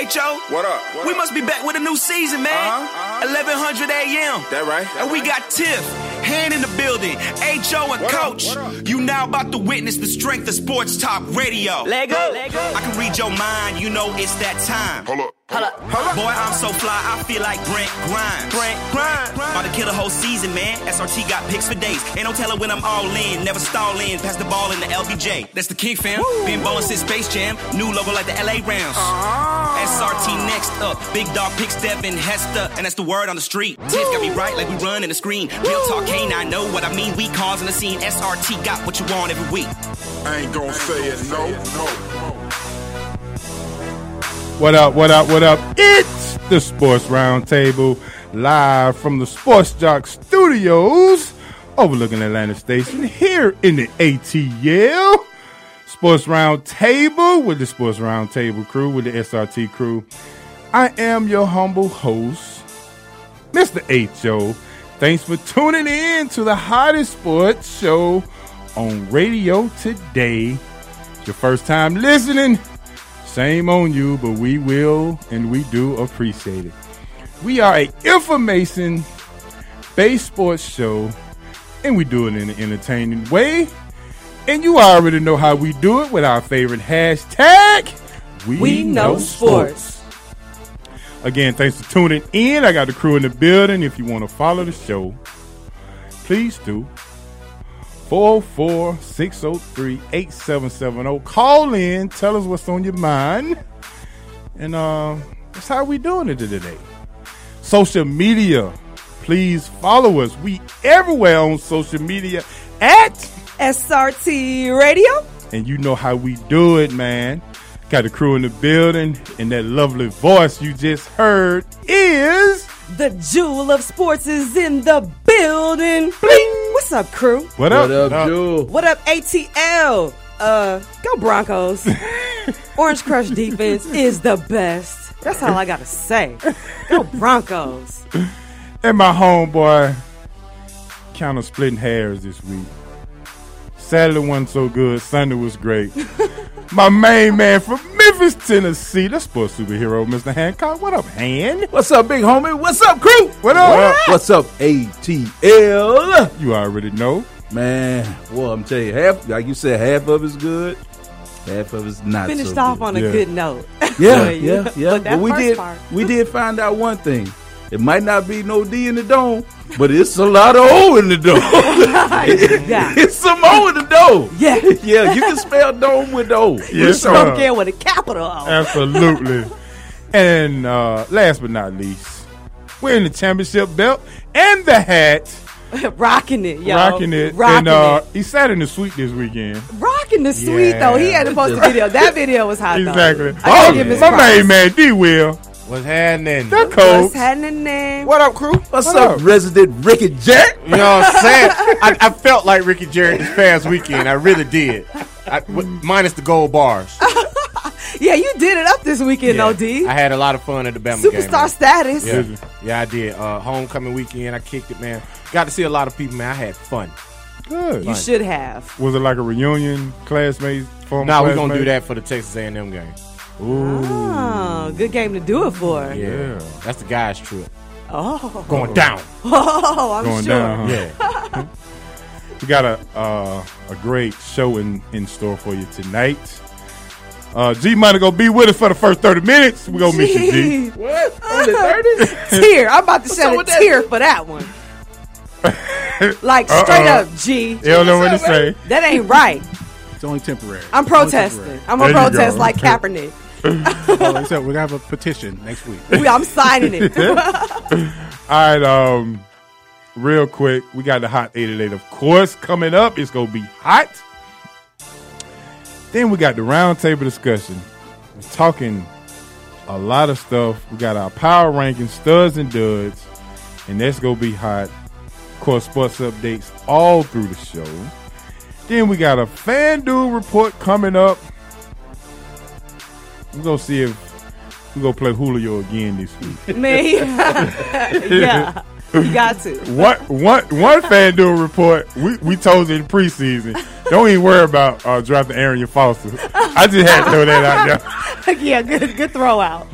H.O. What up? What we up? must be back with a new season, man. Uh-huh, uh-huh. 1100 a.m. That right? That and we right. got Tiff, Hand in the building, H.O. and What up? Coach. What up? You now about to witness the strength of Sports Talk Radio. Lego. Lego. I can read your mind, you know it's that time. Hold up. Hold up. Boy, I'm so fly, I feel like Brent Grimes. Brent Grimes. About to kill the whole season, man. SRT got picks for days. And don't tell her when I'm all in. Never stall in. Pass the ball in the LBJ. That's the king, fam. Been ballin' since Space Jam. New logo like the LA Rams. SRT next up. Big dog picks Devin Hester. And that's the word on the street. Tiff got me right like we run in the screen. Real talk, Kane, I know what I mean. We causing the scene. SRT got what you want every week. I ain't gonna say it. No, no. What up, what up, what up? It's the Sports Roundtable live from the Sports Jock Studios overlooking Atlanta Station here in the ATL. Sports Roundtable with the Sports Roundtable crew, with the SRT crew. I am your humble host, Mr. H.O. Thanks for tuning in to the hottest sports show on radio today. It's your first time listening. Same on you, but we will and we do appreciate it. We are a information based sports show and we do it in an entertaining way. And you already know how we do it with our favorite hashtag. We, Again, thanks for tuning in. I got the crew in the building. If you want to follow the show, please do. 404 603 8770. oh. Call in, tell us what's on your mind. And uh, that's how we doing it today. Social media, please follow us. We everywhere on social media at SRT Radio. and you know how we do it, man. Got the crew in the building, and that lovely voice you just heard is The jewel of sports is in the building. Bling. What's up, crew? what up? What up, Jewel? What up, ATL? Uh, go Broncos. Orange Crush defense is the best. That's all I gotta say. Go Broncos. And my homeboy, kind of splitting hairs this week. Saturday wasn't so good. Sunday was great. my main man from Memphis, Tennessee, the sports superhero, Mr. Hancock. What up, Han? What's up, big homie? What's up, crew? What up? What's up, ATL? You already know. Man, well, I'm telling you, half like you said, half of it's good, half of it's not. Finished so off good. on a Yeah. good note. yeah, for you. yeah, yeah. But that we first did, part. we did find out one thing. It might not be no D in the dome, but it's a lot of O in the dome. Yeah. it's some O in the dome. Yeah. yeah. You can spell dome with O. Yes, Don't care with a capital O. Absolutely. and uh, last but not least, we're in the championship belt and the hat, Rocking it, yo. rocking it. Rocking and uh, it. he sat in the suite this weekend. Rocking the sweet Yeah. though. He had to post a video. That video was hot though. Exactly. I gotta Oh, give him his my props. main man, D Will. What's happening? You That know What's coach. happening there? What up, crew? What's What up, up? resident Ricky Jack? what I'm saying? I, I felt like Ricky Jarrett this past weekend. I really did. I, w- minus the gold bars. Yeah, you did it up this weekend, Yeah. though, D. I had a lot of fun at the Bama game. Superstar man. status. Did you? Yeah. yeah, I did. Uh, homecoming weekend, I kicked it, man. Got to see a lot of people, man. I had fun. Good. You should have. Was it like a reunion, classmates? Former Now we're gonna classmates? do that for the Texas A&M game. Oh, good game to do it for. Yeah, Yeah. that's the guys' trip. Oh, Going down. oh, I'm Going sure. down. Huh? Yeah. We got a uh, a great show in, in store for you tonight. Uh, G Money gonna be with us for the first thirty minutes. We gonna miss you, G. Gee. What? Only thirty? tear. I'm about to up shed a with that? tear for that one. like straight Uh-uh. up, G. They don't know what to say. That ain't right. It's only temporary. I'm protesting. I'm gonna There you protest go. like Kaepernick. Oh, except we're gonna have a petition next week. We- I'm signing it. All right, um, real quick, we got the hot 88, of course, coming up. It's gonna be hot. Then we got the roundtable discussion. We're talking a lot of stuff. We got our power ranking, studs and duds, and that's gonna be hot. Of course, sports updates all through the show. Then we got a FanDuel report coming up. We're gonna see if we're gonna play Julio again this week. Me. yeah. You got to. What one one fan do a report? We we told you in preseason. Don't even worry about uh, drafting Aaron Foster. I just had to throw that out there. yeah, good good throw out.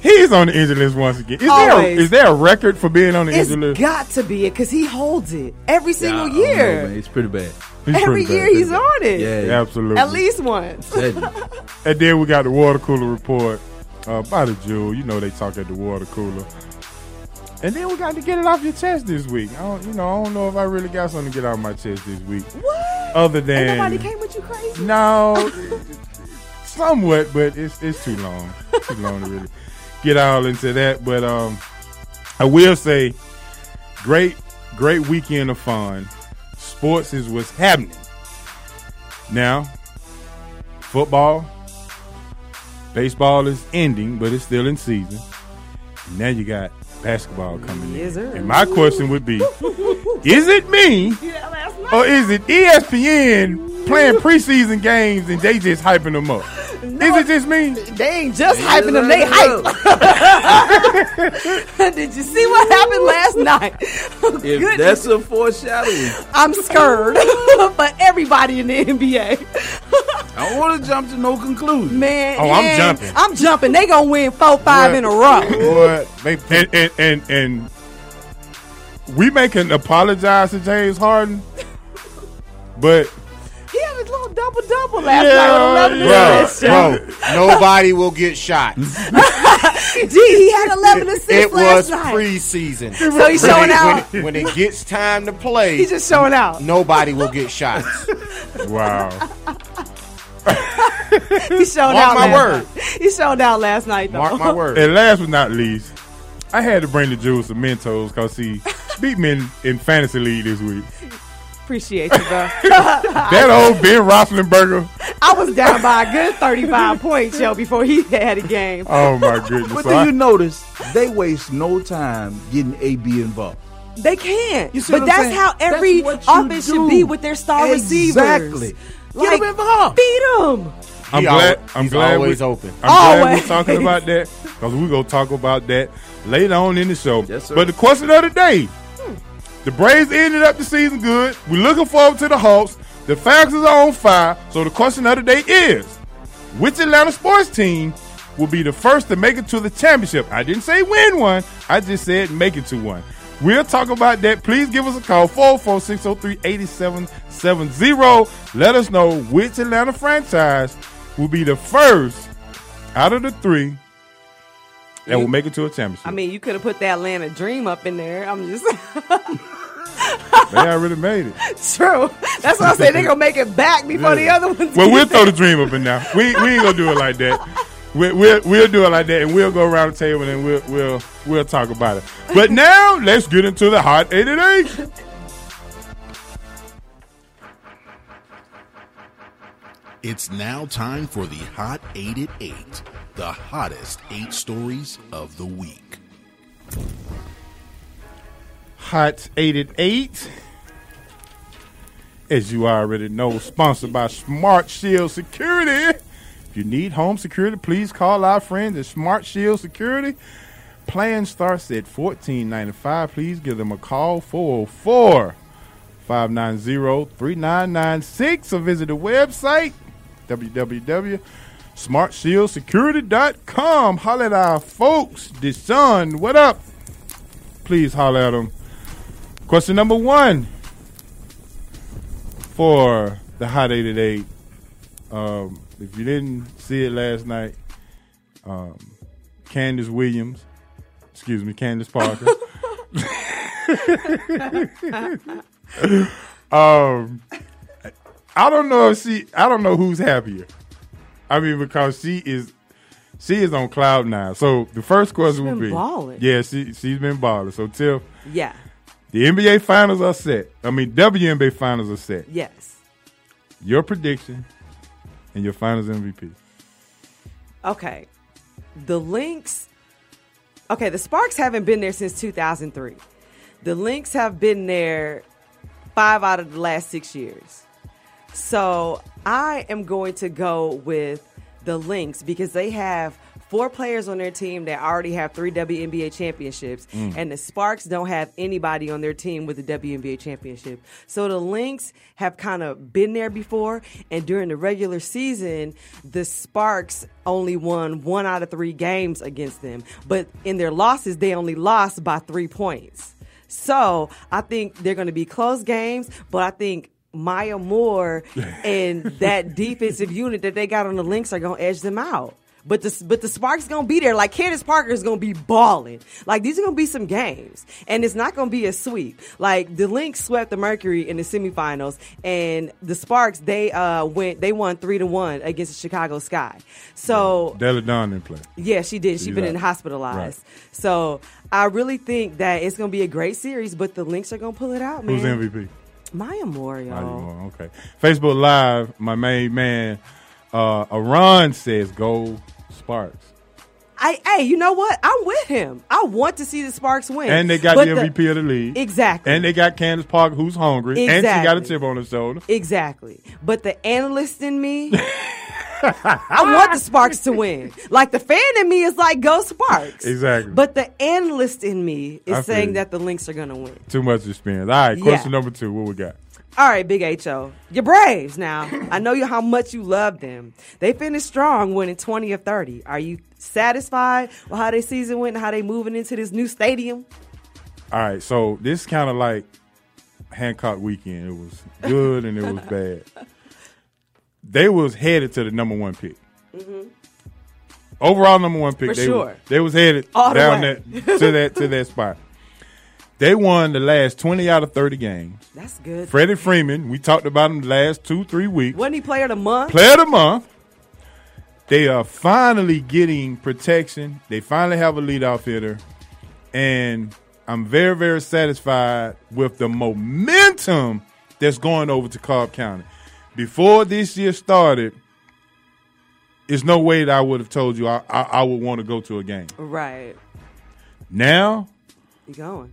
He's on the injury list once again. Is there a, Always. is there a record for being on the It's injury list? got to be it because he holds it every single I don't know, year. man. It's pretty bad. He's every pretty year bad. he's on it. Yeah, yeah. Absolutely. At least once. That- And then we got the water cooler report uh, by the Jewel. You know they talk at the water cooler. And then we got to get it off your chest this week. I don't, you know, I don't know if I really got something to get off my chest this week. What? Other Ain't than nobody came with you crazy. no, somewhat, but it's it's too long, too long to really get all into that. But um, I will say, great, great weekend of fun. Sports is what's happening now. Football, baseball is ending, but it's still in season. Now you got basketball coming in, Yes, sir. and my question would be: Is it me? Or is it E ESPN playing preseason games and they just hyping them up? Is it just me? They ain't just hyping them. They hype. Did you see what happened last night? if Goodness, that's a foreshadowing, I'm scared for everybody in the NBA. I don't want to jump to no conclusion. Man, Oh, I'm man, jumping. I'm jumping. They gonna win four, five in a row. Boy, they, And and and, and we making apologize to James Harden, but He had his little double double last Yeah, night. with 11 yeah. assists. bro, nobody will get shot. it Gee, he had 11 assists it last was night. preseason. so he's showing out. When, when it gets time to play, He's just showing out. nobody will get shots. wow, He showed Mark out. my last night. He showed out last night though. Mark my word. And last but not least, I had to bring the Jews some Mentos because he beat me in, in fantasy league this week. Appreciate you, bro. That old Ben Roethlisberger. I was down by a good 35 points, yo, before he had a game. Oh my goodness! But So do I- you notice they waste no time getting AB involved? They can't. You see what But I'm that's saying? how That's every what you offense should do. be with their star receivers. Exactly. Like, Get him involved. Beat them. I'm He glad. always- I'm he's glad. always we, open. I'm glad we're Always. talking about that because we're gonna talk about that later on in the show. Yes, sir. But the question of the day: The Braves ended up the season good. We're looking forward to the Hawks. The Falcons are on fire. So the question of the day is: Which Atlanta sports team will be the first to make it to the championship? I didn't say win one. I just said make it to one. We'll talk about that. Please give us a call 404-603-8770. Let us know which Atlanta franchise will be the first out of the three that will make it to a championship. I mean, you could have put the Atlanta Dream up in there. I'm just they already made it. true. That's what I'm saying. They're gonna make it back before Yeah. the other ones. Well, get we'll there. throw the dream up and now. We we ain't gonna do it like that. We, we'll we'll do it like that, and we'll go around the table and we'll we'll we'll talk about it. But now let's get into the hot eight and eight. It's now time for the Hot 8 at 8, the hottest eight stories of the week. Hot eight at eight. As you already know, sponsored by Smart Shield Security. If you need home security, please call our friends at Smart Shield Security. Plan starts at fourteen ninety five. Please give them a call 404 590-3996 or visit the website www.smartshieldSecurity.com. Holler at our folks. Deshaun, what up? Please holler at them. Question number one for the Hot 8 at 8. Um, if you didn't see it last night, um, Candace Williams, excuse me, Candace Parker. um, I don't know if she, I don't know who's happier. I mean, because she is, she is on cloud nine. So the first question would been be, balling. yeah, she she's been balling. So Tiff, Yeah. the NBA finals are set. I mean, WNBA finals are set. Yes. Your prediction and your finals MVP. Okay. The Lynx. Okay, the Sparks haven't been there since 2003. The Lynx have been there five out of the last six years. So I am going to go with the Lynx because they have four players on their team that already have three WNBA championships, and the Sparks don't have anybody on their team with a WNBA championship. So the Lynx have kind of been there before, and during the regular season, the Sparks only won one out of three games against them, but in their losses, they only lost by three points. So I think they're going to be close games, but I think Maya Moore and that defensive unit that they got on the links are going to edge them out. But the but the Sparks gonna be there. Like Candace Parker is gonna be balling. Like these are gonna be some games, and it's not gonna be a sweep. Like the Lynx swept the Mercury in the semifinals, and the Sparks they uh went they won three to one against the Chicago Sky. So Della Don didn't play. yeah, she did. She's been Right. in hospitalized. Right. So I really think that it's gonna be a great series, but the Lynx are gonna pull it out, man. Who's MVP? Maya Moore, y'all. Oh, okay. Facebook Live, my main man, uh, Aron says, go Sparks. I hey, you know what? I'm with him. I want to see the Sparks win. And they got But the MVP of the league. Exactly. And they got Candace Park, who's hungry. And she got a Exactly. chip on her shoulder. Exactly. But the analyst in me, I want the Sparks to win. Like the fan in me is like, go Sparks. Exactly. But the analyst in me is I feel saying you. that the Lynx are going to win. Too much experience. All right, Yeah. question number two. What we got? All right, Big H.O. You're Braves now. I know you how much you love them. They finished strong, winning 20 of 30. Are you satisfied with how their season went and how they moving into this new stadium? All right, so this kind of like Hancock weekend. It was good and it was bad. They was headed to the number one pick. Mm-hmm. Overall number one pick. For they sure. was, they was headed All the down way. that to that to that spot. They won the last twenty out of thirty games. That's good. Freddie Freeman, we talked about him the last two three weeks. Wasn't he player of the month? Player of the month. They are finally getting protection. They finally have a leadoff hitter. And I'm very, very satisfied with the momentum that's going over to Cobb County. Before this year started, there's no way that I would have told you I, I, I would want to go to a game. right. Now, You going.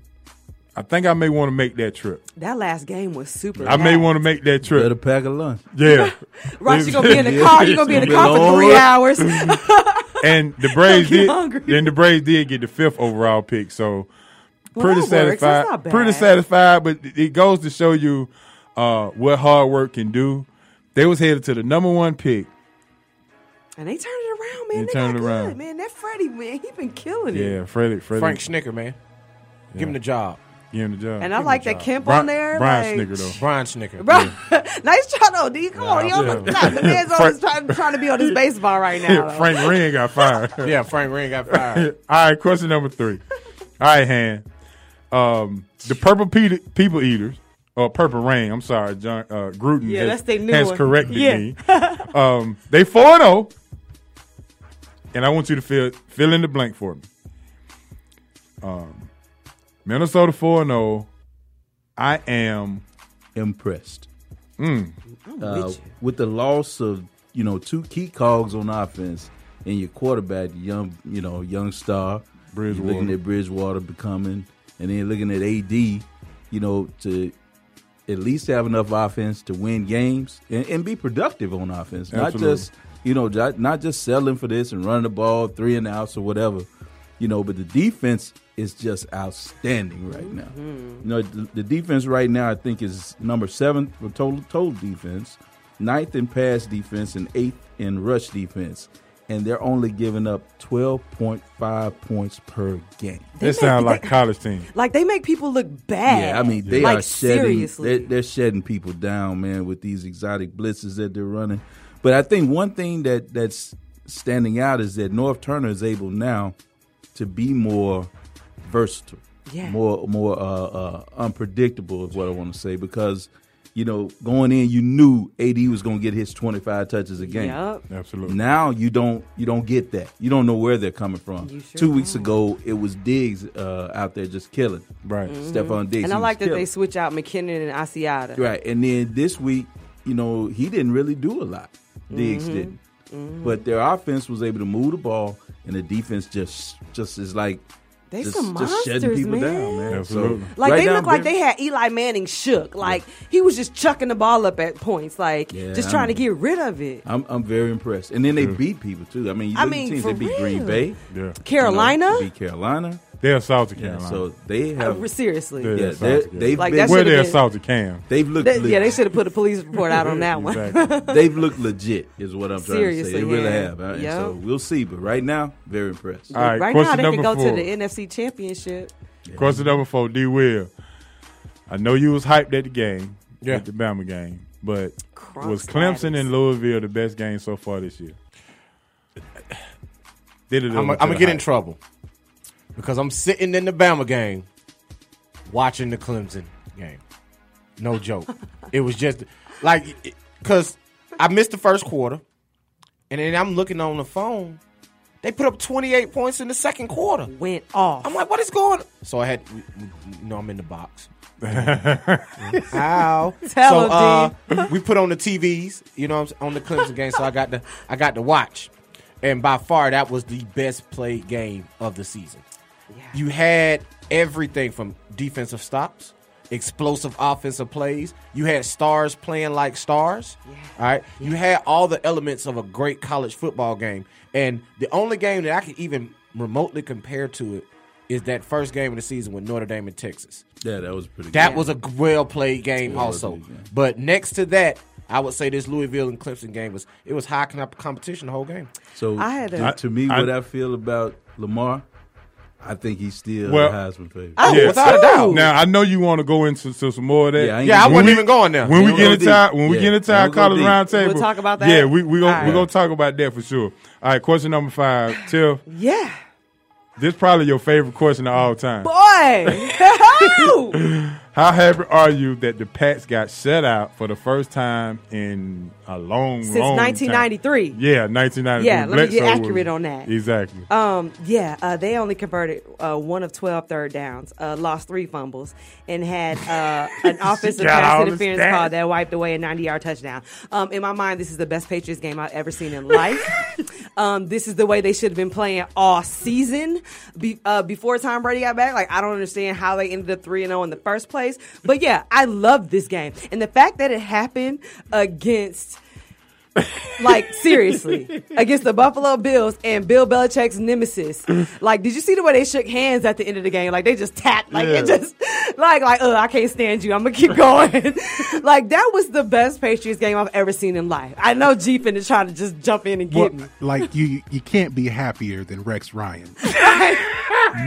I think I may want to make that trip. That last game was super. I may loud. want to make that Better trip. pack a lunch. Yeah. Right, you're gonna be in the car. You're gonna be in the It's gonna car be for three long. hours. and the Braves get did. hungry. Then the Braves did get the fifth overall pick. So pretty that works. That's satisfied. not bad. Pretty satisfied, but it- it goes to show you uh, what hard work can do. They was headed to the number one pick. And they turned it around, Oh, man. They, They turned got it around. good, man. That Freddie, man, he been killing it. Yeah, Freddie. Freddie Frank Snicker, man. Give him the job. give him the job. And I like that Kemp Brian, on there. Brian like, Snicker though. Brian Snicker. Bro, nice try though, D. Come Yeah, on, he almost- nah, the man's always trying, trying to be on his baseball right now. though. Frank Ring got fired. Yeah, Frank Ring got fired. All right, question number three. All right, Han. Um, the purple pe- people eaters, or purple rain. I'm sorry, John uh, Gruden. Yeah, has, that's they new has one. corrected Yeah. me. um, they four zero, and I want you to fill fill in the blank for me. Um, Minnesota four oh, zero. I am Impressed. I'm Uh, with you. with the loss of, you know, two key cogs on offense and your quarterback, young, you know, young star. You're Looking Bridgewater. at Bridgewater becoming, and then looking at AD, you know, to at least have enough offense to win games and, and be productive on offense, not Absolutely. just you know, ju- not just selling for this and running the ball three and outs or whatever, you know. But the defense is just outstanding right now. You know, the, the defense right now I think is number seven for total total defense, ninth in pass defense, and eighth in rush defense. And they're only giving up twelve point five points per game. They sound like college team. Like they make people look bad. Yeah, I mean they like, are shedding seriously. they're, they're shedding people down, man, with these exotic blitzes that they're running. But I think one thing that that's standing out is that North Turner is able now to be more versatile, Yeah. more more uh, uh, unpredictable is what I want to say because you know going in you knew AD was going to get his twenty five touches a game. Yup. Absolutely. Now you don't you don't get that. You don't know where they're coming from. You sure 2 weeks don't. ago it was Diggs uh, out there just killing. Right. Stephon Diggs. Mm-hmm. And I he was like that killing. they switch out McKinnon and Asiata. Right. And then this week, you know, he didn't really do a lot. Mm-hmm. Diggs didn't. But their offense was able to move the ball and the defense just just is like They just, some just shedding monsters, people down, man. man. Absolutely. So, Like right they now, look like Ben- they had Eli Manning shook. Like he was just chucking the ball up at points, like Yeah, just I trying to mean- get rid of it. I'm I'm very impressed. And then they beat people too. I mean, you I look at mean, teams for they beat Green real. Bay, you know, Carolina? they beat Carolina. They assaulted Yeah, Carolina. so they Uh, have. Seriously. Yeah. Yeah, That sounds they're- good. they've Like, been, that's- Where they should've been- assaulted Cam. they've looked. That- yeah, legit. they should have put a police report out on that one. Exactly. They've looked legit, is what I'm trying to Seriously, say. They really yeah. have. All right, and Yep. So we'll see. But right now, very impressed. All right, right now, question they can number go four. to the NFC Championship. Question number four, D. Will. I know you was hyped at the game, Yeah. at the Bama game, but Crump was Clemson sliders. and Louisville the best game so far this year? Did it I'm live up to gonna the get in hype? trouble because I'm sitting in the Bama game watching the Clemson game. No joke. it was just like because I missed the first quarter, and then I'm looking on the phone. They put up 28 points in the second quarter. Went off. I'm like, what is going? So I had, you know, I'm in the box. How? Tell so, uh, we put on the TVs, you know, what I'm s- on the Clemson game. So I got the, I got to watch, and by far that was the best played game of the season. You had everything from defensive stops, explosive offensive plays. You had stars playing like stars. All right. You had all the elements of a great college football game. And the only game that I can even remotely compare to it is that first game of the season with Notre Dame and Texas. Yeah, that was pretty. That good. was a well played game, also. played game. But next to that, I would say this Louisville and Clemson game was it was high comp- competition the whole game. So I had a- to- to me, I- what I feel about Lamar, I think he's still Well- the Heisman favorite. Oh, Yeah. without a doubt. Now I know you want to go into to some more of that. Yeah, I ain't Yeah, I gonna- wasn't we- even going there. When They we don't get go into deep. our, when we Yeah, get into they our don't go college deep. round We'll table, talk about that? Yeah, we we gonna we All gonna right. talk about that for sure. All right, question number five. Till yeah. this probably your favorite question of all time. Boy. How happy are you that the Pats got shut out for the first time in a long, Since long time? 1993. Yeah, 1993. Yeah, let me get Bledsoe was- accurate on that. Exactly. um, yeah, uh, they only converted uh, one of 12 third downs, uh, lost three fumbles, and had uh, an offensive got all pass the interference stats. call that wiped away a 90 yard touchdown. Um, in my mind, this is the best Patriots game I've ever seen in life. um, this is the way they should have been playing all season be, uh, before Tom Brady got back. Like, I don't understand how they ended up 3 0 in the first place. But yeah, I love this game. And the fact that it happened against. Like seriously, against the Buffalo Bills and Bill Belichick's nemesis. Like, did you see the way they shook hands at the end of the game? Like they just tapped, like it Yeah. just, like like, oh, I can't stand you. I'm gonna keep going. like that was the best Patriots game I've ever seen in life. I know G finna try to just jump in and get me. Well, like you, you can't be happier than Rex Ryan.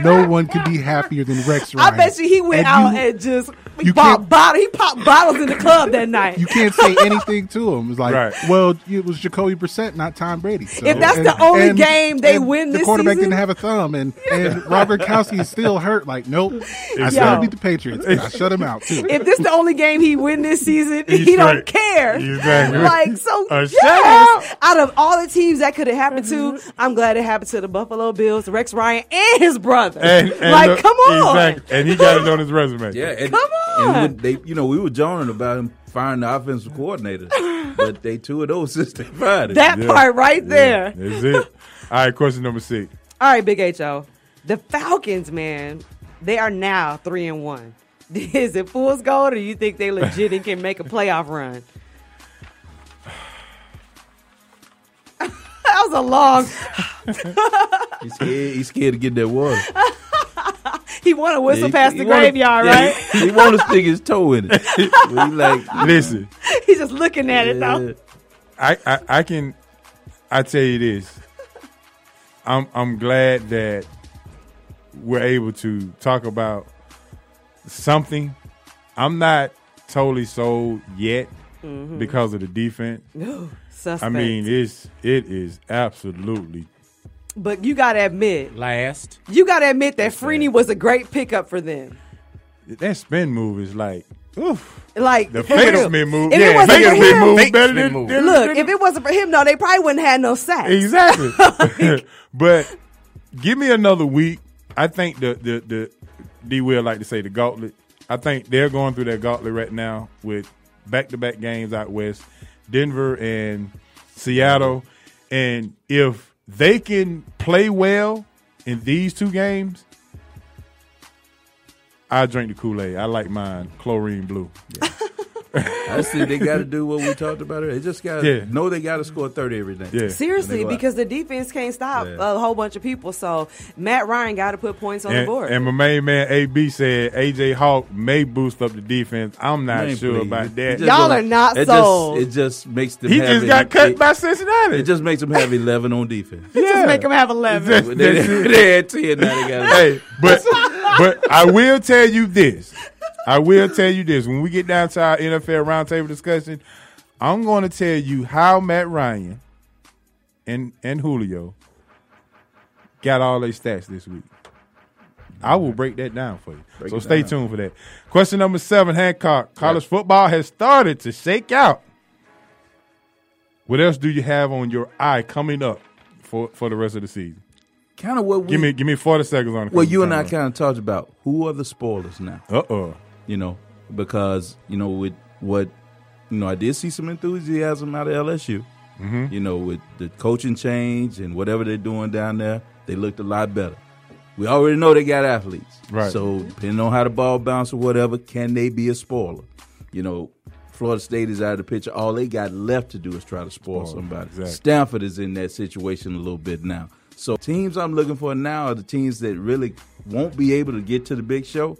no one can be happier than Rex Ryan. I bet you he went And out you- and just he you bought can't- bottle. He popped bottles in the club that night. You can't say anything to him. It's like, Right. well, it was Jacoby Brissett, not Tom Brady. So- If that's the only game they and win the this quarterback season- didn't have a thumb, and, and Robert Kowski is still hurt. Like, nope, I Yo. still beat the Patriots. and I shut him out too. if this the only game he win this season, He's he don't straight. care. He's back. Like so, A yes. Out of all the teams that could have happened to, Mm-hmm. I'm glad it happened to the Buffalo Bills, Rex Ryan, and his brother. and, and like, look, come on. Exactly. And he got it on his resume. Yeah, and, Come on. And when they, you know, we were joning about him firing the offensive coordinator, but they two of those since they fired him. That Yeah. part right there. That's it. All right, question number six. All right, Big H.O. The Falcons, man, they are now three and one. Is it fool's gold, or you think they legit and can make a playoff run? that was a long. He's scared, he's scared to get that water. He want to whistle He- past he the wanna- graveyard, yeah, right? He, want to stick his toe in it. But he like, Listen, He's just looking at it yeah, though. I, I, I can I tell you this. I'm I'm glad that we're able to talk about something. I'm not totally sold yet Mm-hmm. because of the defense. Suspect. I mean, it's it is absolutely but you gotta admit, Last, you gotta admit that Freeney was a great pickup for them. that spin move is like oof. Like The for real. fake spin move, If it yeah, wasn't fake for spin him- move Fake better spin than, move. than- Look, if it wasn't for him, though, they probably wouldn't have no sacks. Exactly. but give me another week. I think the the the D will like to say the gauntlet. I think they're going through their gauntlet right now with back to back games out west, Denver and Seattle. And if they can play well in these two games, I drink the Kool Aid. I like mine chlorine blue. I see they got to do what we talked about earlier. They just got to Yeah. know they got to score 30 every day. Yeah. Seriously, go out. because the defense can't stop Yeah. a whole bunch of people. So Matt Ryan got to put points on and, the board. and my main man AB said AJ Hawk may boost up the defense. I'm not Man, sure please. about It that. just Y'all don't- are not it sold. Just, it just makes them he have just it- got cut it, by Cincinnati. It just makes them have 11 on defense. yeah. Just make him have 11. they, they had 10, now they got hey, but but I will tell you this. I will tell you this. When we get down to our NFL roundtable discussion, I'm going to tell you how Matt Ryan and and Julio got all their stats this week. I will break that down for you. so it stay down. tuned for that. Question number seven, Hancock. College football has started to shake out. What else do you have on your eye coming up for, for the rest of the season? Kind of what we. Give me give me forty seconds on it. well, you and I kind of talked about who are the spoilers now. Uh oh. you know, because you know with what you know, I did see some enthusiasm out of LSU. Mm-hmm. You know, with the coaching change and whatever they're doing down there, they looked a lot better. We already know they got athletes, Right. So depending on how the ball bounces or whatever, can they be a spoiler? You know, Florida State is out of the picture. All they got left to do is try to spoil somebody. exactly. Stanford is in that situation a little bit now. So teams I'm looking for now are the teams that really won't be able to get to the big show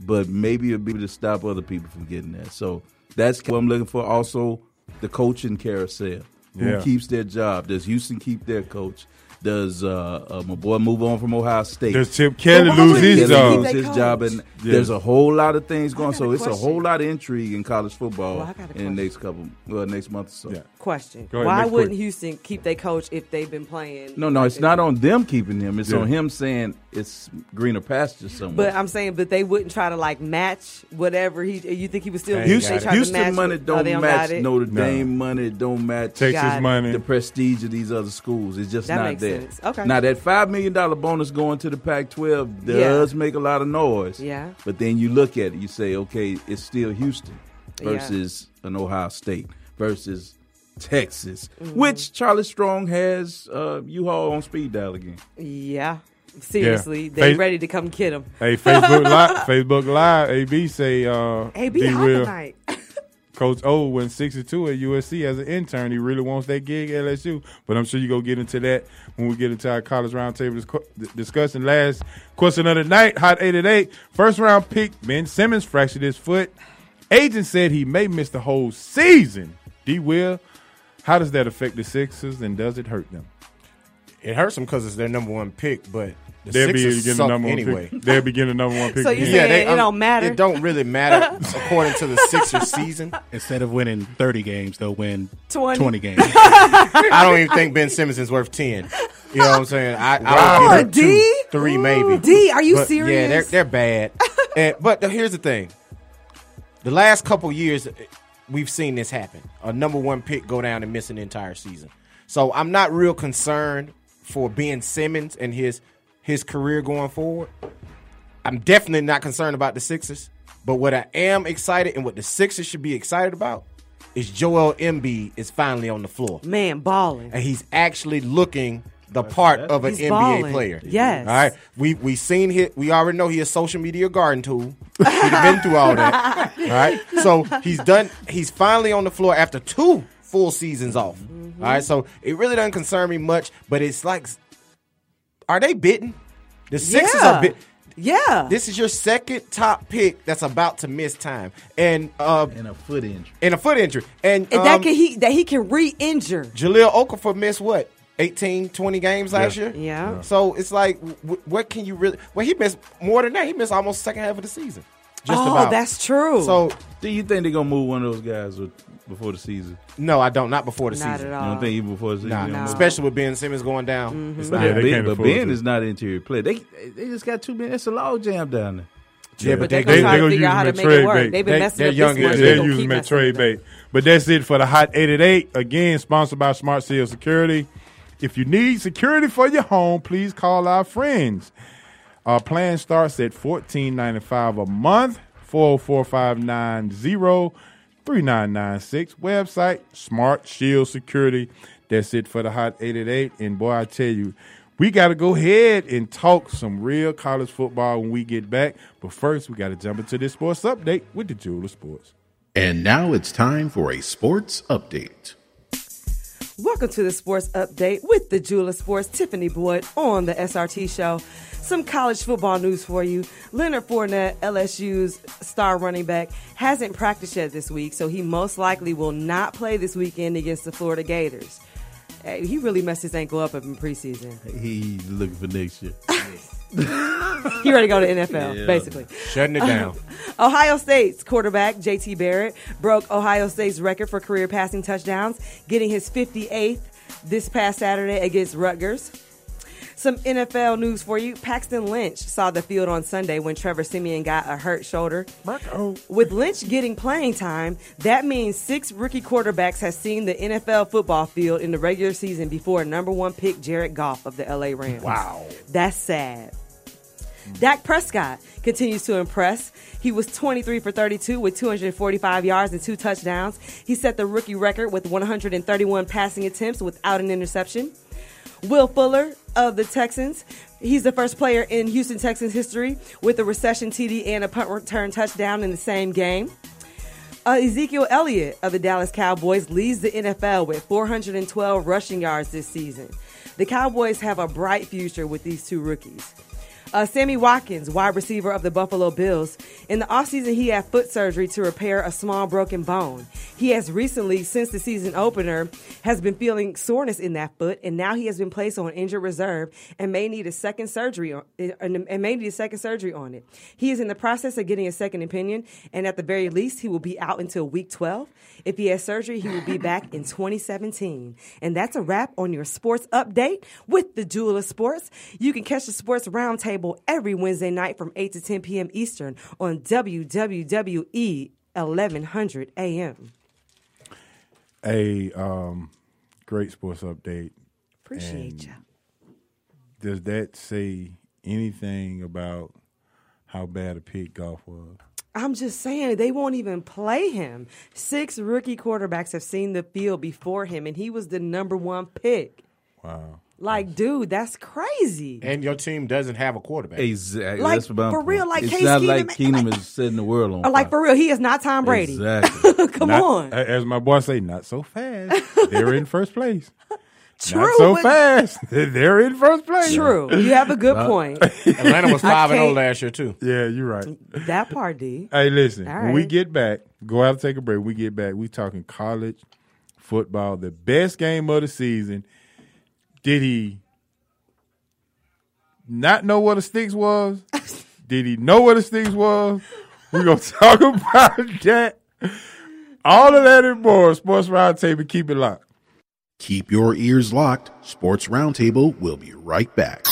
but maybe it'll be able to stop other people from getting there. So that's what I'm looking for. Also, the coaching carousel. Who Yeah. keeps their job? Does Houston keep their coach? Does uh, uh, my boy move on from Ohio State? Does Chip Kelly why lose would he his leave Kelly job? lose They his coach. job? And Yeah. there's a whole lot of things going. got So a it's a question. whole lot of intrigue in college football Well, I got a in question. the next couple, well, next month or so. Yeah. Question: Go ahead, Why make it wouldn't quick. Houston keep their coach if they've been playing? No, no, it's not on them keeping him. It's Yeah. on him saying it's greener pasture somewhere. But I'm saying, but they wouldn't try to like match whatever he. You think he was still They they Houston, tried to Houston match money what- don't, oh, they match got it? Notre No. Dame money. It don't match Texas Got it. money. the prestige of these other schools. It's just That not makes there. sense. Okay. Now that five million dollar bonus going to the Pac-12 does make a lot of noise. Yeah. But then you look at it, you say, okay, it's still Houston Yeah. versus an Ohio State versus Texas, which Charlie Strong has uh, U-Haul on speed dial again. Yeah, seriously, they Face- ready to come kid him. Hey, Facebook Live, Facebook Live, AB say, uh, AB D. hot Will, tonight. Coach O went 62 at USC as an intern. He really wants that gig at LSU, but I'm sure you're going to get into that when we get into our college roundtable discu- d- discussion. Last question of the night, hot 8 at 8. First round pick, Ben Simmons fractured his foot. Agent said he may miss the whole season. D. Will, how does that affect the Sixers and does it hurt them? It hurts them because it's their number one pick, but the They'll be Sixers getting the suck number one anyway. pick. They'll be getting the number one pick. So you again. saying it um, don't matter? It don't really matter according to the Sixers season. Instead of winning 30 games, they'll win 20. 20, games. I don't even think Ben Simmons is worth ten. You know what I'm saying? I, I Wow. would give him D? two, three maybe. D, are you But, Yeah, they're serious? they're bad. and, but the- here's the thing: the last couple years, eh, we've seen this happen. A number one pick go down and miss an entire season. So I'm not real concerned for Ben Simmons and his his career going forward. I'm definitely not concerned about the Sixers. But what I am excited and what the Sixers should be excited about is Joel Embiid is finally on the floor Man, balling. and he's actually looking the part of an He's NBA balling. player. Yes. All right. We we seen hit. We already know he a social media garden tool. He's been through all that. All right. So he's done. He's finally on the floor after two full seasons off. All right. So it really doesn't concern me much, but it's like, are they bitten? The Sixers yeah. are bit. Yeah. This is your second top pick that's about to miss time, and uh, And a foot injury. and a foot injury, and, and that um, can he that he can re-injure. Jaleel Okafor missed what 18, 20 games last year. Yeah. Yeah. So it's like, w- what can you really? Well, he missed more than that. He missed almost second half of the season. Just oh, about. that's true. So Do you think they're gonna move one of those guys with, before the season? no, I don't. Not before the not season. at you all. don't think even before the season? Nah, they're gonna No. Mm-hmm. move especially with Ben Simmons going down. It's But, not Yeah, they Ben, can't but afford Ben to. is not an interior player. They they just got two men. It's a log Oh, jam down there. yeah, but but they, they're they- gonna they gonna try to figure use out him how to as make trade it bait. work. They've been They- messing they're up young as this much. hell. They They're gonna using keep that messing trade with them. bait. But that's it for the Hot 888. Again, sponsored by Smart Seal Security. If you need security for your home, please call our friends. Our plan starts at $14.95 a month, 404-590-3996. Website, Smart Shield Security. That's it for the Hot 888. And boy, I tell you, We got to go ahead and talk some real college football when we get back. But first, we got to jump into this sports update with the Jewel of Sports. And now it's time for a sports update. Welcome to the Sports Update with the Jewel of Sports, Tiffany Boyd on the SRT Show. Some college football news for you. Leonard Fournette, LSU's star running back, hasn't practiced yet this week, so he most likely will not play this weekend against the Florida Gators. Hey, he really messed his ankle up in preseason. He looking for next year. He ready to go to NFL, basically. Shutting it down. Ohio State's quarterback, JT Barrett, broke Ohio State's record for career passing touchdowns, getting his 58th this past Saturday against Rutgers. Some NFL news for you. Paxton Lynch saw the field on Sunday when Trevor Simeon got a hurt shoulder. With Lynch getting playing time, that means six rookie quarterbacks have seen the NFL football field in the regular season before number one pick Jared Goff of the LA Rams. Wow. That's sad. Dak Prescott continues to impress. He was 23 for 32 with 245 yards and two touchdowns. He set the rookie record with 131 passing attempts without an interception. Will Fuller of the Texans, he's the first player in Houston Texans history with a recession TD and a punt return touchdown in the same game. Uh, Ezekiel Elliott of the Dallas Cowboys leads the NFL with 412 rushing yards this season. The Cowboys have a bright future with these two rookies. Uh, Sammy Watkins, wide receiver of the Buffalo Bills, in the offseason he had foot surgery to repair a small broken bone. He has recently, since the season opener, has been feeling soreness in that foot, and now he has been placed on injured reserve and may need a second surgery on, and and may need a second surgery on it. He is in the process of getting a second opinion, and at the very least, he will be out until week 12. If he has surgery, he will be back in 2017. And that's a wrap on your sports update with the Jewel of Sports. You can catch the Sports Roundtable every Wednesday night from 8 to 10 p.m. Eastern on E WWE 1100 AM. A um, great sports update. Appreciate you. Does that say anything about how bad a pick golf was? I'm just saying they won't even play him. Six rookie quarterbacks have seen the field before him, and he was the number one pick. Wow. Like, dude, that's crazy. And your team doesn't have a quarterback. Exactly. Like, That's what I'm for saying. real, like it's Case not Keenum like and- Keenum is setting the world on Or, like fire. for real, he is not Tom Brady. Exactly. Come Not- on, a- As my boy say, not so fast. They're in first place. true, not so but- fast. They're in first place. true. You have a good point. Atlanta was 5 oh oh and 0 can't- last year, too. Yeah, you're right. That part, D. Hey, listen. All When we right. get back, go out and take a break. We get back. We talking college football, the best game of the season. Did he not know what the sticks was? Did he know what the sticks was? We're gonna talk about that. All of that and more. Sports Roundtable. Keep it locked. Keep your ears locked. Sports Roundtable will be right back.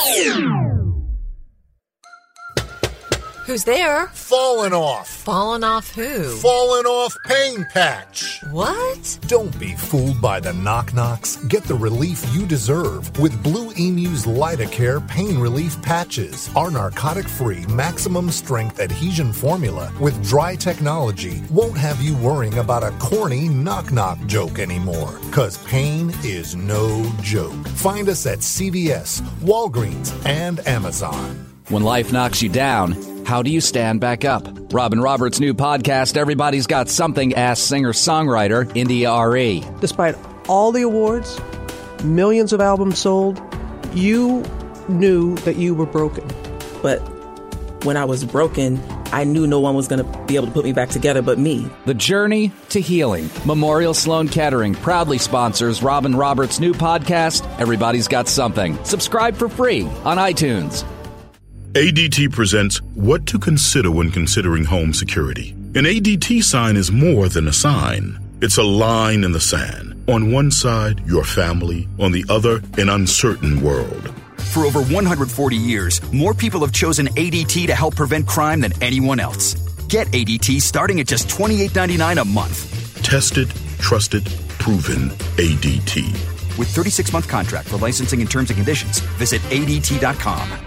Who's there? Falling off. Fallen off who? Falling off pain patch. What? Don't be fooled by the knock knocks. Get the relief you deserve with Blue Emu's Lidocare Pain Relief Patches. Our narcotic free, maximum strength adhesion formula with dry technology won't have you worrying about a corny knock knock joke anymore. Because pain is no joke. Find us at CVS, Walgreens, and Amazon. When life knocks you down, how do you stand back up? Robin Roberts' new podcast, Everybody's Got Something, asks singer songwriter India R.E. despite all the awards, millions of albums sold, you knew that you were broken. But when I was broken, I knew no one was going to be able to put me back together but me. The Journey to Healing. Memorial Sloan Kettering proudly sponsors Robin Roberts' new podcast, Everybody's Got Something. Subscribe for free on iTunes. ADT presents What to Consider When Considering Home Security. An ADT sign is more than a sign, it's a line in the sand. On one side, your family, on the other, an uncertain world. For over 140 years, more people have chosen ADT to help prevent crime than anyone else. Get ADT starting at just $28.99 a month Tested, trusted, proven ADT. with 36 month contract for licensing and terms and conditions. Visit ADT.com.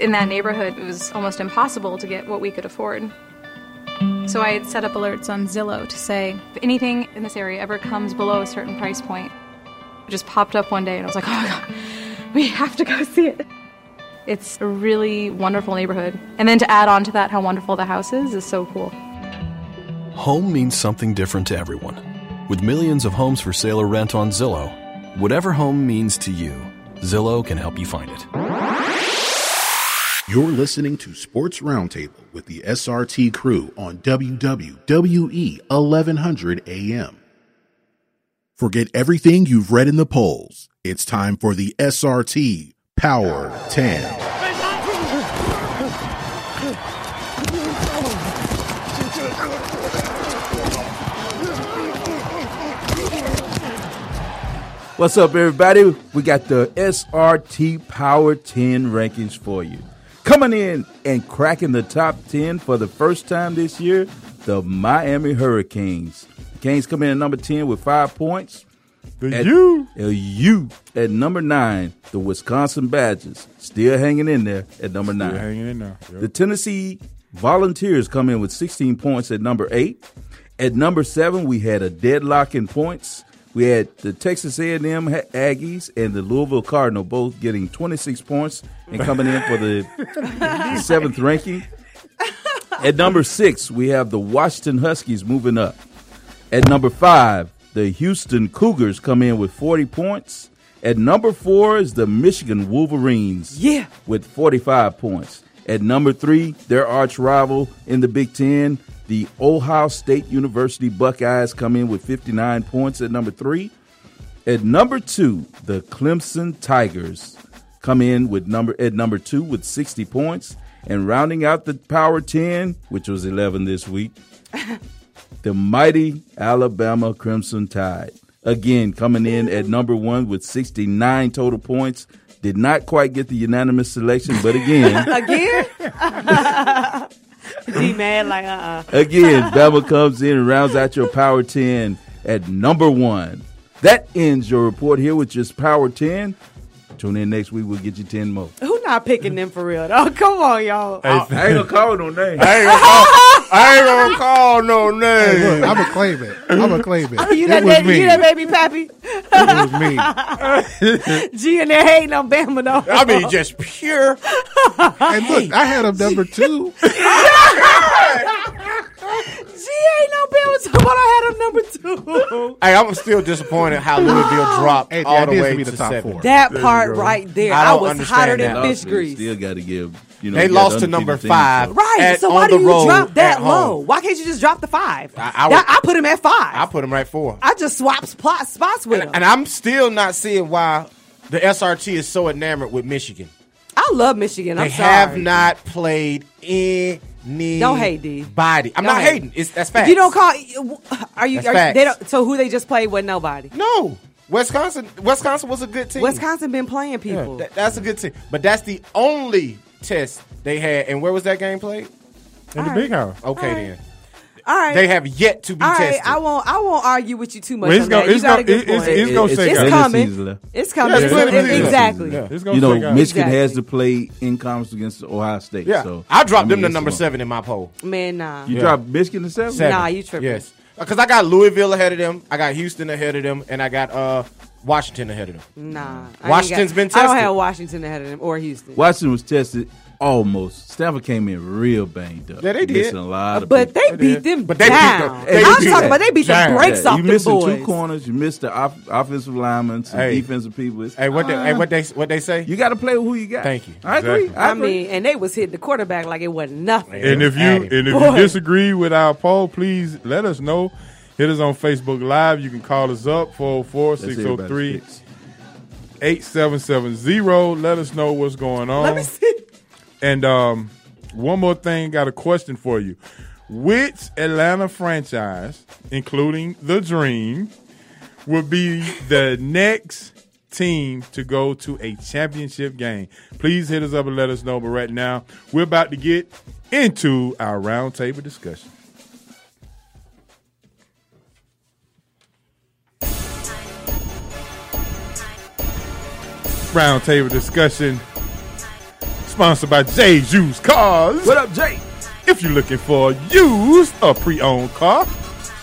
in that neighborhood, it was almost impossible to get what we could afford. So I had set up alerts on Zillow to say if anything in this area ever comes below a certain price point. It just popped up one day, and I was like, "Oh my god, We have to go see it. It's a really wonderful neighborhood. And then to add on to that, how wonderful the house is, is so cool. Home means something different to everyone. With millions of homes for sale or rent on Zillow, whatever home means to you, Zillow can help you find it. You're listening to Sports Roundtable with the SRT crew on E WWE 1100 AM. Forget everything you've read in the polls. It's time for the SRT Power 10. What's up, everybody? We got the SRT Power 10 rankings for you. Coming in and cracking the top 10 for the first time this year, the Miami Hurricanes. Canes come in at number 10 with five points. The U. The U at number nine. The Wisconsin Badgers still hanging in there at number Still nine. hanging in there. Yep. The Tennessee Volunteers come in with 16 points at number eight. At number seven, we had a deadlock in points. We had the Texas A&M Ha- Aggies and the Louisville Cardinal both getting 26 points and coming in for the seventh ranking. At number six, we have the Washington Huskies moving up. At number five, the Houston Cougars come in with 40 points. At number four is the Michigan Wolverines yeah. with 45 points. At number three, their arch rival in the Big Ten, the Ohio State University Buckeyes come in with 59 points at number three. At number two, the Clemson Tigers come in with number at number two with 60 points. And rounding out the Power 10, which was 11 this week, the mighty Alabama Crimson Tide. Again, coming in at number one with 69 total points. Did not quite get the unanimous selection, but again, Again? D man, like, uh uh again, Bama comes in and rounds out your Power 10 at number one. That ends your report here with just Power 10. Tune in next week, we'll get you 10 more. Who not picking them for real, though? Come on, y'all. I ain't gonna call no name. I ain't gonna call, I ain't gonna call Oh, no name. Look, I'm gonna claim it. I'm gonna claim it. Oh, you, it that was baby, me. you that baby pappy? It was me. G and they hating on Bama though. I mean, just pure. and look, I had him number two. G ain't no Bama, but I had him number two. Hey, I'm still disappointed how Louisville dropped Hey, all that the needs way to to, be the top seven. four. That part right there, I, don't was understand hotter than that. fish grease. Still got to give, you know, They you got lost to undefeated number teams, five. so- Right. At- So on why the do you road drop that at low? home. Why can't you just drop the five? I, I would- I put him at five. I put him right four. I just swapped plot spots with him. And I'm still not seeing why the SRT is so enamored with Michigan. I love Michigan. they I'm sorry. have not played any. Don't hate, D. Body. I'm Don't not hate. hating. It's that's If fact. You don't call. Are you? That's Are, you- they facts. don't, so who they just played with nobody? No. Wisconsin. Wisconsin was a good team. Wisconsin been playing people. Yeah, that- that's a good team. But that's the only test they had. And where was that game played? In the big house. Okay, then. All right. They have yet to be All right, tested. I won't. I won't argue with you too much. Well, it's on gonna- that. You it's got a gonna- good it- it's- point. it's gonna shake It's out. Season coming. left. It's coming. Yeah, it's It's- left. exactly. Yeah. It's you know, shake out. Michigan has to Exactly. play in conference against Ohio State. yeah. so I dropped them to it's number gonna- seven in my poll. Man, nah. You dropped Michigan to seven. Seven. Nah, you tripping. Yes. Because I got Louisville ahead of them. I got Houston ahead of them. And I got uh, Washington ahead of them. Nah. I ain't Washington's got, been I don't tested. have Washington ahead of them or Houston. Washington was tested almost. Stanford came in real banged up. Yeah, they did. Missing a lot of But people. they beat them But they beat down. them- they beat I'm talking them about they beat the down. brakes Yeah, off you them missed boys. two corners. You missed the off- offensive linemen, some Hey. defensive people. It's- Hey, what they, uh, hey, what they, what they say? you got to play with who you got. Thank you. I agree. I, I agree. mean, and they was hitting the quarterback like it wasn't nothing. And if you Hey, and if boy. you disagree with our poll, please let us know. Hit us on Facebook Live. You can call us up 404-603. 8770. Let us know what's going on. Let me see. And um, one more thing, got a question for you. Which Atlanta franchise, including the Dream, would be the next team to go to a championship game? Please hit us up and let us know. But right now, we're about to get into our roundtable discussion. Roundtable discussion sponsored by Jay's Used Cars. What up, Jay? If you're looking for a used or pre-owned car,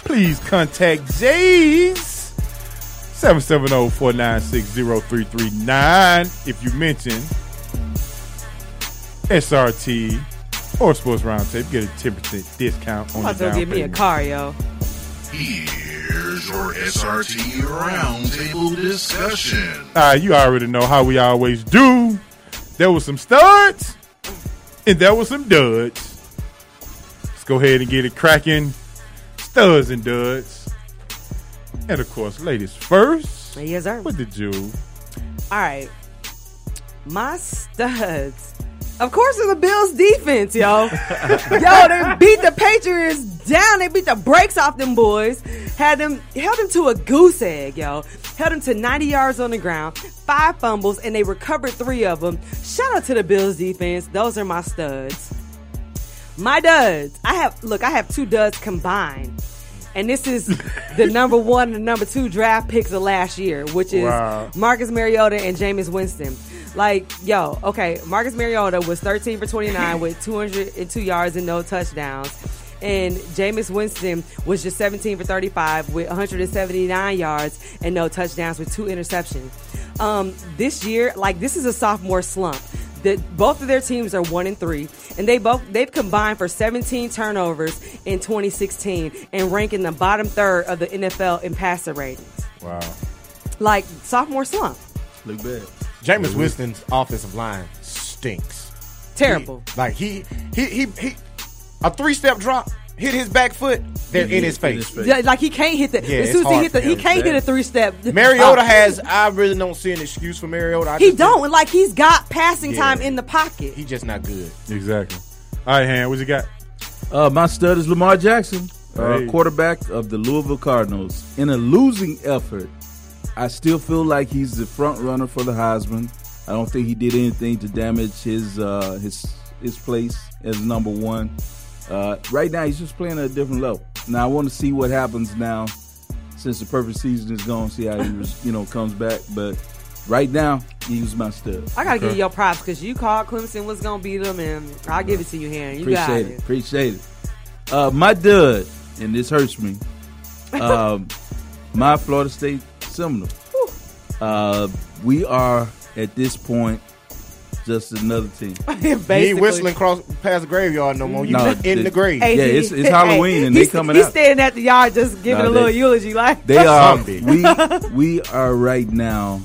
please contact Jay's oh, 770-496-0339 if you mention SRT or Sports Roundtable. Get a 10% discount I'm on about the to down give me a payment. car, yo. Here's your SRT roundtable discussion. Ah, you already know how we always do. There was some studs, and there was some duds. Let's go ahead and get it cracking. Studs and duds, and of course, ladies first. Yes, sir. What did you? All right. My studs. Of course, it's the Bills defense, yo. yo, they beat the Patriots down. They beat the brakes off them boys. Had them held them to a goose egg, yo. Held them to 90 yards on the ground, five fumbles, and they recovered three of them. Shout out to the Bills defense. Those are my studs. My duds. I have look. I have two duds combined, and this is the number one and the number two draft picks of last year, which is Wow. Marcus Mariota and Jameis Winston. Like, yo, okay, Marcus Mariota was 13 for 29 with 202 yards and no touchdowns. And Jameis Winston was just 17 for 35 with 179 yards and no touchdowns with two interceptions. Um, this year, like, this is a sophomore slump. The, both of their teams are one and three, and they both they've combined for 17 turnovers in 2016 and rank in the bottom third of the NFL in passer ratings. Wow. Like sophomore slump. Look bad. Jameis Winston's offensive line stinks. Terrible. He- like he he he he a three step drop hit his back foot. They're Yeah, in his in face. Yeah, like he can't hit the. Yeah, as it's soon as he hard hit the, for he him. can't hit Yeah. a three step. Mariota has. I really don't see an excuse for Mariota. I Oh. He just think don't like he's got passing Yeah. time in the pocket. He just not good. Exactly. All right, Han, what you got? Uh, my stud is Lamar Jackson, uh, Hey. quarterback of the Louisville Cardinals. In a losing effort, I still feel like he's the front runner for the Heisman. I don't think he did anything to damage his uh, his his place as number one. Uh, right now, he's just playing at a different level. Now, I want to see what happens now since the perfect season is gone. See how he res- you know comes back. But right now, he's my stud. I gotta give you your props because you called Clemson was gonna beat them, and I'll give it to you, Harry. You appreciate got it. it. Appreciate it. Uh, my dud, and this hurts me. Um, my Florida State Seminole. Uh, we are at this point just another team. He ain't whistling cross past the graveyard no more. You No, in the it- grave. yeah, it's- it's Halloween and they he's- coming he's out. standing at the yard just giving Nah, a little they- eulogy, like They are we we are right now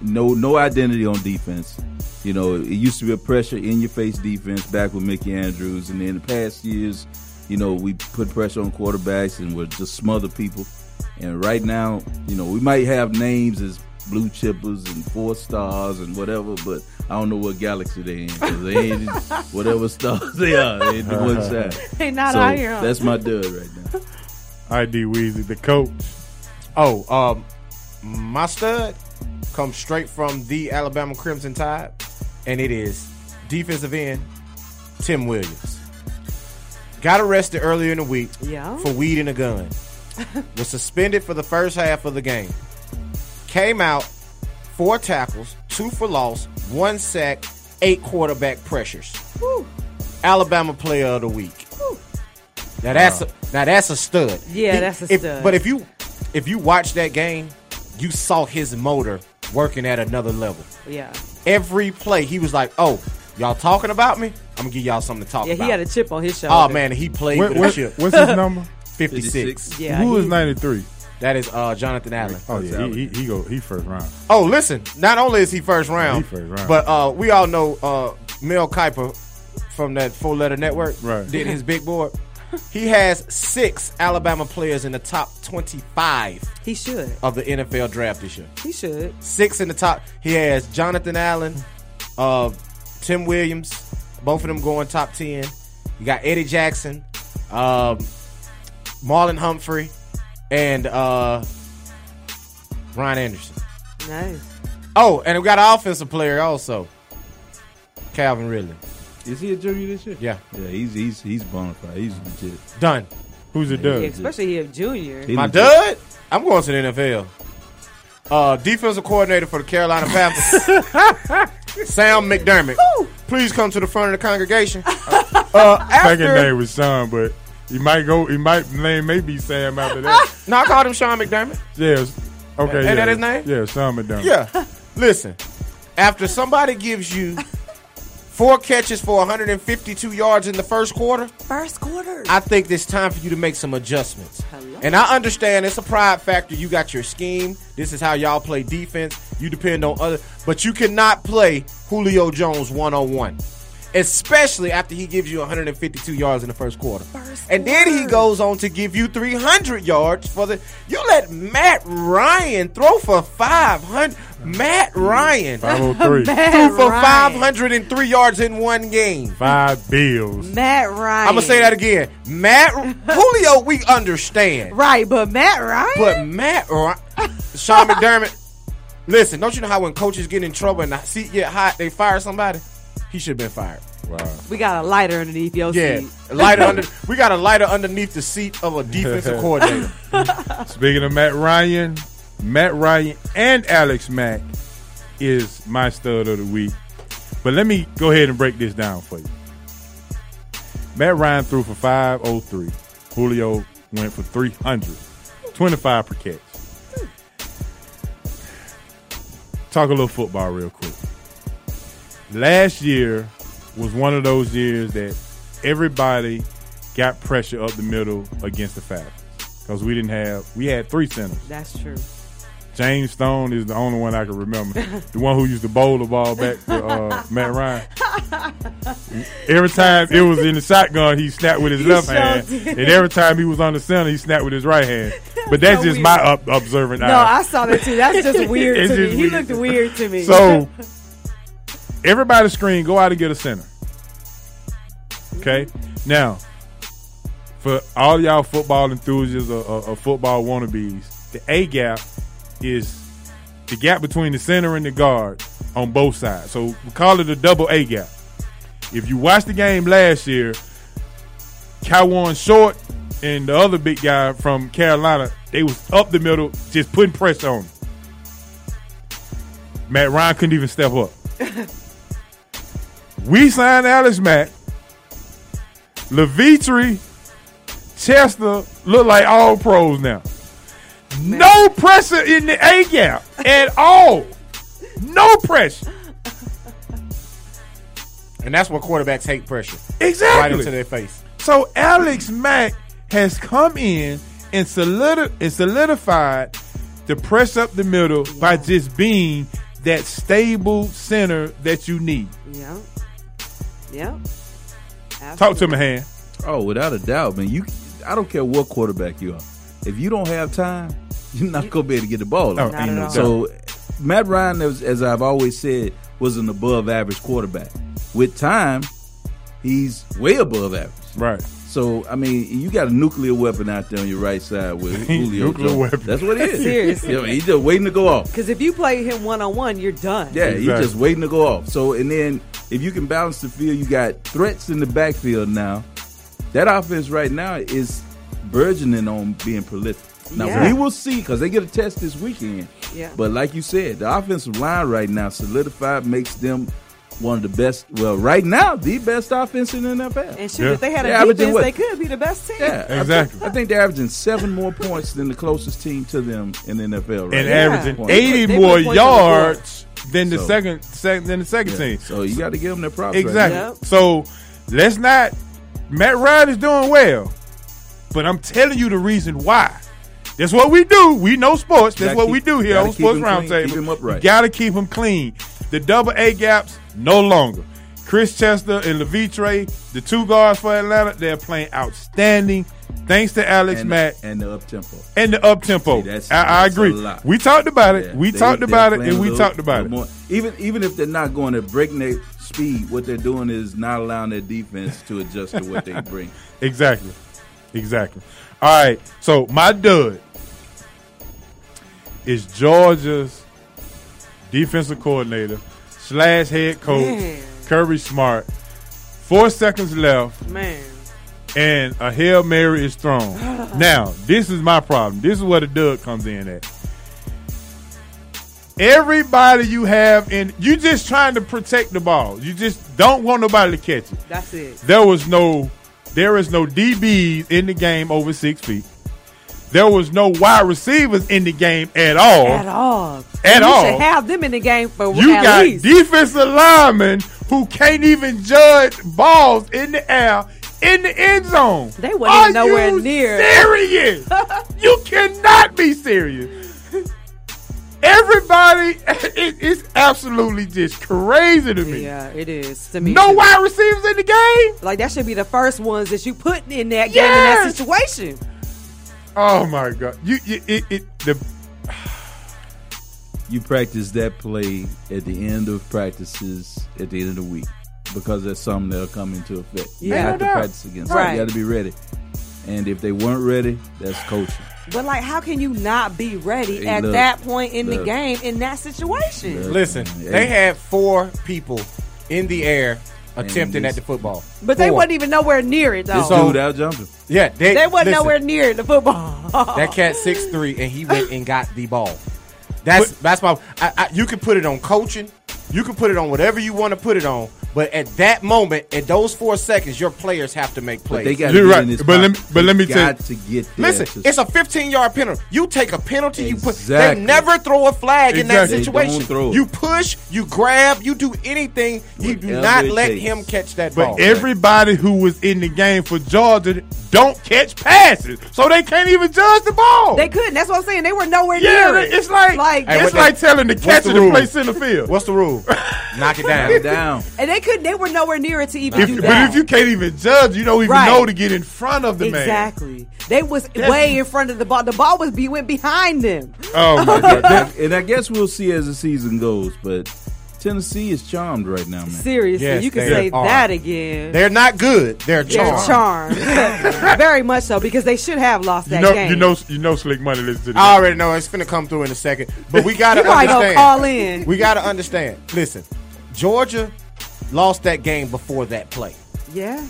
no no identity on defense. You know, it used to be a pressure in your face defense back with Mickey Andrews and in the past years, you know, we put pressure on quarterbacks and would just smother people. And right now, you know, we might have names as blue chippers and four stars and whatever, but I don't know what galaxy they in 'cause they ain't whatever stars they are. They ain't the one side. They not so out here, huh? That's my dud right now. ID Weezy, the coach. Oh, um, my stud comes straight from the Alabama Crimson Tide, and it is defensive end Tim Williams. Got arrested earlier in the week Yeah. for weeding a gun. Was suspended for the first half of the game. Came out four tackles, two for loss, one sack, eight quarterback pressures. Alabama Player of the Week. Now that's a, now that's a stud. Yeah, He- that's a if- stud. But if you if you watch that game, you saw his motor working at another level. yeah, Every play, he was like, "Oh, y'all talking about me? I'm gonna give y'all something to talk yeah. about." He had a chip on his shoulder. Oh man, he played What- with a what- chip. what's his number? Fifty six. Yeah, Who is 93? That is uh, Jonathan Allen. Oh, yeah. He, he, he go, he first round. Oh, listen. Not only is he first round, He first round. but uh, we all know uh, Mel Kiper from that Four Letter Network Right. did his big board. He has six Alabama players in the top twenty-five He should. of the NFL draft this year. He should. Six in the top. He has Jonathan Allen, uh, Tim Williams, both of them going top ten. You got Eddie Jackson, um, Marlon Humphrey, and uh, Ryan Anderson. Nice. Oh, and we got an offensive player also, Calvin Ridley. Is he a junior this year? Yeah. Yeah, he's he's he's bona fide. He's legit. Done. Who's a Yeah, especially if junior. My dud? I'm going to the NFL. Uh, defensive coordinator for the Carolina Panthers, Sam McDermott. Please come to the front of the congregation. Uh, Second after- name was Sean, but he might go. He might name may be Sam after that. no, I called him Sean McDermott. yeah, Okay, Ain't yeah. that his name? Yeah, Sean McDermott. Yeah. Listen, after somebody gives you four catches for 152 yards in the first quarter, First quarter. I think it's time for you to make some adjustments. And I understand it's a pride factor. You got your scheme. This is how y'all play defense. You depend on other, but you cannot play Julio Jones one on one, especially after he gives you 152 yards in the first quarter. and then he goes on to give you 300 yards for the. You let Matt Ryan throw for 500. Matt Ryan, 503. threw for Matt 503 yards in one game. Five bills. Matt Ryan. I'm gonna say that again. Matt Julio, we understand, Right, but Matt Ryan. but Matt Ry- Sean McDermott. Listen, don't you know how when coaches get in trouble and the seat get hot, they fire somebody? He should have been fired. Wow. we got a lighter underneath your Yeah, seat. lighter under. We got a lighter underneath the seat of a defensive coordinator. Speaking of Matt Ryan, Matt Ryan and Alex Mack is my stud of the week. But let me go ahead and break this down for you. Matt Ryan threw for 503. Julio went for 300. 25 per catch. Talk a little football real quick. Last year was one of those years that everybody got pressure up the middle against the Falcons because we didn't have we had three centers. That's true. James Stone is the only one I can remember. the one who used to bowl the ball back to uh, Matt Ryan. Every time it was in the shotgun, he snapped with his He left sure hand, did. and every time he was on the center, he snapped with his right hand. But that's So just weird. my up- observant No, eye. I saw that too. That's just weird It's to me. just He weird. looked weird to me. So everybody screen, go out and get a center. Okay? Now, for all y'all football enthusiasts or, or, or football wannabes, the A gap is the gap between the center and the guard on both sides. So we call it a double A gap. If you watched the game last year, Kywan Short and the other big guy from Carolina, they was up the middle, just putting pressure on. him. Matt Ryan couldn't even step up. we signed Alex Mack. Levitri, Chester look like all pros now. No pressure in the A gap at all. No pressure. And that's where quarterbacks hate pressure. Exactly. Right into their face. So Alex Mack has come in and, solidi- and solidified the press up the middle by just being that stable center that you need. Yeah. Yeah. Talk to me, hand. Oh, without a doubt, man. You, I don't care what quarterback you are. If you don't have time, you're not gonna be able to get the ball. Oh, No, out. Not at all. So, Matt Ryan, as, as I've always said, was an above average quarterback. With time, he's way above average. Right. So, I mean, you got a nuclear weapon out there on your right side with Julio. Nuclear Jones. weapon. That's what it is. Seriously. You know, he's just waiting to go off. Because if you play him one on one, you're done. Yeah, he's just waiting to go off. So, and then if you can balance the field, you got threats in the backfield now. That offense right now is burgeoning on being prolific. Now, Yeah. we will see because they get a test this weekend. Yeah. But like you said, the offensive line right now solidified makes them one of the best, well, right now, the best offense in the NFL. And shoot, if they had a averaging defense, what? they could be the best team. Yeah, I think- I think they're averaging seven more points than the closest team to them in the NFL. Right and now. averaging Points. 80 more yards than the So- second, second than the second Yeah, team. so you gotta give them their props right Exactly. now. Yep. So let's not. Matt Ryan is doing well, but I'm telling you the reason why. That's what we do. We know sports. That's Gotta what keep- we do here gotta on keep Sports 'em clean, Roundtable. keep 'em upright. You gotta keep them clean. The double A gaps no longer. Chris Chester and Levitre, the two guards for Atlanta, they're playing outstanding. Thanks to Alex and, Mack and the up tempo. and the up tempo. See, that's- I, I that's a agree. lot. We talked about it. Yeah, we they- talked they're about it, playing and a we little- talked about little more. it. Even even if they're not going at breakneck speed, what they're doing is not allowing their defense to adjust to what they bring. Exactly. Exactly. All right. So my dud is Georgia's defensive coordinator slash head coach Man. Kirby Smart. Four seconds left Man. and a Hail Mary is thrown. now, this is my problem. This is where the dud comes in at. Everybody you have in you just trying to protect the ball. You just don't want nobody to catch it. That's it. There was no there is no DBs in the game over six feet. There was no wide receivers in the game at all. At all. At you all. should have them in the game for You at got least. defensive linemen who can't even judge balls in the air in the end zone. They wasn't Are even nowhere you near. Serious? you cannot be serious. Everybody, it- it's absolutely just crazy to me. Yeah, it is. To me, No too. Oh, wide receivers in the game. Like that should be the first ones that you put in that Yes. game in that situation. Oh my god! You, you it, it, the you practice that play at the end of practices at the end of the week because that's something that'll come into effect. You Yeah. have to No doubt. practice against it. Right. You got to be ready. And if they weren't ready, that's coaching. But like, how can you not be ready Hey, at look. that point in the Look. game in that situation? Listen, they had four people in the air attempting this- at the football. but they Four. wasn't even nowhere near it though. So- Without jumping. Yeah, they, they wasn't listen, nowhere near the football. That cat six three, and he went and got the ball. That's that's my. I, I, you can put it on coaching. You can put it on whatever you want to put it on. But at that moment, at those four seconds, your players have to make plays. they gotta You're get right, in this but let me- pocket. but let me They tell- got to get there Listen, to- it's a 15 yard penalty. You take a penalty. You put. They Exactly. never throw a flag in that Exactly. They don't situation. throw it. You push. You grab. You do anything. You do Whatever not it let takes. him catch that But ball. everybody who was in the game for Georgia don't catch passes, so they can't even judge the ball. They couldn't. That's what I'm saying. They were nowhere Yeah, near. they- it. it's like- like, Hey, that's what like, they- telling the What's catcher to rule? play center field. What's the rule? Knock it down. Knock it down. and they couldn't. They were nowhere near it to even If- do but that. if you can't even judge, you don't even Right. know to get in front of the man. exactly, they was way in front of the ball. The ball was be went behind them. Oh my and, I, and I guess we'll see as the season goes. But Tennessee is charmed right now, man. Seriously, you can say that again. They're not good. They're They're charmed. charmed. Very much so because they should have lost You that know, game. you know, you know. Slick Money listen to this. I already know it's finna come through in a second, but we gotta You probably gonna understand. call in. We gotta understand. Listen, Georgia lost that game before that play. yeah.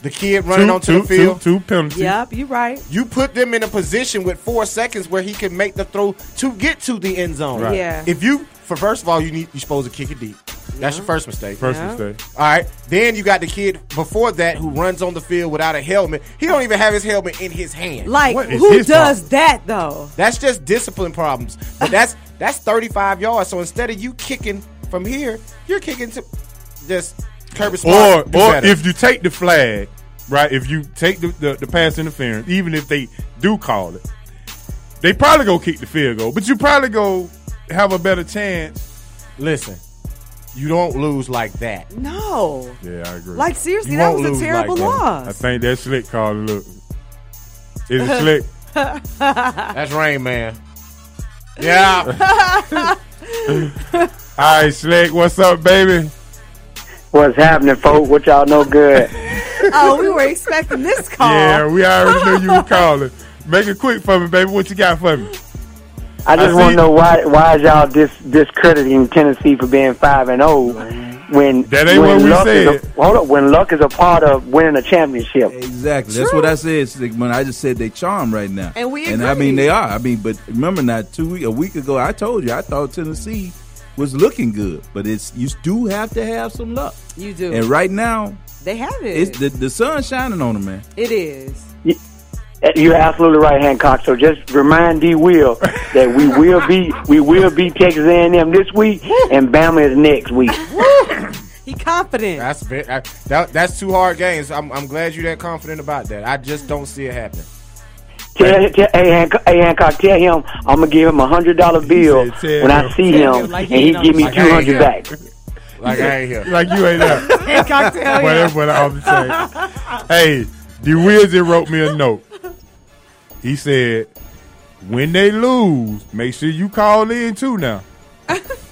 The kid running Two- onto two- the field. two- two penalties. Yep, you right. You put them in a position with four seconds where he can make the throw to get to the end zone. Right. Yeah. If you, for first of all, you need you're supposed to kick it deep. That's your first mistake. First Yeah. mistake. All right. Then you got the kid before that who runs on the field without a helmet. He don't even have his helmet in his hand. Like What is who his problem? does that though? That's just discipline problems. But that's that's 35 yards. So instead of you kicking from here, you're kicking to just Kirby or Smart. do or better. if you take the flag, right? If you take the, the, the pass interference, even if they do call it, they probably go kick the field goal. But you probably go have a better chance. Listen, you don't lose like that. No. Yeah, I agree. Like seriously, You that won't was lose a terrible like that. I loss. think that slick call. Look, is it slick? That's Rain Man. Yeah. All right, slick. What's up, baby? What's happening, folks? What y'all know good? oh, we were expecting this call. Yeah, we already knew you were calling. Make it quick for me, baby. What you got for me? I just I want see- to know why why is y'all dis- discrediting Tennessee for being five and zero when That ain't when what we luck Is said. a, hold up, when luck is a part of winning a championship. Exactly. That's what I said, Sigmund. I just said they charm right now, And we And I agree. mean, they are. I mean, but remember, not two week, a week ago, I told you I thought Tennessee was looking good, but it's you do have to have some luck. You do. And right now, They have it. it's the, the sun's shining on them, man. it is. You're absolutely right, Hancock. So just remind D. Will that we will be we will be Texas A&M this week and Bama is next week. He confident. That's ve- I- that, that's two hard games. I'm, I'm glad you're that confident about that. I just don't see it happening. Tell, tell hey, Hancock, hey Hancock, tell him I'm gonna give him a hundred dollar bill tell when I him. see Tell him, him like and he he ain't give me on- two hundred like back. Like I ain't here. Like you ain't there. Cocktail, Well, yeah. that's what I'm saying. Hey, the Wizard wrote me a note. He said, "When they lose, make sure you call in too." Now,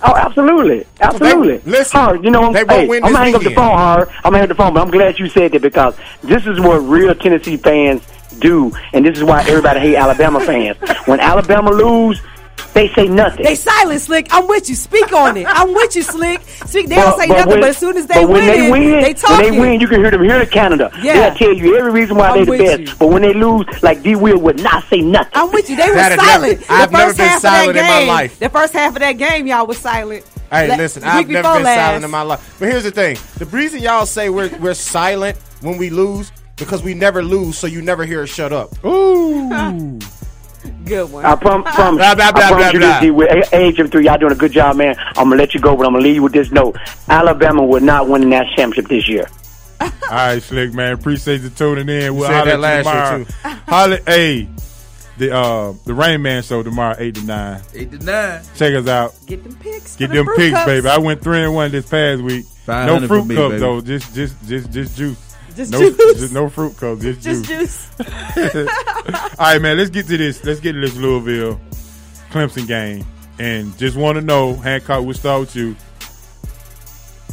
Oh, absolutely, absolutely. listen, Hard, you know, I'm, they won't hey, win I'm this gonna hang up the weekend. phone, Hard. I'm gonna hang up the phone, but I'm glad you said that because this is what real Tennessee fans do, and this is why everybody hate Alabama fans. When Alabama lose, they say nothing. They silent, Slick. I'm with you. Speak on it. I'm with you, Slick. Slick, they don't say nothing, when- but as soon as they but when win, they it, win, they when talking. they win, you can hear them here in Canada. Yeah. They'll tell you every reason why I'm they're the with best. you. But when they lose, like D. Will would not say nothing. I'm with you. They were That is silent. never- I've the never first been half of silent that in my game, life. The first half of that game, y'all was silent. Hey, La- lefts. listen, the I've week never before been last. silent in my life. But here's the thing: the reason y'all say we're we're silent when we lose because we never lose, so you never hear us shut up. Ooh, Good one. I prom- promise, Blah, blah, blah, I blah, blah. promise you this, D. With age of three, y'all doing a good job, man. I'm gonna let you go, but I'm gonna leave you with this note: Alabama will not win the national championship this year. All right, Slick man. Appreciate you tuning in. We'll said holler at that you last tomorrow. year, Holler, hey, the uh, the Rain Man show tomorrow, eight to nine. Eight to nine. Check us out. Get them picks. Get for the them fruit pigs, cups. baby. I went three and one this past week. No 500 for fruit me, cup baby. though. Just just just just juice. Just no, juice. Just no fruit cup. Just, Just juice. juice. All right, man. Let's get to this. Let's get to this Louisville Clemson game. And just want to know, Hancock, we'll start with you.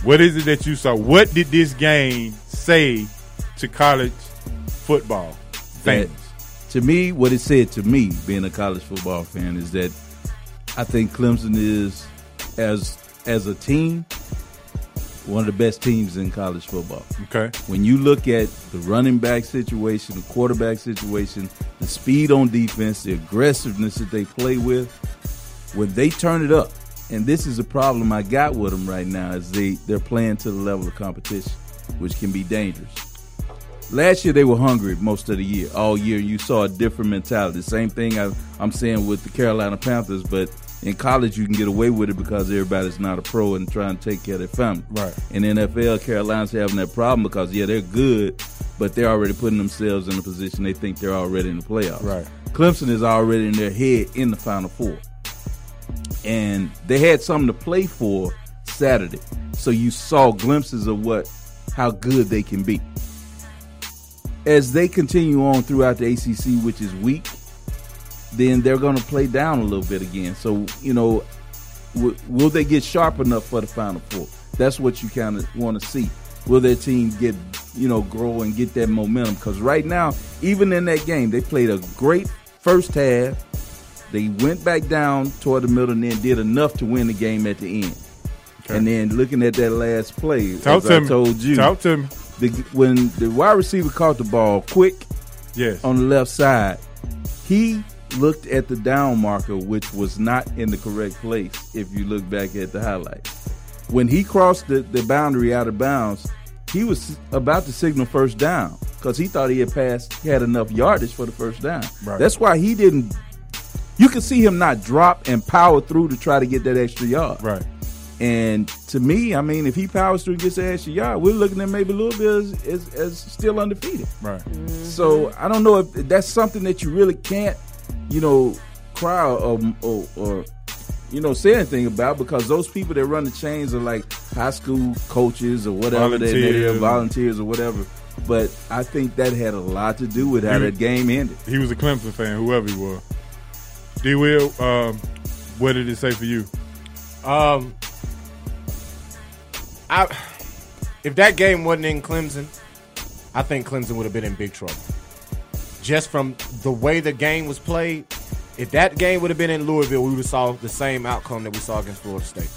What is it that you saw? What did this game say to college football that fans? to me, what it said to me, being a college football fan, is that I think Clemson is as as a team one of the best teams in college football. Okay. When you look at the running back situation, the quarterback situation, the speed on defense, the aggressiveness that they play with, when they turn it up, and this is a problem I got with them right now, is they, they're playing to the level of competition, which can be dangerous. Last year they were hungry most of the year, all year. You saw a different mentality. Same thing I, I'm saying with the Carolina Panthers, but in college you can get away with it because everybody's not a pro and trying to take care of their family. Right. In NFL, Carolina's having that problem because yeah, they're good, but they're already putting themselves in a position they think they're already in the playoffs. Right. Clemson is already in their head in the Final Four and they had something to play for Saturday. So you saw glimpses of what how good they can be. As they continue on throughout the ACC, which is weak, then they're going to play down a little bit again. So you know, w- will they get sharp enough for the Final Four? That's what you kind of want to see. Will their team get you know grow and get that momentum? Because right now, even in that game, they played a great first half. They went back down toward the middle and then did enough to win the game at the end. And then looking at that last play, as Talk to I me. told you, Talk to me. The, when the wide receiver caught the ball quick, yes, on the left side, he looked at the down marker, which was not in the correct place. If you look back at the highlight, when he crossed the, the boundary out of bounds, he was about to signal first down because he thought he had passed, he had enough yardage for the first down. Right. That's why he didn't you can see him not drop and power through to try to get that extra yard. Right. And to me, I mean, if he powers through and gets the extra yard, we're looking at maybe Louisville as, as, as still undefeated. Right. So I don't know if that's something that you really can't, you know, cry or, or, or you know, say anything about because those people that run the chains are like high school coaches or whatever. they- Volunteers. They're volunteers or whatever. But I think that had a lot to do with how He- that game ended. He was a Clemson fan, whoever he was. D. Will, um, what did it say for you? Um, I if that game wasn't in Clemson, I think Clemson would have been in big trouble. Just from the way the game was played, if that game would have been in Louisville, we would have saw the same outcome that we saw against Florida State.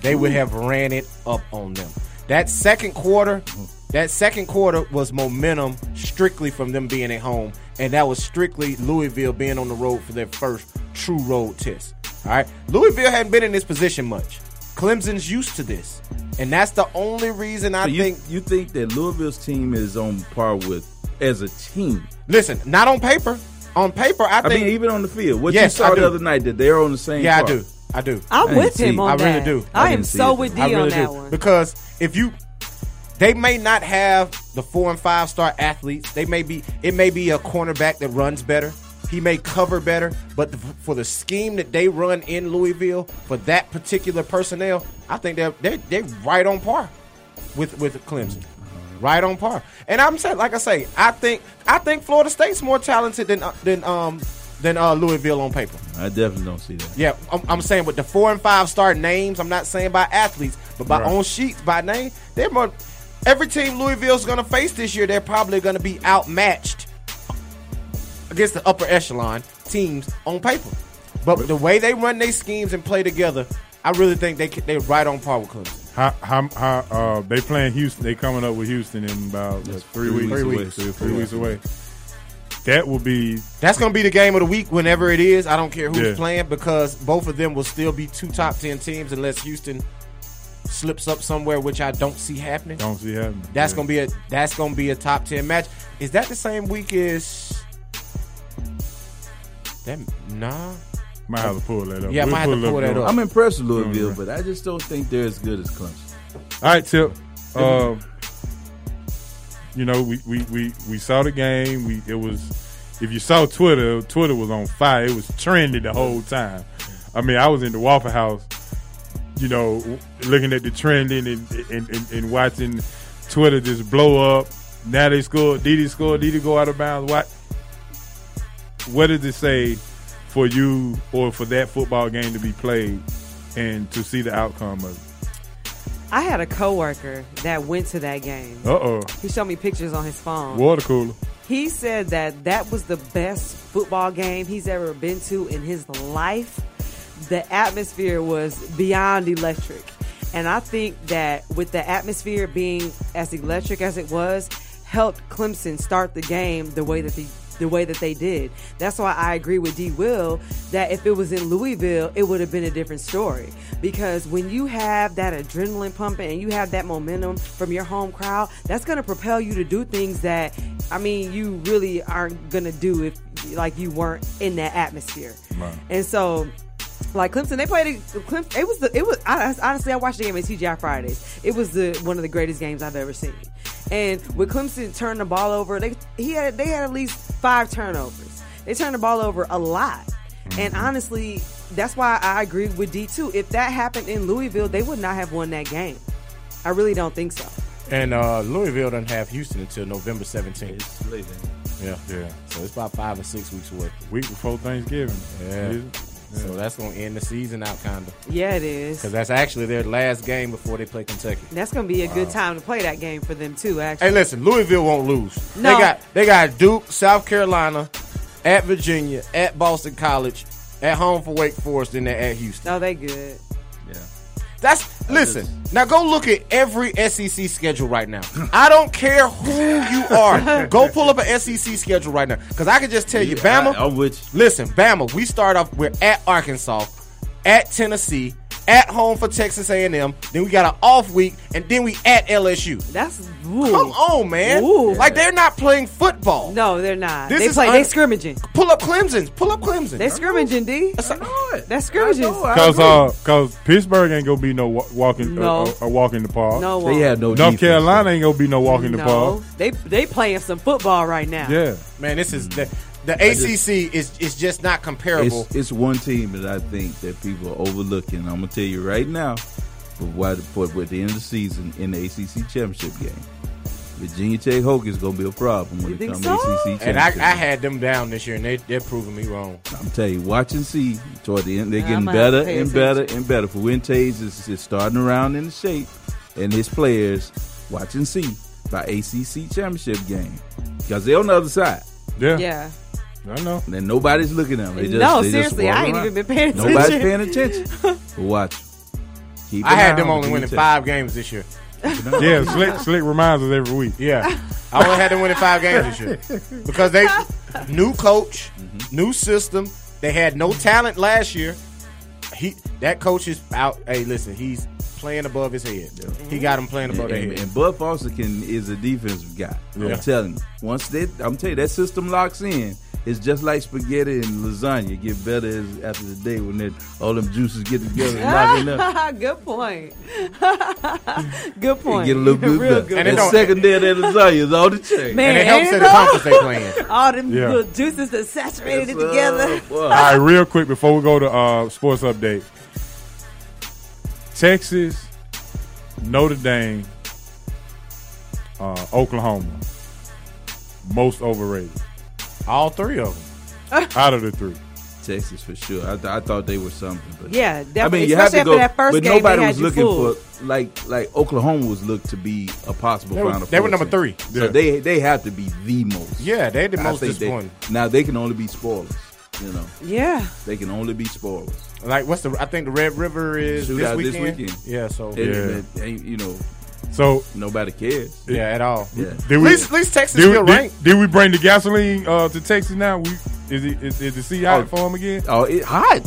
They would have ran it up on them. That second quarter, that second quarter was momentum strictly from them being at home, and that was strictly Louisville being on the road for their first true road test. All right, Louisville hadn't been in this position much. Clemson's used to this, and that's the only reason I So you, think. you think that Louisville's team is on par with as a team. Listen, not on paper. On paper, I I think mean, even on the field. What Yes, you saw I do. the other night that they're on the same. Yeah, I par. do. I do. I'm didn't with see him it. on I really that. do. I, I am didn't see so it. with D I really on do. that one. Because if you, they may not have the four and five star athletes. They may be. It may be a cornerback that runs better. He may cover better, but the, for the scheme that they run in Louisville for that particular personnel, I think they're they they're right on par with with Clemson. Right on par, and I'm saying, like I say, I think I think Florida State's more talented than than um than uh, Louisville on paper. I definitely don't see that. Yeah, I'm, I'm saying with the four and five star names, I'm not saying by athletes, but by Right. on sheets, by name, they're more. Every team Louisville's going to face this year, they're probably going to be outmatched against the upper echelon teams on paper. But the way they run their schemes and play together, I really think they can- they're right on par with Clemson. How, how, how uh, they playing Houston? They coming up with Houston in about what, three, three weeks. weeks Three, away. three weeks away. That will be That's going to be the game of the week whenever it is. I don't care who's Yeah. playing because both of them will still be two top ten teams unless Houston slips up somewhere, which I don't see happening. don't see happening. That's Yeah. gonna be a that's gonna be a top ten match. Is that the same week as That nah. Might have to pull that up. Yeah, I We'll might have to pull it up pull that during- up. I'm impressed with Louisville, Mhm. but I just don't think they're as good as Clemson. All right, Tip. Um, you know, we, we, we, we saw the game. We it was if you saw Twitter, Twitter was on fire. It was trendy the whole time. I mean, I was in the Waffle House, you know, w- looking at the trending and and, and, and watching Twitter just blow up. Now they score. Didi score. Didi go out of bounds. What? What does it say for you or for that football game to be played and to see the outcome of it? I had a coworker that went to that game. Uh-oh. He showed me pictures on his phone. Water cooler. He said that that was the best football game he's ever been to in his life. The atmosphere was beyond electric. And I think that with the atmosphere being as electric as it was, helped Clemson start the game the way that the the way that they did. That's why I agree with D Will that if it was in Louisville, it would have been a different story. Because when you have that adrenaline pumping and you have that momentum from your home crowd, that's going to propel you to do things that, I mean, you really aren't going to do if, like, you weren't in that atmosphere. Right. And so, like Clemson, they played Clemson. It was the it was I, honestly I watched the game at TGI Fridays. It was the one of the greatest games I've ever seen. And with Clemson turning the ball over, they he had they had at least five turnovers. They turned the ball over a lot. And Mm-hmm. honestly, that's why I agree with D two. If that happened in Louisville, they would not have won that game. I really don't think so. And uh, Louisville doesn't have Houston until November 17th. Yeah, yeah. So it's about five or six weeks away. Week before Thanksgiving. Yeah. Is it? So that's gonna end the season out, kind of. Yeah, it is. Because that's actually their last game before they play Kentucky. That's going to be a Wow. good time to play that game for them too. Actually, Hey, listen, Louisville won't lose. No. They got they got Duke, South Carolina, at Virginia, at Boston College, at home for Wake Forest, and they're at Houston. no, they good. That's listen. Now go look at every SEC schedule right now. I don't care who you are. go pull up an SEC schedule right now because I can just tell you, Yeah, Bama. I- I'm with Listen, Bama. We start off. We're at Arkansas, at Tennessee, at home for Texas A&M. Then we got an off week, and then we at LSU. That's come on, man. Like they're not playing football. No, they're not. This they is play. un- they scrimmaging. Pull up Clemson's. Pull up Clemson. They scrimmaging, D. That's scrimmaging. Cause uh, cause Pittsburgh ain't gonna be no wa- walking No. uh, a walk in the park. No They walk. had no North defense, Carolina ain't gonna be no walk in the no, park. they they playing some football right now. Yeah. Man, this is the the Mm. I ACC is is just not comparable. It's, it's one team that I think that people are overlooking. I'm gonna tell you right now, but why the for at the end of the season in the ACC championship game, Virginia Tech Hoke is gonna be a problem when it comes to ACC championship. And I, I had them down this year, and they they're proving me wrong. I'm telling you, watch and see. Toward the end, they're Yeah, getting I'm gonna have better to pay and better and better. For Winters is, is starting around in the shape, and his players watch and see by ACC championship game because they're on the other side. Yeah, Yeah. I know. And nobody's looking at them. They just, No, they just seriously, walking I ain't around. even been paying Nobody's attention. paying attention. But watch. Keep I an had eye them on only winning Virginia five games this year. Tech. Yeah, slick slick reminds us every week. Yeah, I only had them winning five games this year because they new coach, Mm-hmm. new system. They had no talent last year. He that coach is out. Hey, listen, he's playing above his head. Mm-hmm. He got him playing above and, their and, head. and Bud Foster can is a defensive guy. Yeah. I'm telling you. Once that I'm telling you that system locks in, it's just like spaghetti and lasagna get better as, after the day when that, all them juices get together and locking up. good point. good And point. get a little bit Real better. good. And point. that second day of that lasagna is all the change. Man, ain't All them Yeah. little juices that saturated uh, it together. All right, real quick before we go to uh, sports update. Texas, Notre Dame, uh, Oklahoma, most overrated. All three of them. Out of the three, Texas for sure. I, th- I thought they were something, but Yeah, I mean, definitely. you have Especially to go, after that first but game, nobody they had was you looking fooled. for like like Oklahoma was looked to be a possible They were- final. they were Four number team. three. so Yeah. they they have to be the most. Yeah, they the I most think they- disappointing. now they can only be spoilers, you know. Yeah. They can only be spoilers. Like what's the? I think the Red River is Shootout this this weekend. weekend. Yeah, so It- it- ain't, you know, so nobody cares. Yeah, at all. Yeah. Did we, Least- least Texas did we- still did- ranked. Did we bring the gasoline uh, to Texas now? We is it is, is the sea hot Oh. for him again? Oh, it hot.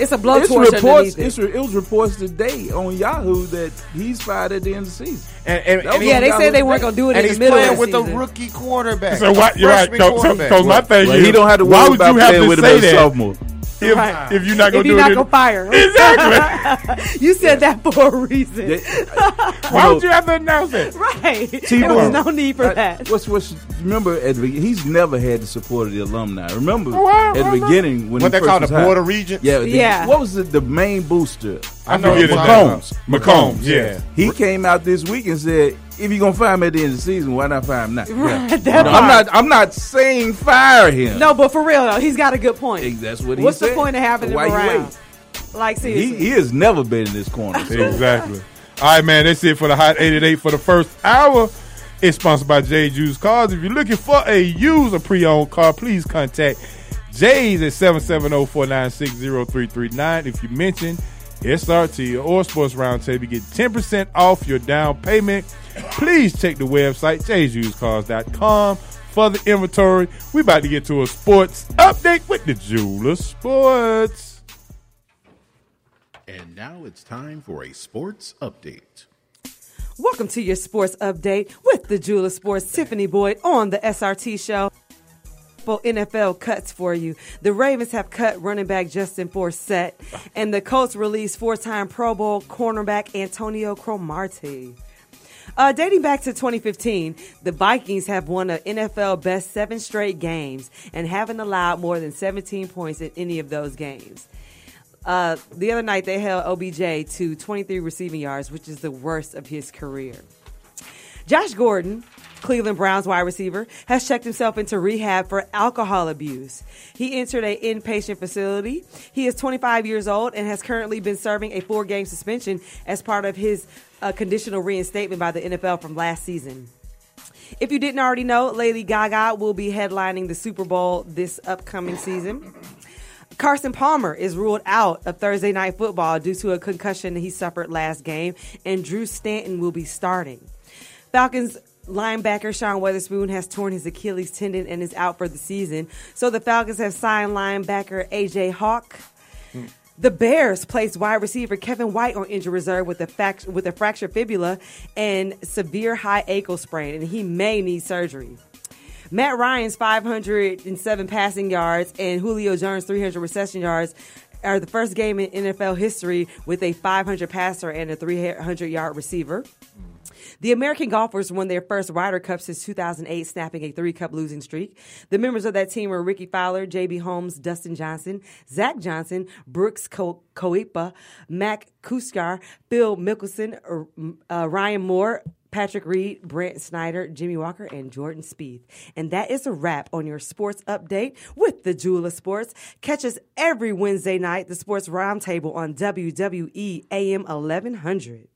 It's a blowtorch It's underneath reports. it. It's re- it was reports today on Yahoo that he's fired at the end of the season. And, That was yeah, on they Yahoo said they weren't today. gonna do it in the middle of the season. rookie quarterback. So why- you're right. Freshman So- so- quarterback. so my thing Well, is, he don't have to why worry would about you have playing to with a say better that sophomore. If, Right. if you're not If gonna you're do not it, gonna fire him. you said that for a reason. why would you have to announce that? Right. there T-Bone. was no need for I- that. What's what's remember at the, be- he's never had the support of the alumni. Remember Oh, I at the remember. beginning when What he they call first the was Board hired. of Regents? Yeah, the- Yeah. What was the, the main booster? I forget know who his you're talking name. about. McCombs. McCombs, yeah. He came out this week and said, "If you're gonna fire him at the end of the season, why not fire him now?" Right, Yeah. that No, part. I'm not. I'm not saying fire him. No, but for real though, he's got a good point. that's what he What's said. the point of having him Why you around? wait? Like He, seriously. he has never been in this corner. so- Exactly. All right, man. That's it for the Hot 88 for the first hour. It's sponsored by J Juice Cars. If you're looking for a used or pre-owned car, please contact J's at oh, 770-496-0339. If you mention SRT or Sports Roundtable, you get 10% off your down payment. Please check the website, jjuicecars.com, for the inventory. we about to get to a sports update with the Jeweler Sports. And now it's time for a sports update. Welcome to your sports update with the Jewel of Sports Tiffany Boyd on the SRT show. For NFL cuts for you. The Ravens have cut running back Justin Forsett, and the Colts released four time Pro Bowl cornerback Antonio Cromartie. Uh, dating back to 2015, the Vikings have won an NFL best seven straight games and haven't allowed more than 17 points in any of those games. Uh, the other night, they held OBJ to 23 receiving yards, which is the worst of his career. Josh Gordon, Cleveland Browns wide receiver, has checked himself into rehab for alcohol abuse. He entered an inpatient facility. He is 25 years old and has currently been serving a four game suspension as part of his uh, conditional reinstatement by the NFL from last season. If you didn't already know, Lady Gaga will be headlining the Super Bowl this upcoming season. Carson Palmer is ruled out of Thursday night football due to a concussion he suffered last game, and Drew Stanton will be starting. Falcons linebacker Sean Weatherspoon has torn his Achilles tendon and is out for the season. So the Falcons have signed linebacker AJ Hawk. The Bears placed wide receiver Kevin White on injury reserve with a fact- with a fractured fibula and severe high ankle sprain, and he may need surgery. Matt Ryan's 507 passing yards and Julio Jones' 300 reception yards are the first game in NFL history with a 500 passer and a 300 yard receiver. The American golfers won their first Ryder Cup since 2008, snapping a three cup losing streak. The members of that team were Ricky Fowler, J.B. Holmes, Dustin Johnson, Zach Johnson, Brooks Ko- Koipa, Mac Kuskar, Phil Mickelson, er, uh, Ryan Moore, Patrick Reed, Brent Snyder, Jimmy Walker, and Jordan Spieth. And that is a wrap on your sports update with the Jewel of Sports. Catch us every Wednesday night, the Sports Roundtable on E WWE AM 1100.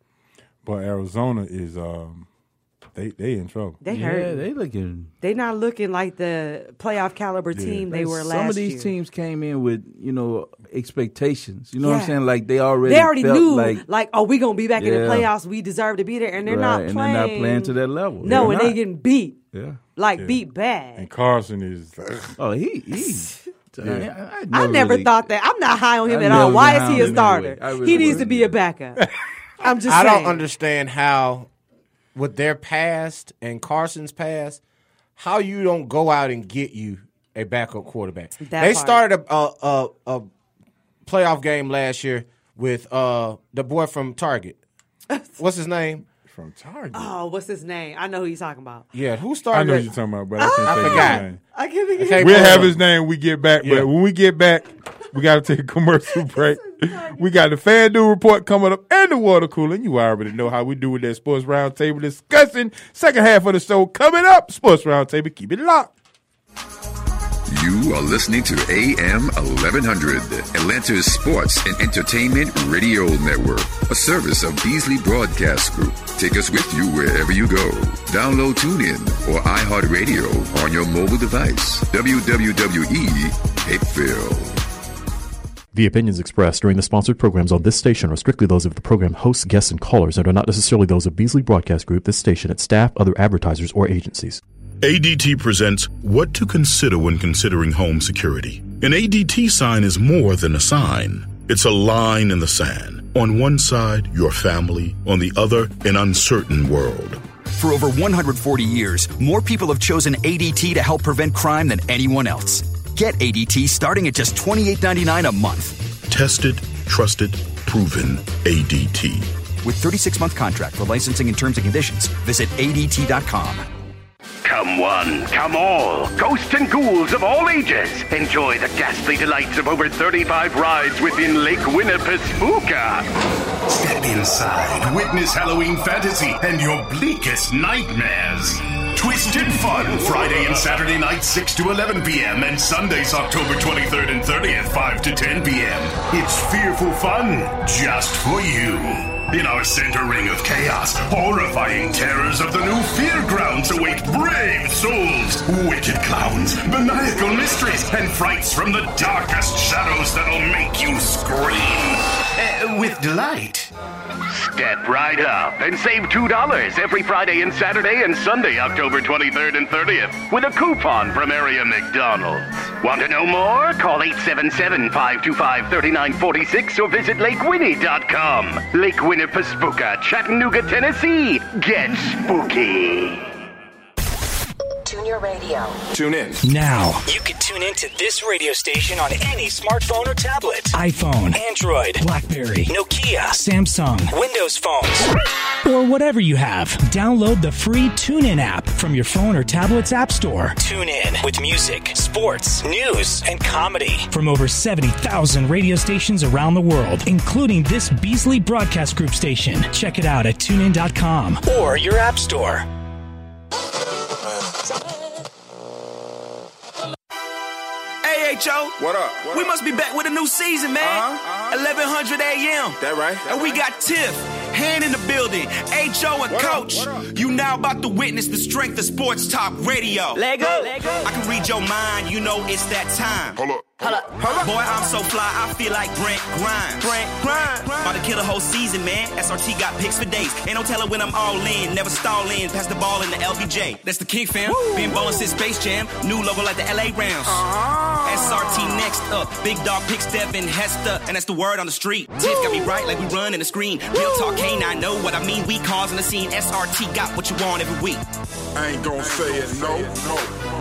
But Arizona is um they they in trouble. They Yeah, hurting. they looking. They're not looking like the playoff caliber team they were Some last of these year. teams came in with you know expectations. You know what Yeah. I'm saying? Like they already they already felt knew, like, like, oh, we gonna be back in the Yeah. playoffs. We deserve to be there, and they're not Right, playing. and they're not playing to that level. No, They're and they not. getting beat, yeah. like Yeah. beat bad. And Carson is Oh, he. he Yeah. I, I never really- thought that. I'm not high on him I at never all. been Why high is on he a him starter? anyway. I really he needs to wasn't. be a backup. I'm just. I saying. don't understand how, with their past and Carson's past, how you don't go out and get you a backup quarterback. That they part. started a, a, a, a playoff game last year with uh, the boy from Target. What's his name? from Target. Oh, what's his name? I know who he's talking about. Yeah, who started? I know it? you're talking about, but I can't I say his forgot. name. Ah, I can't think of Okay, his We'll bro. have his name when we get back, Yeah. but when we get back, we gotta take a commercial break. we got the fan FanDuel report coming up and the water cooler. You already know how we do with that sports roundtable discussing. Second half of the show coming up. Sports roundtable, keep it locked. You are listening to AM 1100, Atlanta's sports and entertainment radio network, a service of Beasley Broadcast Group. Take us with you wherever you go. Download TuneIn or iHeartRadio on your mobile device. WWE Hapeville. The opinions expressed during the sponsored programs on this station are strictly those of the program hosts, guests, and callers and are not necessarily those of Beasley Broadcast Group, this station, its staff, other advertisers, or agencies. ADT presents What to Consider When Considering Home Security, An ADT sign is more than a sign. It's a line in the sand. On one side, your family. On the other, an uncertain world. For over 140 years, more people have chosen ADT to help prevent crime than anyone else. Get ADT starting at just $28.99 a month. Tested, trusted, proven ADT. With 36 month contract for licensing and terms and conditions, visit ADT.com. Come one, come all. Ghosts and ghouls of all ages. Enjoy the ghastly delights of over 35 rides within Lake Winnipesaukee. Step inside, witness Halloween fantasy and your bleakest nightmares. Twisted Fun, Friday and Saturday nights, 6 to 11 p.m., and Sundays, October 23rd and 30th, 5 to 10 p.m. It's fearful fun, just for you. In our center ring of chaos, horrifying terrors of the new fear grounds await brave souls, wicked clowns, maniacal mysteries, and frights from the darkest shadows that'll make you scream. Uh, with delight. Step right up and save $2 every Friday and Saturday and Sunday, October 23rd and 30th, with a coupon from Area McDonald's. Want to know more? Call 877 525 3946 or visit lakewinnie.com. Lake Winnipesaukee, Chattanooga, Tennessee. Get spooky. Tune your radio. Tune in. Now. You can tune into this radio station on any smartphone or tablet. iPhone, Android, BlackBerry, Nokia, Samsung, Windows phones. or whatever you have. Download the free TuneIn app from your phone or tablet's app store. Tune in with music, sports, news, and comedy. From over 70,000 radio stations around the world, including this Beasley Broadcast Group station. Check it out at tunein.com. Or your app store. Uh, Hey, HO. What up? we must be back with a new season, man. 1100 a.m. That right. and we got Tiff, Hand in the building, HO and Coach. You now about to witness the strength of Sports Talk Radio. Lego. I can read your mind. You know it's that time. Hold up. Hold up. Boy, I'm so fly, I feel like Brent Grimes. Brent Grimes. About to kill a whole season, man. SRT got picks for days. Ain't no telling when I'm all in. Never stall in. Pass the ball in the LBJ. That's the King fam. Been ballin' since Space Jam. New logo like the LA Rams. SRT next up. Big dog picks Devin Hester. And that's the word on the street. Tiff got me right like we run in the screen. Real talk canine, know what I mean. We causing the scene. SRT got what you want every week. I ain't gonna say it, no, no.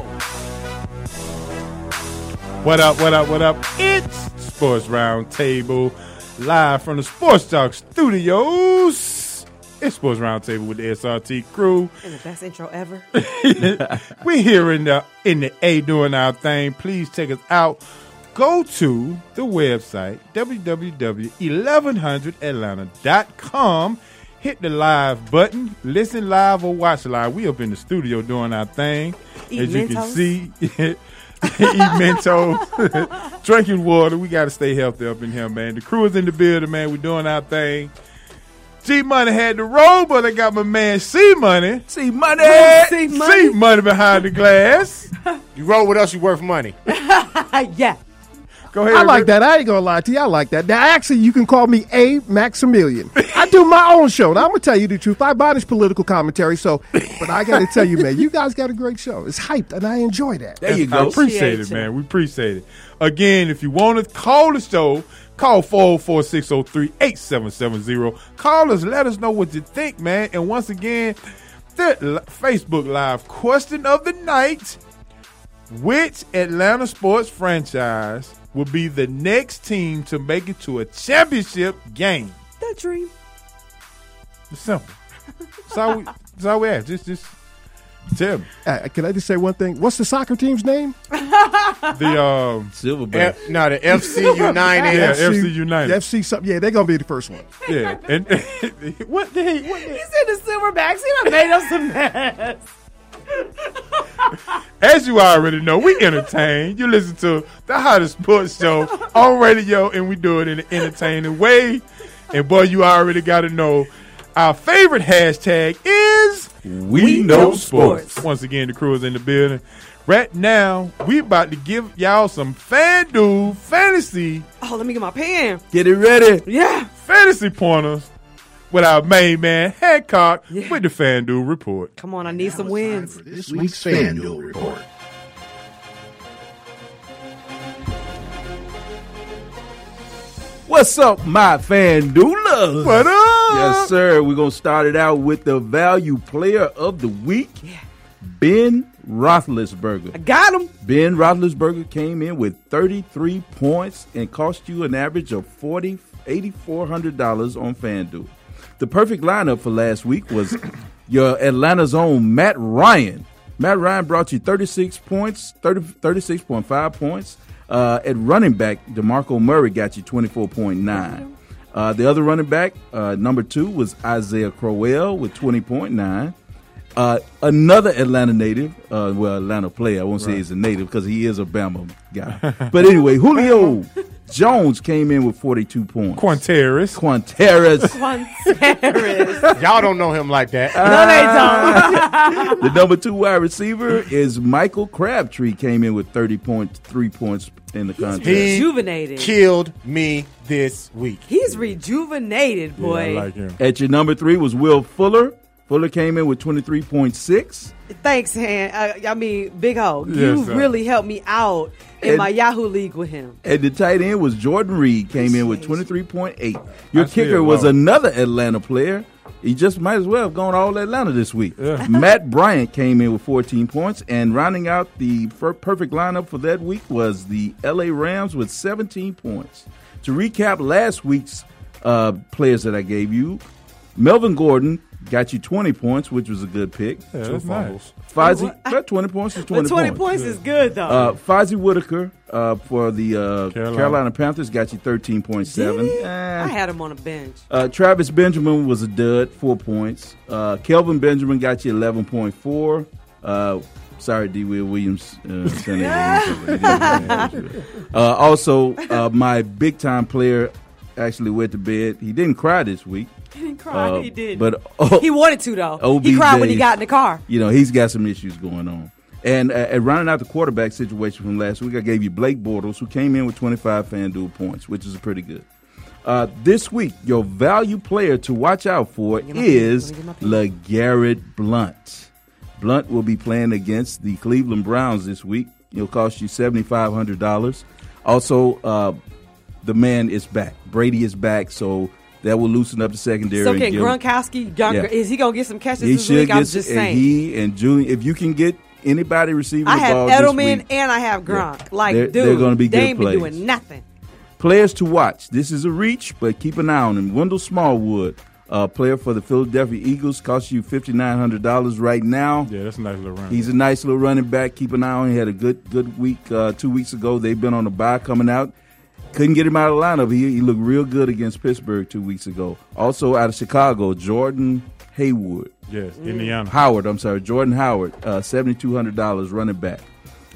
What up, what up, what up? It's Sports Roundtable, live from the Sports Talk Studios. It's Sports Roundtable with the SRT crew. And the best intro ever. We're here in the in the A doing our thing. Please check us out. Go to the website www.1100atlanta.com. Hit the live button. Listen live or watch live. We up in the studio doing our thing. Eat As you can Mentos. see, eat Mentos, drinking water. We got to stay healthy up in here, man. The crew is in the building, man. We're doing our thing. G Money had the roll, but I got my man C Money. C Money. C Money. behind the glass. you roll with us, you worth money. yeah. Go ahead. I like that. I ain't gonna lie to you. I like that. Now, actually, you can call me A Maximilian. I do my own show. Now, I'm gonna tell you the truth. I buy this political commentary, so but I gotta tell you, man, you guys got a great show. It's hyped, and I enjoy that. I appreciate it, man. We appreciate it. Again, if you want to call the show, call 404 603 8770. Call us. Let us know what you think, man. And once again, the li- Facebook Live question of the night Which Atlanta sports franchise will be the next team to make it to a championship game? The dream. It's simple. That's how we, that's how we ask. Just, just tell me. Uh, can I just say one thing? What's the soccer team's name? The um, Silverback. F- no, the FC United. Yeah, FC United. FC something. Yeah, they're gonna be the first one. Yeah, and what the heck? He said the Silverbacks. He done made us a mess. As you already know, we entertain. You listen to the hottest sports show on radio, and we do it in an entertaining way. And boy, you already got to know our favorite hashtag is We Know Sports. Once again, the crew is in the building. Right now, we about to give y'all some FanDuel fantasy. Oh, let me get my pen. Get it ready. Yeah. Fantasy pointers with our main man Hancock with the FanDuel report. Come on, I need some wins. This week's FanDuel report. What's up, my fan doula? What up? Yes, sir. We're gonna start it out with the value player of the week, Ben Roethlisberger. I got him. Ben Roethlisberger came in with 33 points and cost you an average of 40 $8,400 on FanDuel. The perfect lineup for last week was your Atlanta's own Matt Ryan. Matt Ryan brought you 36 points, 30, 36.5 points. Uh, at running back, DeMarco Murray got you 24.9. Uh, the other running back, uh, number two, was Isaiah Crowell with 20.9. Uh, another Atlanta native, uh, well, Atlanta player. I won't say he's a native because he is a Bama guy. But anyway, Julio Jones came in with 42 points. Quanteris. Quanteris. Y'all don't know him like that. Uh, the number two wide receiver is Michael Crabtree. Came in with thirty point three points in the contest. He rejuvenated. killed me this week. He's rejuvenated, boy. At your number three was Will Fuller. Fuller came in with twenty three point six. Thanks, Han. Uh, I mean, Big Ho, you Yes, sir. really helped me out in And- my Yahoo League with him. At the tight end was Jordan Reed. Came in with twenty three point eight. Your That's kicker it, was wow. another Atlanta player. He just might as well have gone all Atlanta this week. Yeah. Matt Bryant came in with 14 points, and rounding out the per- perfect lineup for that week was the LA Rams with 17 points. To recap last week's uh, players that I gave you, Melvin Gordon got you 20 points, which was a good pick. Yeah, that's nice. Fozzie, that 20 points is 20 but 20 points, is good, though. uh, Fozzie Whitaker uh, for the uh, Carolina. Carolina. Panthers got you 13.7. I had him on a bench. Uh, Travis Benjamin was a dud, four points. Uh, Kelvin Benjamin got you 11.4. Uh, sorry, D. Will Williams. Uh, San Diego Williams. Uh, also, uh, my big time player actually went to bed. He didn't cry this week. He didn't cry. Uh, he did. but- oh, he wanted to though. he OBJ. cried when he got in the car. You know, he's got some issues going on. And uh, and rounding out the quarterback situation from last week, I gave you Blake Bortles, who came in with 25 FanDuel points, which is pretty good. Uh, this week, your value player to watch out for is LeGarrette Blunt. Blunt will be playing against the Cleveland Browns this week. It'll cost you $7,500. Also, uh, the man is back. Brady is back, so that will loosen up the secondary. So and can give- Gronkowski? Younger, Yeah. Is he gonna get some catches he this week? should I'm get just and saying. he and Julian. If you can get anybody receiving I the have ball this Edelman week, and I have Gronk. Like, They're- dude, they're gonna be they good ain't been plays. doing nothing. players to watch. This is a reach, but keep an eye on him. Wendell Smallwood, a player for the Philadelphia Eagles, costs you fifty nine hundred dollars right now. Yeah, that's a nice little round. He's a nice little running back. Keep an eye on. him. He had a good good week uh, two weeks ago. They've been on a bye coming out. Couldn't get him out of the lineup. He, he looked real good against Pittsburgh two weeks ago. Also out of Chicago, Jordan Haywood. Yes, Indiana. Howard, I'm sorry, Jordan Howard, uh, $7,200 running back.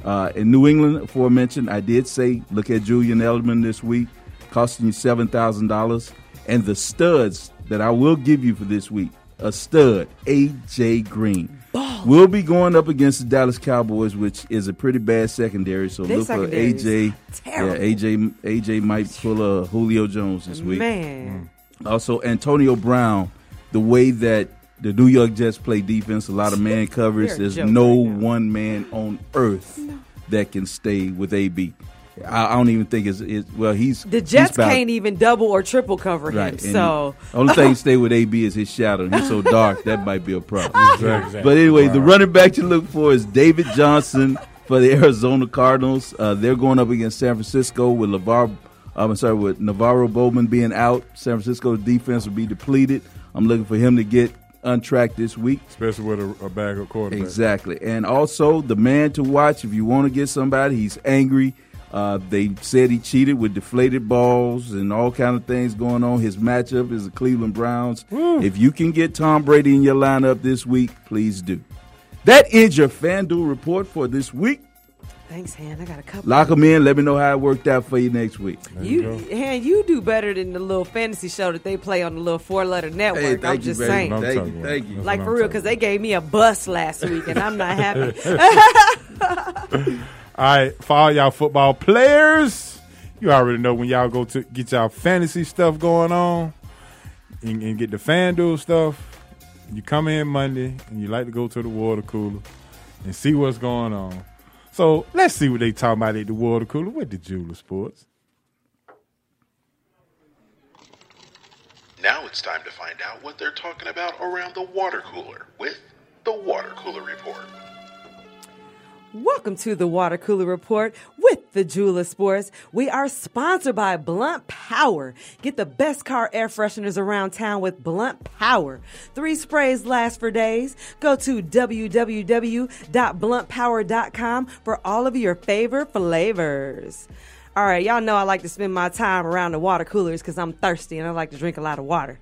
Uh, in New England, aforementioned, I did say look at Julian Edelman this week, costing you $7,000. And the studs that I will give you for this week a stud, A.J. Green. We'll be going up against the Dallas Cowboys, which is a pretty bad secondary. So Their look for secondary is AJ. terrible. Yeah, AJ. AJ might pull a Julio Jones this week. Man. Also, Antonio Brown, the way that the New York Jets play defense, a lot of man coverage. You're a There's joke no one man on earth that can stay with AB. I, I don't even think it's, it's well. He's The Jets can't even double or triple cover him. Right. and So the only thing stay with AB is his shadow. He's so dark that might be a problem. Exactly. But anyway, the Wow. running back to look for is David Johnson for the Arizona Cardinals. Uh, they're going up against San Francisco with Lavar. I'm sorry, with Navarro Bowman being out, San Francisco's defense will be depleted. I'm looking for him to get untracked this week. Especially with a, a bag of quarterbacks. Exactly. And also, the man to watch if you want to get somebody, he's angry. Uh, they said he cheated with deflated balls and all kind of things going on. His matchup is the Cleveland Browns. Hmm. If you can get Tom Brady in your lineup this week, please do. That is your FanDuel report for this week. thanks, Han. I got a couple. Lock them in. Let me know how it worked out for you next week. You, Han, you do better than the little fantasy show that they play on the little four letter network. Hey, thank I'm you, just baby. saying. Thank you, thank you. Like for real, because they gave me a bus last week, and I'm not happy. All right, for all y'all football players, you already know when y'all go to get y'all fantasy stuff going on and, and get the FanDuel stuff. You come in Monday and you like to go to the water cooler and see what's going on. So let's see what they talking about at the water cooler with the Jeweler Sports. Now it's time to find out what they're talking about around the water cooler with the Water Cooler Report. Welcome to the Water Cooler Report with the Jula Sports. We are sponsored by Blunt Power. Get the best car air fresheners around town with Blunt Power. Three sprays last for days. Go to www.bluntpower.com for all of your favorite flavors. All right, y'all know I like to spend my time around the water coolers because I'm thirsty and I like to drink a lot of water.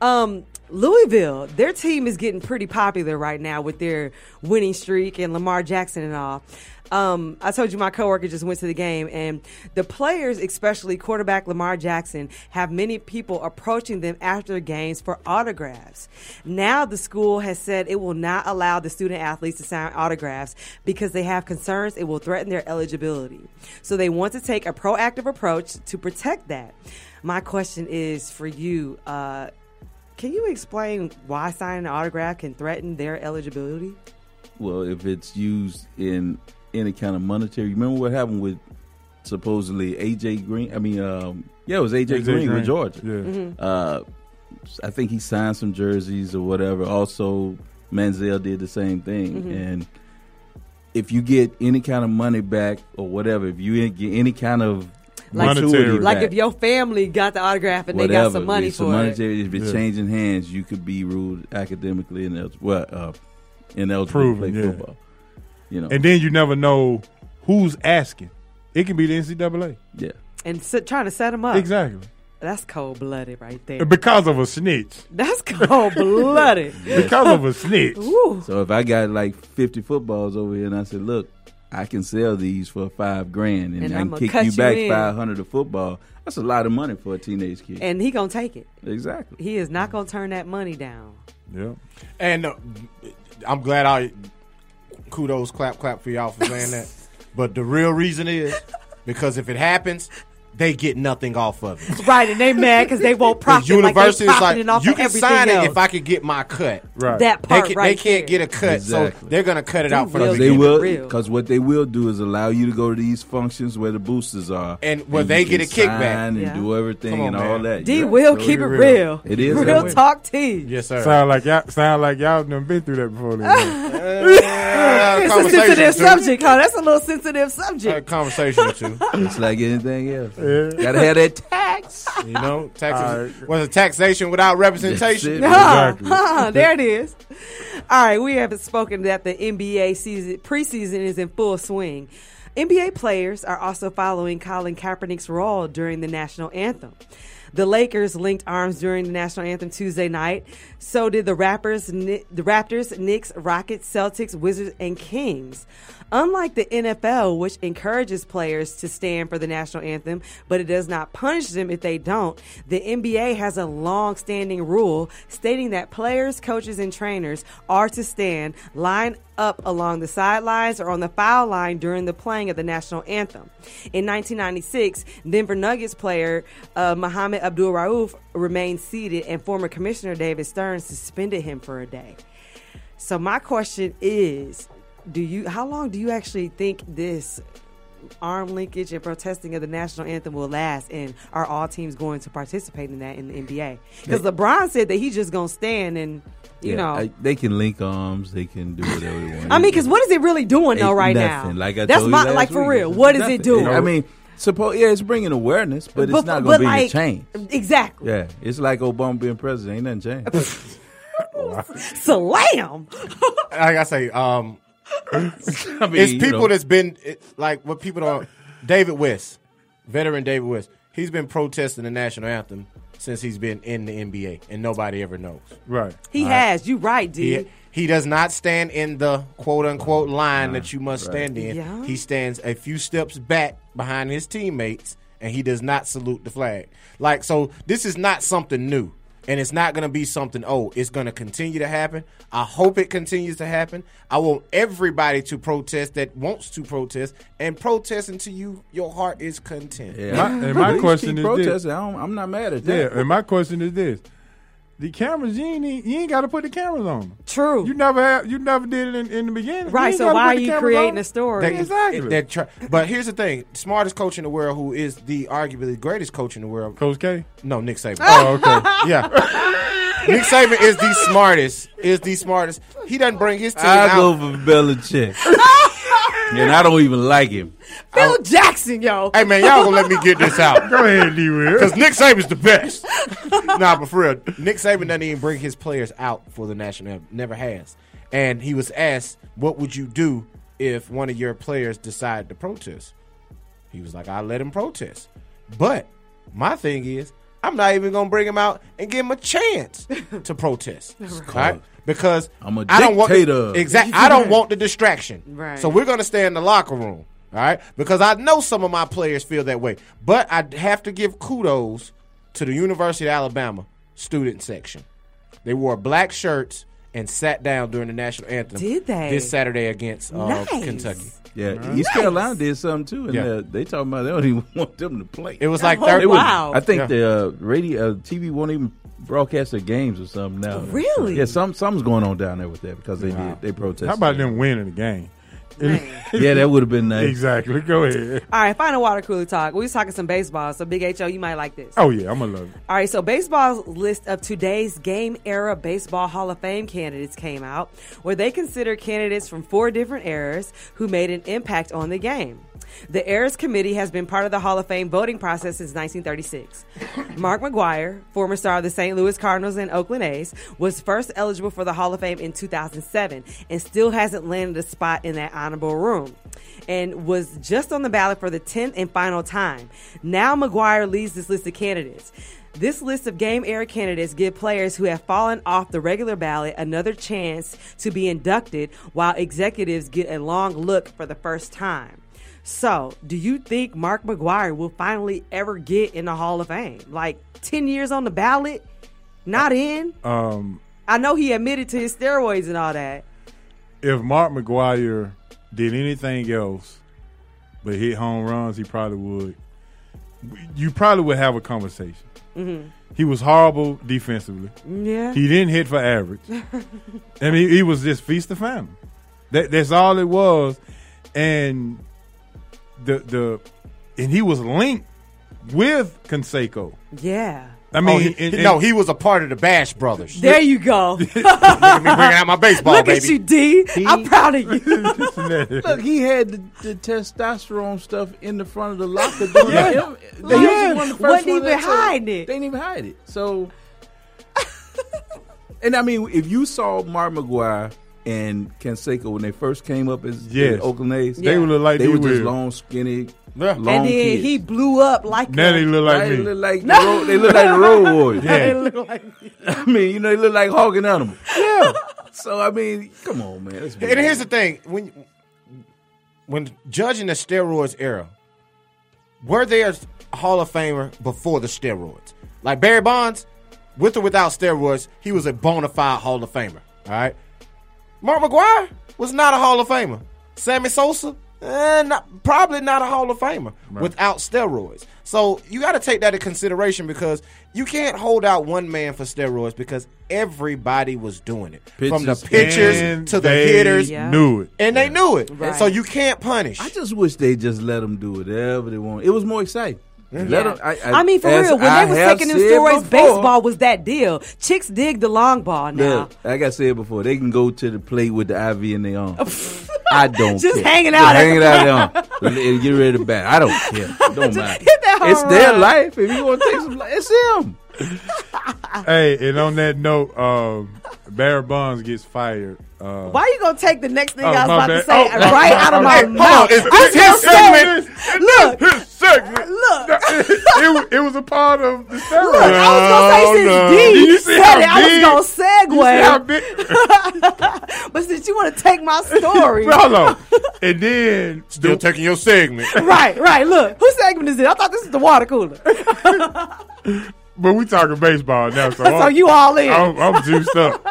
Um, Louisville, their team is getting pretty popular right now with their winning streak and Lamar Jackson and all. Um, I told you my coworker just went to the game, and the players, especially quarterback Lamar Jackson, have many people approaching them after games for autographs. Now, the school has said it will not allow the student athletes to sign autographs because they have concerns it will threaten their eligibility. So, they want to take a proactive approach to protect that. My question is for you. Uh, can you explain why signing an autograph can threaten their eligibility? Well, if it's used in any kind of monetary, remember what happened with supposedly AJ Green? I mean, um, yeah, it was AJ, A.J. Green, Green. with Georgia. Mhm. Uh, I think he signed some jerseys or whatever. Also, Manziel did the same thing. Mm-hmm. Mhm. And if you get any kind of money back or whatever, if you get any kind of Like, gratuity like back, if your family got the autograph and they got some money it's for a it. monetary, If it's Yeah. changing hands, you could be ruled academically and else, well, uh, ineligible to Proven, play yeah. football. You know, And then you never know who's asking. It can be the NCAA. Yeah. And s trying to set them up. Exactly. That's cold blooded right there. And because of a snitch. That's cold blooded. Because of a snitch. Ooh. So if I got like fifty footballs over here, and I said, "Look, I can sell these for five grand, and, And I can I'ma kick cut you you back in." five hundred a football. That's a lot of money for a teenage kid. And he gonna take it. exactly. He is not gonna turn that money down. Yeah. And uh, I'm glad I kudos clap clap for y'all for saying that. But the real reason is because if it happens, they get nothing off of it. Right, and they mad because they won't profit. the university like they is profiting like, off you of can everything sign else. it if I could get my cut. Right. That part they, can, right they can't there. get a cut, so Exactly. they're gonna cut it out for the Because they beginning. will, because what they will do is allow you to go to these functions where the boosters are, And where you they can get a kickback. sign and Yeah. do everything Come on, and all man. that. D Yeah. will So keep it you're real. It is that real way. talk tea. Yes, Sound like y'all sound like y'all done been through that before. Uh, it's a sensitive subject, huh? That's a little sensitive subject. Uh, conversation with you. It's like anything else. Yeah. Gotta have that tax. You know, taxes was it taxation without representation? Huh, huh, there it is. All right, we haven't spoken that the NBA season preseason is in full swing. NBA players are also following Colin Kaepernick's role during the national anthem. The Lakers linked arms during the national anthem Tuesday night. So did the rappers, Kni- the Raptors, Knicks, Rockets, Celtics, Wizards, and Kings. Unlike the NFL, which encourages players to stand for the national anthem, but it does not punish them if they don't, the NBA has a long standing rule stating that players, coaches, and trainers are to stand, line up along the sidelines or on the foul line during the playing of the national anthem. In 1996, Denver Nuggets player uh, Muhammad Abdul Rauf remained seated, and former commissioner David Stern suspended him for a day. So my question is, do you how long do you actually think this arm linkage and protesting of the national anthem will last and are all teams going to participate in that in the NBA? Cuz LeBron said that he's just going to stand and you Yeah, know I- they can link arms. They can do whatever they want. I mean, because what is it really doing though It's right nothing. now? Like I That's told you my last like for week, real. it's What is nothing. it doing? I mean, suppose yeah, it's bringing awareness, but it's not going to be a change. Exactly. Yeah, it's like Obama being president. Ain't nothing changed. Slam. like I say, um, mean, it's you people know. that's been it, like what people don't. David West, veteran David West, he's been protesting the national anthem since he's been in the NBA, and nobody ever knows. Right, He has. You right, dude. He, he does not stand in the quote unquote line that you must Right. stand in. Yeah. He stands a few steps back behind his teammates, and he does not salute the flag. Like so, this is not something new. And it's not going to be something old. It's going to continue to happen. I hope it continues to happen. I want everybody to protest that wants to protest and protest until you your heart is content. My, and my Please question keep is protesting. this. I don't, I'm not mad at Yeah, that. and my question is this: The cameras, you ain't need- you ain't got to put the cameras on. True. You never have. You never did it in, in the beginning. Right, ain't so gotta why put are the you cameras creating on. a story? They- exactly. they're try- but here's the thing: smartest coach in the world, who is the arguably greatest coach in the world, Coach K. No, Nick Saban. Oh, okay. yeah. Nick Saban is the smartest. Is the smartest. He doesn't bring his team I out. go for Belichick, and I don't even like him. Phil Jackson, yo. Hey man, y'all gonna let me get this out? Go ahead, D. Because Nick Saban's the best. nah, but for real, Nick Saban doesn't even bring his players out for the national anthem. Never has. And he was asked, "What would you do if one of your players decided to protest?" He was like, "I let him protest." But my thing is, I'm not even gonna bring him out and give him a chance to protest. All right? Because I'm a I don't want dictator. exactly. I don't want the distraction. Right. So we're going to stay in the locker room. All right. Because I know some of my players feel that way. But I have to give kudos to the University of Alabama student section. They wore black shirts and sat down during the national anthem. Did they? This Saturday against uh, Nice. Kentucky. Yeah, East Carolina did something too, and Yeah. uh, they talking about they don't even want them to play. It was like Oh, thirty. thirty- wow. I think Yeah. the uh, radio, uh, TV won't even broadcast their games or something now. Really? Yeah, some something's going on down there with that because they Wow. did they protested. How about them winning the game? Yeah, that would've been nice. Exactly. Go ahead. All right, final water cooler talk. We was talking some baseball, so Big HO, you might like this. Oh yeah, I'm gonna love it. All right, so baseball's list of today's game era baseball Hall of Fame candidates came out, where they consider candidates from four different eras who made an impact on the game. The Eras Committee has been part of the Hall of Fame voting process since 1936. Mark McGuire, former star of the St. Louis Cardinals and Oakland A's, was first eligible for the Hall of Fame in 2007 and still hasn't landed a spot in that honorable room and was just on the ballot for the 10th and final time. Now McGuire leads this list of candidates. This list of game era candidates give players who have fallen off the regular ballot another chance to be inducted while executives get a long look for the first time. So, do you think Mark McGuire will finally ever get in the Hall of Fame? Like 10 years on the ballot, not in? Um, I know he admitted to his steroids and all that. if Mark McGuire did anything else but hit home runs, he probably would. You probably would have a conversation. Mhm. He was horrible defensively. Yeah. He didn't hit for average. I mean, he was just feast of famine. That, that's all it was. And the the and he was linked with Conseco. Yeah. I mean, Oh, he- and- he- and- no, he was a part of the Bash Brothers. There you go. Let me bring out my baseball, Look baby. at you, D. am proud of you. Look, he had the, the testosterone stuff in the front of the locker. Doing Yeah. him. They Yeah. was one of the first Wasn't one that even told- hiding They didn't even hide it. So, and I mean, if you saw Mark McGuire and Canseco when they first came up as Yes. as Oakland A's, They Yeah. would look like they they were just will. long, skinny, and long then kids. he blew up like Now they a- look like Right? me. They look like, the road, they look like the road warriors. Yeah. They look like I mean, you know, they look like hog and animal. Yeah. so I mean, come on, man. That's And here's the thing: when when judging the steroids era, were there a Hall of Famer before the steroids? Like Barry Bonds, with or without steroids, he was a bona fide Hall of Famer. All right. Mark McGuire was not a Hall of Famer. Sammy Sosa, eh, not, probably not a Hall of Famer without steroids. So you got to take that into consideration because you can't hold out one man for steroids because everybody was doing it. From the Pitchers. pitchers And to the they hitters, knew it. and they knew it. Right. So you can't punish. I just wish they just let them do whatever they want. It was more exciting. Let 'em- I, I- I mean, for as real, when I they was have taking them said steroids, before- baseball was that deal. Chicks dig the long ball now. Look, like I said before, they can go to the plate with the IV in their arm. I don't Just care. hanging out at hanging the- out there, and get ready to bat. I don't care. Don't mind. it's their life. If you want to take some, li- it's them. hey, and on that note, um, Barry Bonds gets fired. Uh, Why you gonna take the next thing Oh, I was my about bad. to say Oh, my- right my- out of my- my hold on, mouth? it's- I it's his just said, segment. look, his segment. Look, it, it was a part of the segment. look, I was gonna say since Oh, No, no. D Did you see said how it, big- I was you see how gonna big- segue. but since you want to take my story, Hold on. And then still taking your segment. right, right. Look, whose segment is it? I thought this was the water cooler. But we talking baseball now, so, So I'm- you all in. I'm, I'm juiced up.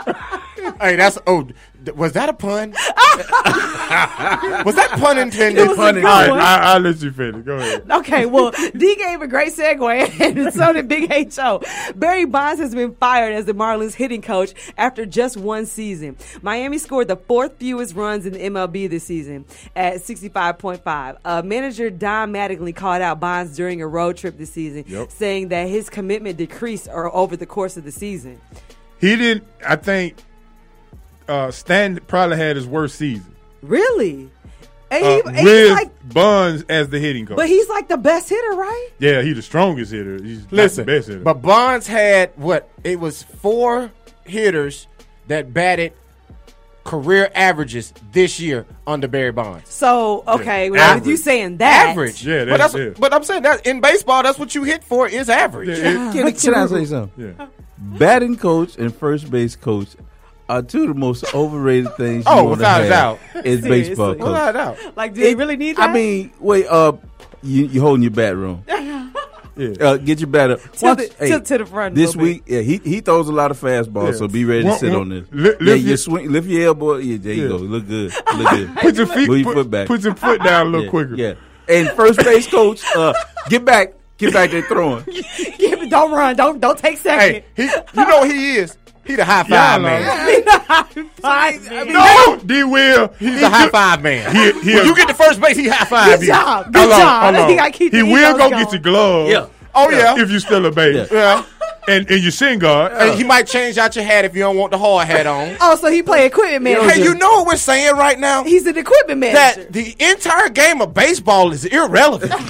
hey, that's oh, th- was that a pun? Was that pun intended? It was a Pun good intended. All one. right, I, I'll let you finish. Go ahead. Okay, well, D gave a great segue, and so did Big H.O. Barry Bonds has been fired as the Marlins hitting coach after just one season. Miami scored the fourth fewest runs in the MLB this season at 65.5. Uh, manager Don Mattingly called out Bonds during a road trip this season, Yep. saying that his commitment decreased or over the course of the season. He didn't. I think uh, Stan probably had his worst season. Really? And Uh, he- and he's with like- Buns as the hitting coach. But he's like the best hitter, right? yeah, he's the strongest hitter. He's not Listen, the best hitter. but Bonds had what? It was four hitters that batted career averages this year under Barry Bonds. So, okay, well, with you Average. saying that. Average. Yeah, but, that's- that's, but I'm saying that in baseball, that's what you hit for is average. Can, can I say something? Yeah. Batting coach and first base coach are two of the most overrated things. Oh, you wanna without a have doubt. is baseball Seriously. coach. Without a doubt. Like, do you really need that? I mean, wait, uh, you you holding your bat room? Uh, get your bat up. Tilt it- tilt to the front a This little bit. week, yeah, he he throws a lot of fastballs, Yeah. so be ready Wha- to sit wha- on this. li- lift yeah, your- you swing, lift your elbow. Yeah, there you Yeah. go. Look good. Look good. Put your feet- Move your put- foot back. put your foot down a little Yeah, quicker. Yeah. And first base coach, uh, get back, get back there throwing. Give it, don't run. Don't don't take second. he, you know he is. He the high Y'all five man. No, D. Will. He's a high five man. He, he, When you get to first base, he high five Good you. job. Good Hold on, job. hold I think on. I keep he the will egos go get going. your gloves. Yeah. Oh, yeah. If you still a baby. Yeah. And and your shin guard. And he might change out your hat if you don't want the hard hat on. Oh, so he play equipment manager. Hey, you know what we're saying right now? he's an equipment manager. That the entire game of baseball is irrelevant.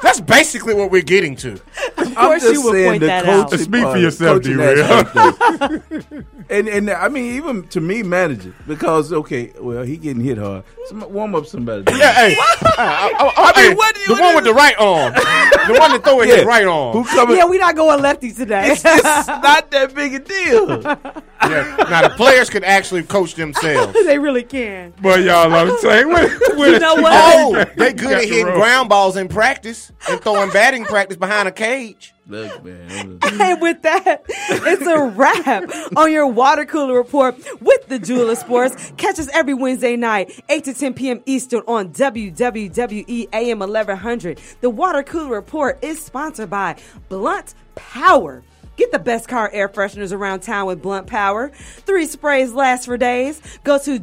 That's basically what we're getting to. of course, you would point that out. coach- Speak for yourself, coaching D-Real. aspect of it. and and I mean, even to me, manager, because okay, well, he getting hit hard. Some, warm up somebody. Yeah, hey. I, I- I- I mean, hey, what do you- the what one do with the right arm. the one that throw it his right Who arm. coming? yeah, we not going lefty today. It's, it's not that big a deal. Yeah. Now the players could actually coach themselves. they really can. But y'all, I'm saying, what, what know what? Oh, they good Got at the hitting rope. ground balls in practice and throwing batting practice behind a cage. Look, man. And with that, it's a wrap on your water cooler report with the Jewel of Sports. Catch us every Wednesday night, 8 to 10 p.m. Eastern on WWE AM 1100. The water cooler report is sponsored by Blunt Power. Get the best car air fresheners around town with Blunt Power. Three sprays last for days. Go to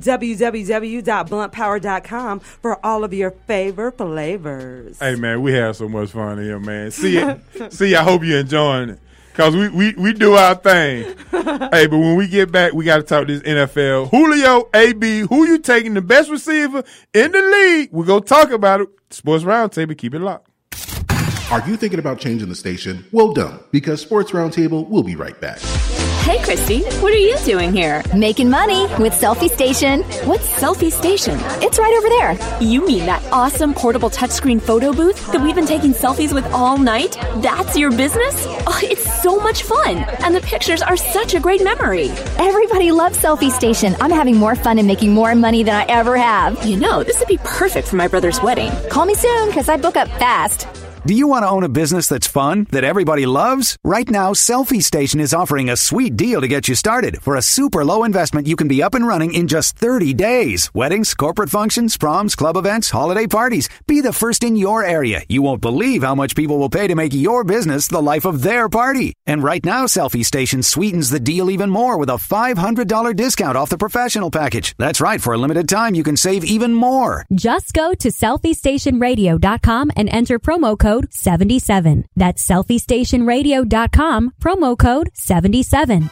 www.bluntpower.com for all of your favorite flavors. Hey man, we had so much fun here, man. See, see, I hope you're enjoying it. Cause we, we, we do our thing. hey, but when we get back, we gotta talk this NFL. Julio A B, who you taking the best receiver in the league? We're gonna talk about it. Sports Roundtable, keep it locked. Are you thinking about changing the station? Well, don't, because Sports Roundtable will be right back. Hey, Christy, what are you doing here? Making money with Selfie Station. What's Selfie Station? It's right over there. You mean that awesome portable touchscreen photo booth that we've been taking selfies with all night? That's your business? Oh, it's so much fun, and the pictures are such a great memory. Everybody loves Selfie Station. I'm having more fun and making more money than I ever have. You know, this would be perfect for my brother's wedding. Call me soon because I book up fast. Do you want to own a business that's fun, that everybody loves? Right now, Selfie Station is offering a sweet deal to get you started. For a super low investment, you can be up and running in just 30 days. Weddings, corporate functions, proms, club events, holiday parties. Be the first in your area. You won't believe how much people will pay to make your business the life of their party. And right now, Selfie Station sweetens the deal even more with a $500 discount off the professional package. That's right, for a limited time, you can save even more. Just go to selfiestationradio.com and enter promo code 77. That's selfiestationradio.com, promo code 77.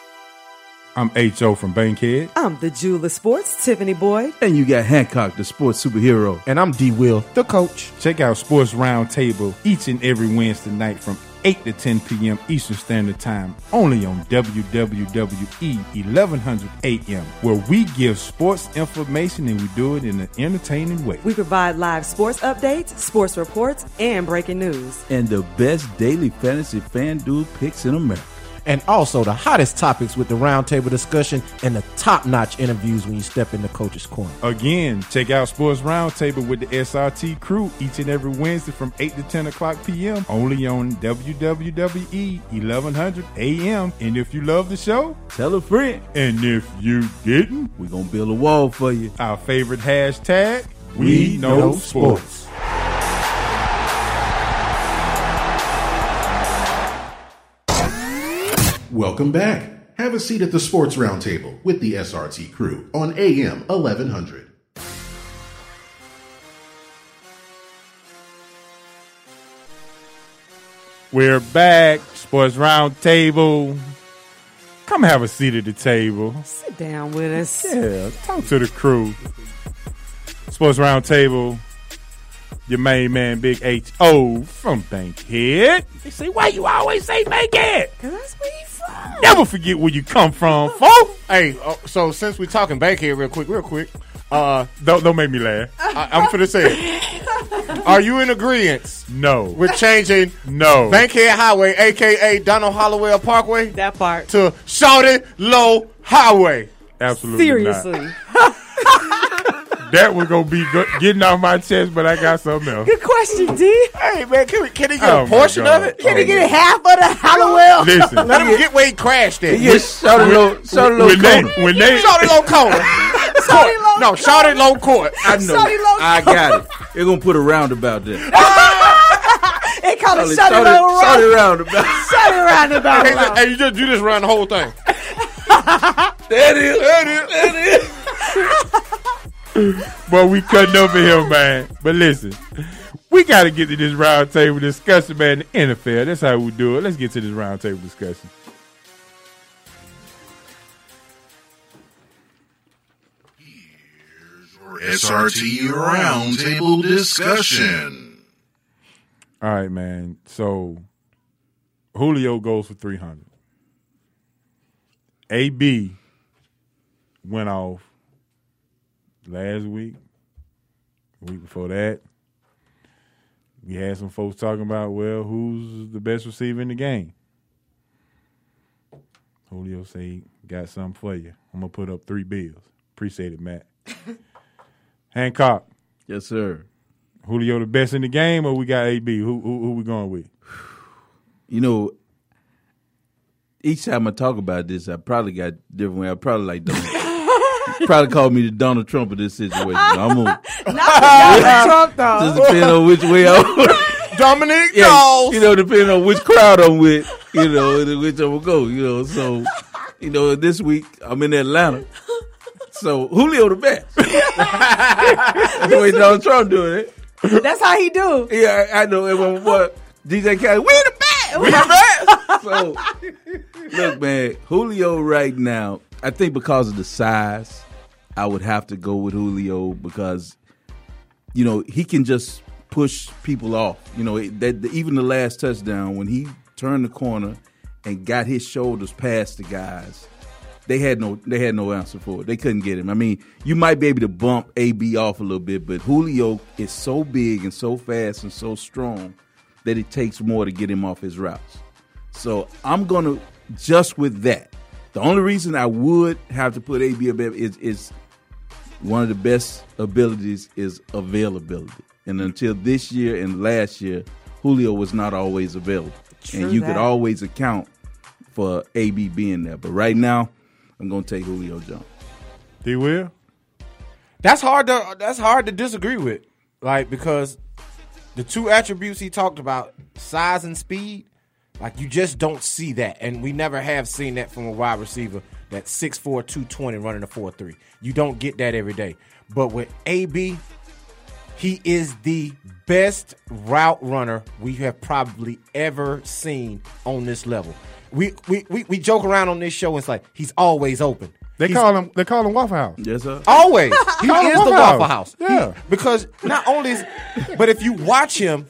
I'm HO from Bankhead. I'm the Jewel of Sports, Tiffany Boyd. And you got Hancock, the sports superhero. And I'm D Will, the coach. Check out Sports Roundtable each and every Wednesday night from 8 to 10 p.m. Eastern Standard Time, only on WWE 1100 AM, where we give sports information and we do it in an entertaining way. We provide live sports updates, sports reports, and breaking news. And the best daily fantasy fan dude picks in America. and also the hottest topics with the roundtable discussion and the top notch interviews when you step into Coach's Corner. Again, check out Sports Roundtable with the SRT crew each and every Wednesday from 8 to 10 o'clock p.m. only on E WWE 1100 a.m. And if you love the show, tell a friend. And if you didn't, we're going to build a wall for you. Our favorite hashtag, We, We know, Know sports. Welcome back. Have a seat at the Sports Roundtable with the SRT crew on AM 1100. We're back. Sports Roundtable. Come have a seat at the table. Sit down with us. Yeah, talk to the crew. Sports Roundtable. Your main man, Big H O from Bankhead. They say, why you always say Bankhead? that's where you from. Never forget where you come from, folks. Hey, uh, so since we talking back here real quick, real quick, uh, don't don't make me laugh. I, I'm finna say, it. are you in agreement No. with changing No. Bankhead Highway, aka Donald Hollowell Parkway, that part to Shawty Low Highway? Absolutely. Not. That was going to be good, getting off my chest, but I got something else. Good question, D. Hey man, can we can he get Oh, a my portion God. of it? Can he get half of the Hollowell? Listen. let him get where he crashed at. Yes, Shawty Low- Shawty Low when they- Corner. when they Shawty Low Corner. Court. No, Shawty Low Court. I know. Shawty Low I got it. They're going to put a roundabout there. It kind of Shawty- shut it Shawty- around. Shawty roundabout. Shut it around about. Hey, look, hey, you just you just run the whole thing. That is, that is, that is. But we cutting over here, man. But listen, we got to get to this roundtable discussion, man. The NFL, that's how we do it. Let's get to this roundtable discussion. SRT Roundtable Discussion. All right, man. So Julio goes for 300. AB went off last week, the week before that. We had some folks talking about, well, who's the best receiver in the game? Julio say, got something for you. I'm going to put up three bills. Appreciate it, Matt. Hancock. Yes, sir. Julio the best in the game, or we got AB? Who who, who we going with? you know, each time I talk about this, I probably got different way. I probably like Donald. probably called me the Donald Trump of this situation. I'm gonna Not Donald Trump just though. depend on which way I'm. Dominic yeah, Dawes. you know, depending on which crowd I'm with, you know, and which I'm gonna go. You know, so you know, this week I'm in Atlanta. So Julio the best. That's the way Donald Trump doing it. That's how he do. Yeah, I I know. And when what DJ Khaled, we the best. We the best. so look, man, Julio right now. I think because of the size, I would have to go with Julio because you know he can just push people off. You know it- that even the last touchdown when he turned the corner and got his shoulders past the guys. They had no, they had no answer for it. They couldn't get him. I mean, you might be able to bump AB off a little bit, but Julio is so big and so fast and so strong that it takes more to get him off his routes. So I'm gonna just with that. The only reason I would have to put AB above is is one of the best abilities is availability. And until this year and last year, Julio was not always available, True and you that. could always account for AB being there. But right now, I'm gonna take Julio Jones. He will. That's hard to that's hard to disagree with. Like because the two attributes he talked about, size and speed, like you just don't see that. And we never have seen that from a wide receiver that's 6'4, 220 running a 4-3. You don't get that every day. But with A B, he is the best route runner we have probably ever seen on this level. We we, we, we joke around on this show and it's like he's always open. They He's call him they call him Waffle House. Yes, sir. Always. He Call him is the Waffle Waffle House. House. Yeah. He- because not only is, but if you watch him,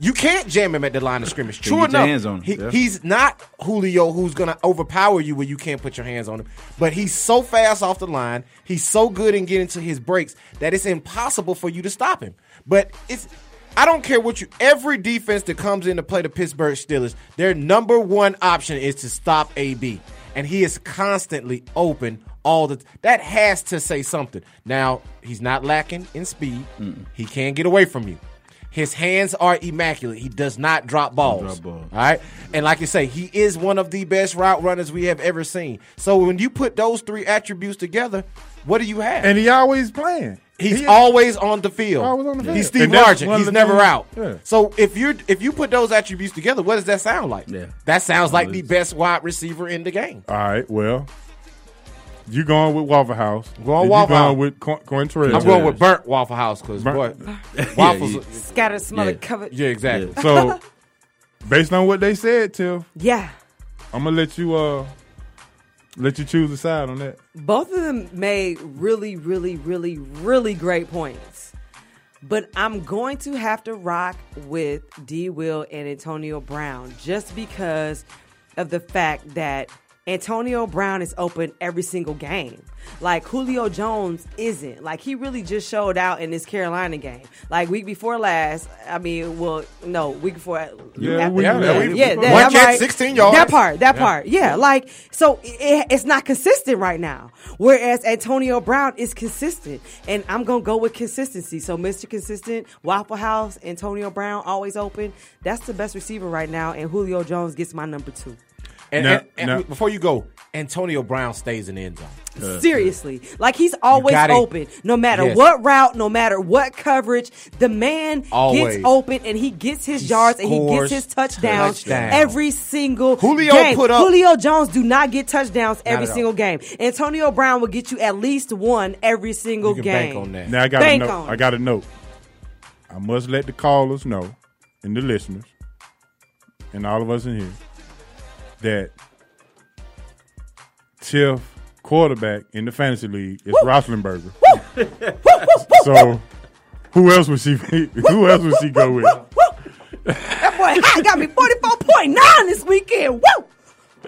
you can't jam him at the line of scrimmage. Yeah, True get your enough. hands on him. he- Yeah. He's not Julio who's going to overpower you where you can't put your hands on him. But he's so fast off the line. He's so good in getting to his breaks that it's impossible for you to stop him. But it's. I don't care what you. Every defense that comes in to play the Pittsburgh Steelers, their number one option is to stop AB, and he is constantly open all the. That has to say something. Now he's not lacking in speed. He can get away from you. His hands are immaculate. He does not drop balls. drop balls. All right. And like you say, he is one of the best route runners we have ever seen. So when you put those three attributes together, what do you have? And he always playing. He's He- always on the field. Always on the field. He's Steve And that's Largent. one of He's the never things- out. yeah. So if you are if you put those attributes together, what does that sound like? Yeah. That sounds like the best wide receiver in the game. All right, well, you going with Waffle House. Going you Waffle going House. with Qu- Quintrell. I'm going with burnt Waffle House because boy, waffles. yeah. Scattered, smothered, Yeah. covered. Yeah, exactly. So, based on what they said, Tiff, Yeah. I'm gonna let you uh let you choose the side on that. Both of them made really, really, really, really great points. But I'm going to have to rock with D Will and Antonio Brown just because of the fact that Antonio Brown is open every single game. Like Julio Jones isn't. Like he really just showed out in this Carolina game. Like week before last, I mean, well, no, week before. after- we- yeah, yeah, we- yeah, one that- catch, that part. 16 yards. That part, that Yeah. part. Yeah, like so it, it's not consistent right now. Whereas Antonio Brown is consistent, and I'm gonna go with consistency. So Mr. Consistent, Waffle House, Antonio Brown, always open. That's the best receiver right now, and Julio Jones gets my number two. And, No, and- and no. before you go, Antonio Brown stays in the end Uh, zone. Seriously, like he's always Uh-huh. gotta- open, no matter Yes. what route, no matter what coverage. The man Always. gets open and he gets his yards and he scores gets his touchdowns touchdowns. every single Julio game. put up- Julio Jones do not get touchdowns every at all. single game. Antonio Brown will get you at least one every single can game. bank on that. Now I got Bank a note. on I it. got a note. I must let the callers know, and the listeners, and all of us in here, that Tiff quarterback in the fantasy league is Roethlisberger. so, who else would she? Who else would she go with? That boy high got me forty four point nine this weekend.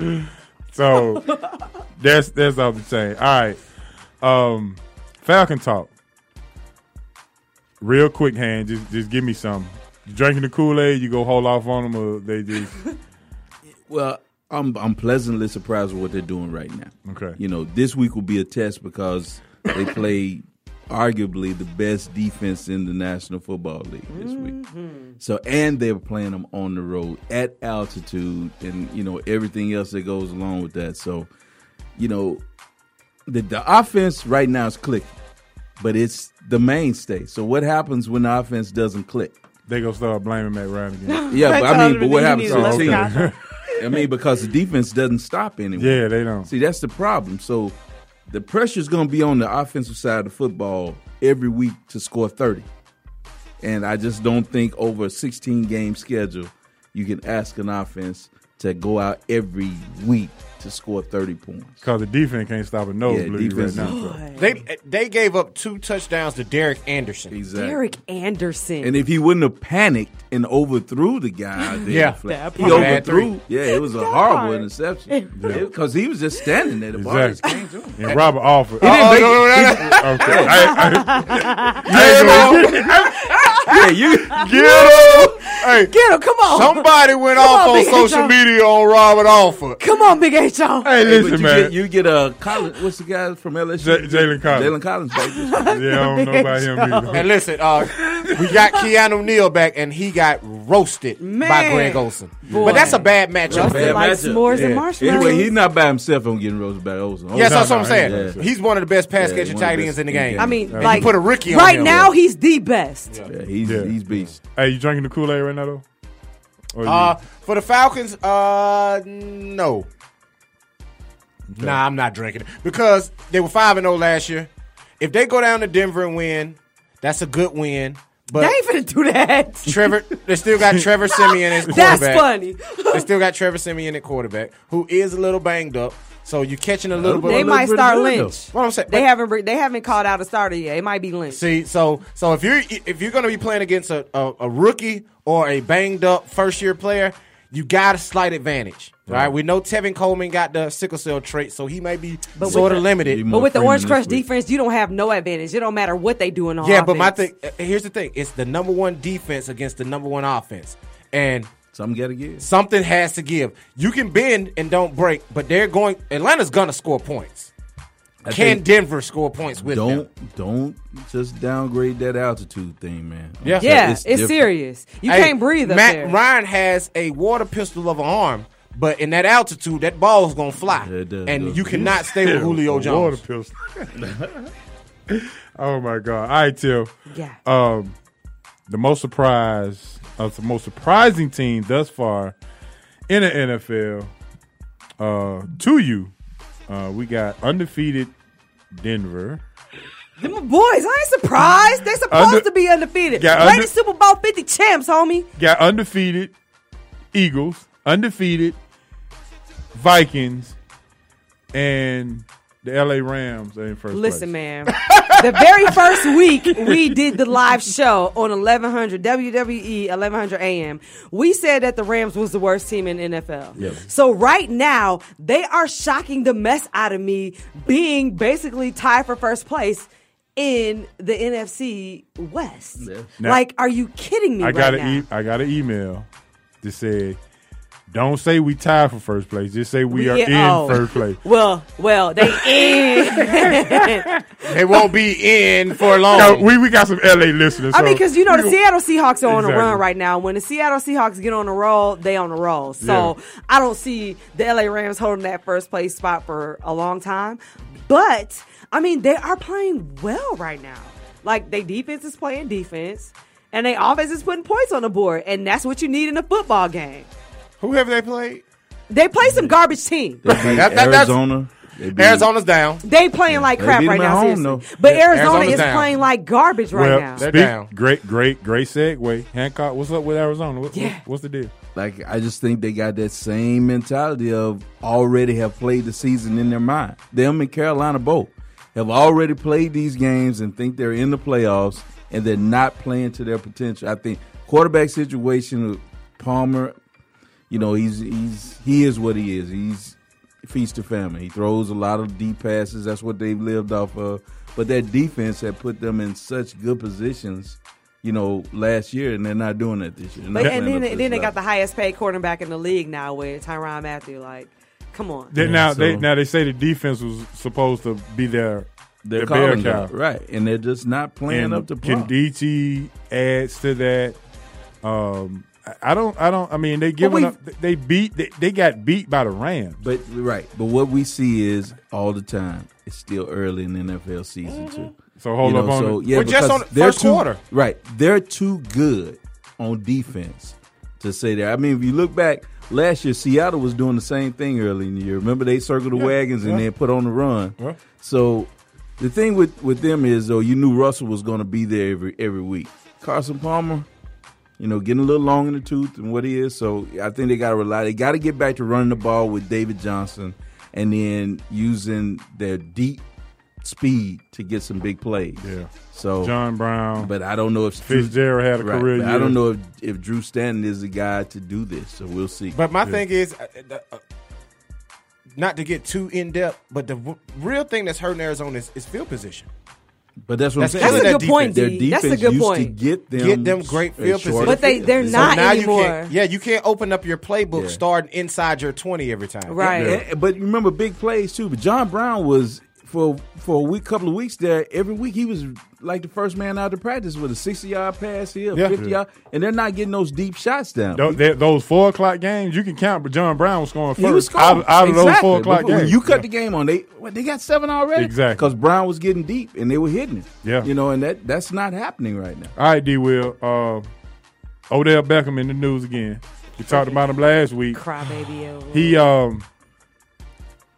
Woo! So that's that's off the chain. All right. Um Falcon Talk. Real quick hand, just just give me some. You drinking the Kool-Aid, you go hold off on them or they just Well, I'm I'm pleasantly surprised with what they're doing right now. Okay. You know, this week will be a test because they play arguably the best defense in the National Football League this week. So and they're playing them on the road at altitude and you know everything else that goes along with that. So, you know, the the offense right now is clicking, but it's the mainstay. So what happens when the offense doesn't click? They gonna start blaming Matt Ryan again. Yeah, but I mean, but what He happens to needs the to team? listen to I mean, because the defense doesn't stop anyone. Yeah, they don't. See, that's the problem. So the pressure's going to be on the offensive side of the football every week to score 30. And I just don't think over a 16 game schedule, you can ask an offense to go out every week to score 30 points. Cause the defense can't stop a nosebleed right now. They they gave up two touchdowns to Derek Anderson. Exactly. Derek Anderson. And if he wouldn't have panicked and overthrew the guy, out there, Yeah. Fla- That he part. Bad overthrew. three. Yeah, it was a horrible interception because he was just standing there. The ball just Exactly. came to him. And Robert Alford. He didn't Oh, make- no, no, no, he- no. Okay. I- I- Yeah, I ain't gonna- yeah, you get him. Hey, get him. Come on. Somebody went Come off on, on, Big social H.O. media on Robert Alford. Come on, Big H O. Hey, Hey, but listen, you man. Get, you get a Collins. What's the guy from LSU? Jalen Collins. Jalen Collins. baby. Yeah, I don't know about him either. And listen, uh, we got Keanu Neal back, and he got roasted by Man. Greg Olson. Boy. But that's a bad matchup. Roasted like s'mores and marshmallows. Anyway, he's not by himself on getting roasted by Olsen. Yes, that's what I'm Yeah. saying. Yeah. He's one of the best pass Yeah, one catching of the tight best ends in the in the game. game. I mean, And you like put a Ricky on right him. now, he's the best. Yeah, he's Yeah. he's beast. Hey, you drinking the Kool-Aid right now though? Or you- Uh, for the Falcons, uh, no. Nah, I'm not drinking it because they were five and zero last year. If they go down to Denver and win, that's a good win. But they ain't finna do that. Trevor, they still got Trevor Simeon as quarterback. That's funny. they still got Trevor Simeon at quarterback, who is a little banged up. So you're catching a little bit. They might start Lynch. What I'm saying, They haven't br- they haven't called out a starter yet. It might be Lynch. See, so so if you're if you're going to be playing against a, a, a rookie or a banged up first year player, you got a slight advantage. All right, we know Tevin Coleman got the sickle cell trait, so he may be But with sort the- of limited. But with the Orange Crush defense, you don't have no advantage. It don't matter what they do in the yeah, offense. but my thing uh, here's the thing: it's the number one defense against the number one offense, and something got to give. Something has to give. You can bend and don't break, but they're going. Atlanta's gonna score points. I can think- Denver score points with them? don't don't just downgrade that altitude thing, man. Yeah, Yeah, it's different. serious. You can't breathe up Matt there. Ryan has a water pistol of an arm, but in that altitude, that ball's gonna fly, and you cannot stay with Julio Water Jones. pistol. Oh my god! All right, Till. Yeah. Um, the most surprise, uh, the most surprising team thus far in the NFL. Uh, to you, uh, we got undefeated Denver. Them boys, I ain't surprised. They supposed Under- to be undefeated. Got Ready under- Super Bowl 50 champs, homie. Got undefeated Eagles, undefeated Vikings, and the LA Rams are in first Listen, man. the very first week we did the live show on 1100 WWE 1100 AM, we said that the Rams was the worst team in NFL. Yep. So right now they are shocking the mess out of me, being basically tied for first place in the NFC West. Now- like, are you kidding me? I right got now? an e- I got an email that said, "Don't say we tied for first place. Just say we, We- are yeah, in oh. first place." Well, well, they in. They won't be in for long. No, we we got some LA listeners. I mean, so- because you know the Seattle Seahawks are on a Exactly. run right now. When the Seattle Seahawks get on a roll, they on a roll. So I don't see the LA Rams holding that first place spot for a long time. But I mean, they are playing well right now. Like they defense is playing defense, and they offense is putting points on the board, and that's what you need in a football game. Who have they played? They play some garbage team. They beat That- that- that's- Arizona. They beat- Arizona's down. They playing like They crap beat right them at now, home, seriously. though. But Yeah, Arizona Arizona's is down. playing like garbage right well, now. speak, great, great, great segue. Hancock, what's up with Arizona? What, what- what's the deal? Like I just think they got that same mentality of already have played the season in their mind. Them and Carolina both have already played these games and think they're in the playoffs and they're not playing to their potential. I think quarterback situation with Palmer, you know, he's he's he is what he is. He's feast of famine. He throws a lot of deep passes. That's what they've lived off of. But that defense had put them in such good positions, you know, last year, and they're not doing that this year. They're But, not playing and then, up to and this then they level. got the highest paid quarterback in the league now with Tyron Matthew. Like, come on. They- now they so- now they say the defense was supposed to be their They're their bear calling cow. that, right, and they're just not playing And up to Ken par. DT adds to that. Um, I- I don't. I don't. I mean, they giving we- up. They beat. They, they got beat by the Rams. But right, but what we see is all the time. It's still early in the NFL season too. Mm-hmm. So hold up on it. yeah, We're just because on the they're first too- quarter. Right, they're too good on defense to say that. I mean, if you look back last year, Seattle was doing the same thing early in the year. Remember, they circled the Yeah, wagons and yeah. then put on the run. Yeah. So the thing with with them is though, you knew Russell was going to be there every every week. Carson Palmer, you know, getting a little long in the tooth and what he is. So I think they got to rely. They got to get back to running the ball with David Johnson and then using their deep speed to get some big plays. Yeah. So John Brown, but I don't know if Fitzgerald had a Right, career but I year. don't know if, if Drew Stanton is the guy to do this. So we'll see. But my thing is, uh, uh, uh, not to get too in depth, but the w- real thing that's hurting Arizona is, is field position. But that's what I'm That's- saying. that's a good Their point, defense- D. Their That's a defense good used point. To get them, Get them great a field short position. But they- field. they're So not now you You can't- anymore. yeah, you can't open up your playbook Yeah. starting inside your 20 every time. And- and- but remember big plays too. But John Brown was for for a week, couple of weeks there. Every week he was like the first man out to practice with a sixty yard pass here, a Yeah. fifty yard, and they're not getting those deep shots down. Tho- that- those four o'clock games, you can count, but John Brown was scoring first He was out, scoring. of- out of those Exactly. four o'clock But when games. You cut the game on. They well, they got seven already. Exactly. Because Brown was getting deep and they were hitting it. Yeah. You know, and that that's not happening right now. All right, D. Will. Uh, Odell Beckham in the news again. We talked about him last week. Crybaby Odell. He um.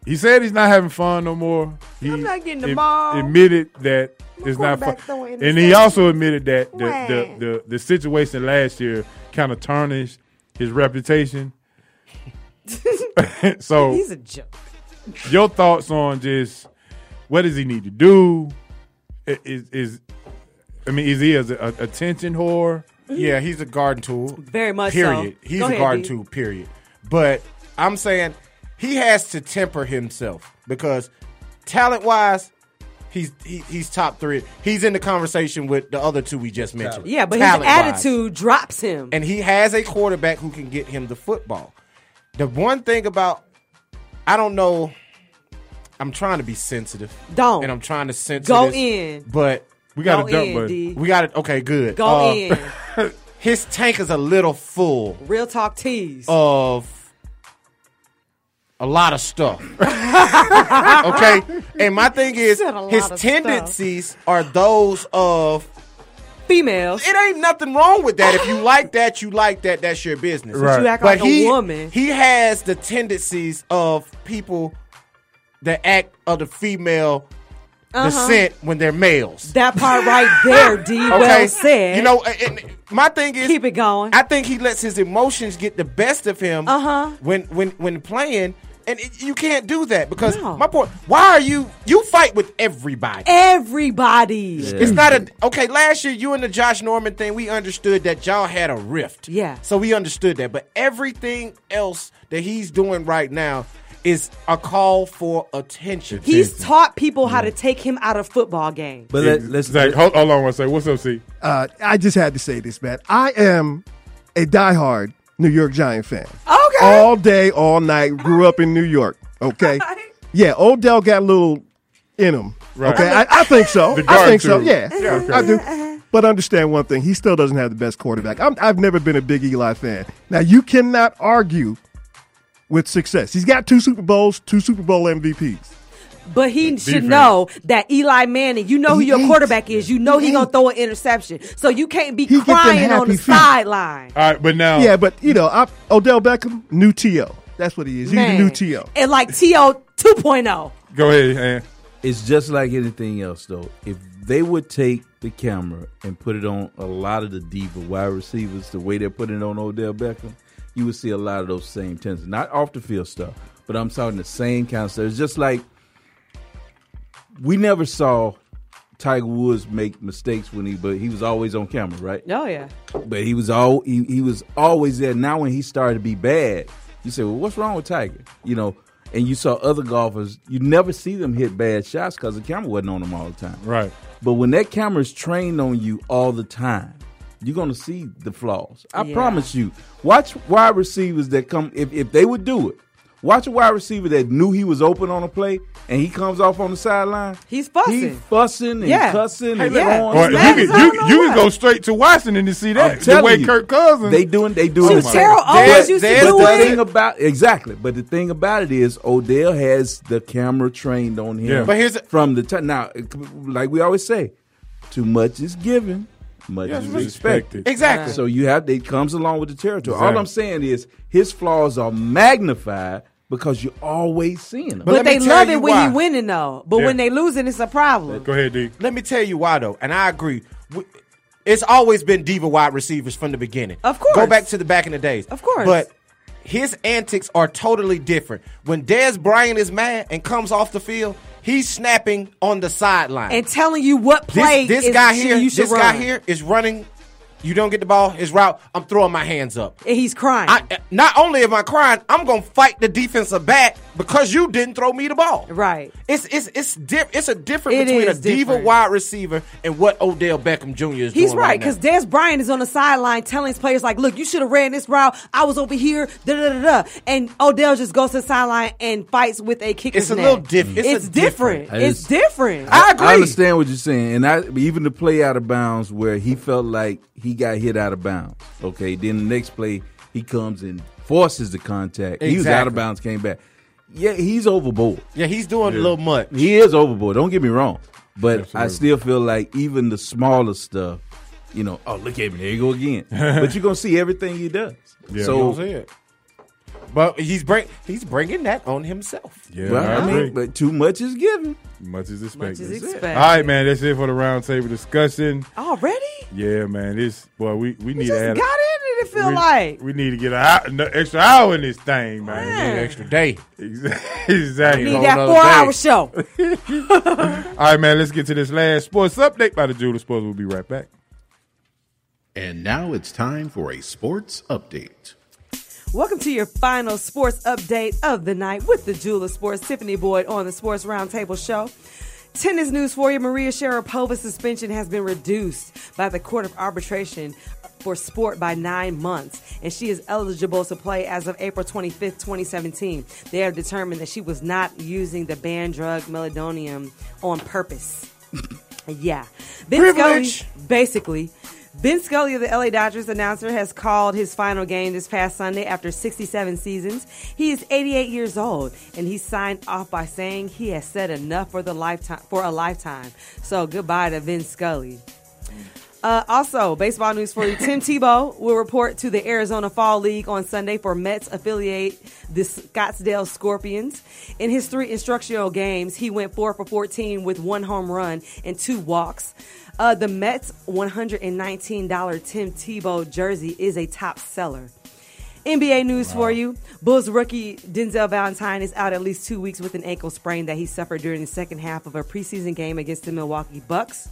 He said he's not having fun no more. He I'm not getting the ad- ball. Admitted that it's not fun, quarterback throwing and he interceptions. also admitted that the the, Wah. the, the situation last year kind of tarnished his reputation. so He's a joke. your thoughts on just what does he need to do? I- Is is I mean, is he as a, a attention whore? Yeah, he's a garden tool. Very much so. Period. He's Go a ahead, garden D. tool. Period. But I'm saying he has to temper himself because talent wise, he's he, he's top three. He's in the conversation with the other two we just mentioned. Yeah, but Talent-wise. his attitude drops him. And he has a quarterback who can get him the football. The one thing about I don't know. I'm trying to be sensitive. Don't. And I'm trying to sense. Go this, in. But We got Go a dump in, button. D. We got it. Okay, good. Go in. his tank is a little full Real talk tease. of a lot of stuff. okay? And my thing is Said a lot his of tendencies are those of females. It ain't nothing wrong with that. If you like that, you like that. That's your business. But you Right. act like a woman. He has the tendencies of people that act of the female Uh-huh. descent when they're males. That part right there, D. Well said. You know, and and my thing is Keep it going. I think he lets his emotions get the best of him Uh-huh. when when when playing. And it, you can't do that because my point. Why are you you fight with everybody? Everybody. It's not a okay. Last year, you and the Josh Norman thing, we understood that y'all had a rift. Yeah. so we understood that. But everything else that he's doing right now is a call for attention. He's taught people how to take him out of football games. But let, let's Zach, hold, hold on one second. What's up, C? Uh, I just had to say this, man. I am a diehard New York Giant fan. Okay. All day, all night. Grew up in New York. Okay. Yeah, Odell got a little in him. Right. Okay. I, I think so. The I guard think so. too. Yeah. Yeah, okay. I do. But understand one thing: he still doesn't have the best quarterback. I'm, I've never been a Big Eli fan. Now you cannot argue with success. He's got two Super Bowls, two Super Bowl MVPs. But he should Defense. know that Eli Manning, you know who He your ain't. quarterback is. You know he, gonna throw an interception. So you can't be them crying on happy the feet. sideline. All right, but now, Yeah, but you know, I, Odell Beckham, new TO. That's what he is. He's Man. the new TO. And like T.O. 2.0. Go ahead, man. It's just like anything else, though. If they would take the camera and put it on a lot of the diva wide receivers the way they're putting it on Odell Beckham, you would see a lot of those same tendencies. Not off the field stuff, but I'm talking the same kind of stuff. It's just like we never saw Tiger Woods make mistakes when he, but he was always on camera, right? Oh yeah. But he was all he, he was always there. Now when he started to be bad, you say, "Well, what's wrong with Tiger?" You know, and you saw other golfers. You never see them hit bad shots because the camera wasn't on them all the time. Right. But when that camera is trained on you all the time, you're gonna see the flaws. I Yeah. promise you. Watch wide receivers that come if if they would do it. Watch a wide receiver that knew he was open on a play and he comes off on the sideline. He's fussing. He fussing and Yeah. cussing Hey, and look, throwing. or you can, you, can- you can go straight to Washington and see that. The telling way you. Kirk Cousins. They doing they doing Shoot, Terrell Owens used to there's do the it. thing about exactly, but the thing about it is Odell has the camera trained on him. Yeah. But here's- from the time now, it- like we always say, too much is given, much Yes, is it's expected. expected. Exactly. So you have it comes along with the territory. All Exactly. I'm saying is his flaws are magnified because you're always seeing them. But, they love it when he winning though. But Yeah. when they losing, it's a problem. Go ahead, D. Let me tell you why though, and I agree. W- It's always been diva wide receivers from the beginning. Of course. go back to the back in the days. Of course. but his antics are totally different. When Dez Bryant is mad and comes off the field, he's snapping on the sideline And telling you what This- play This, is- guy should- here, you should this run. guy here is running. You don't get the ball. His route. I'm throwing my hands up. And he's crying. I, not only am I crying, I'm gonna fight the defensive back because you didn't throw me the ball. Right. It's it's it's diff- It's a difference It between a is diva different. wide receiver and what Odell Beckham Jr. is He's doing right now. because Des Bryant is on the sideline telling his players like, "Look, you should have ran this route. I was over here." Da da da da. And Odell just goes to the sideline and fights with a kick. It's a little diff- it's a different. different- It's different. I understand what you're saying, and I even the play out of bounds where he felt like he got hit out of bounds. Okay, then the next play he comes and forces the contact. He was out of Exactly. bounds, came back. Yeah, he's overboard. Yeah, he's doing a little much. He is overboard. Don't get me wrong, but I still feel like even the smaller stuff, you know, oh look at him, there you go again. but you're gonna see everything he does. Yeah. So You don't see it. But he's bring he's bringing that on himself. Well, I mean, agree. but too much is given. Much is expected. is expected. All right, man. That's it for the roundtable discussion. Already? Yeah, man. This boy, we we need to Got add. in it. It feel we, like we need to get a, an extra hour in this thing, man. Man. An extra day. exactly. need that four hour show. All right, man. Let's get to this last sports update by the Judah Sports. We'll be right back. And now it's time for a sports update. Welcome to your final sports update of the night with the Jewel of Sports, Tiffany Boyd on the Sports Roundtable Show. Tennis news for you Maria Sharapova's suspension has been reduced by the Court of Arbitration for sport by nine months, and she is eligible to play as of April 25th, 2017. They have determined that she was not using the banned drug melodonium on purpose. yeah. Ben Privilege. Scully, basically. Ben Scully of the LA Dodgers announcer has called his final game this past Sunday after 67 seasons. He is 88 years old and he signed off by saying he has said enough for the lifetime for a lifetime. So goodbye to Ben Scully. Uh, also, baseball news for you. Tim Tebow will report to the Arizona Fall League on Sunday for Mets affiliate, the Scottsdale Scorpions. In his three instructional games, he went four for 14 with one home run and two walks. Uh, the Mets' $119 Tim Tebow jersey is a top seller. NBA news for you. Bulls rookie Denzel Valentine is out at least two weeks with an ankle sprain that he suffered during the second half of a preseason game against the Milwaukee Bucks.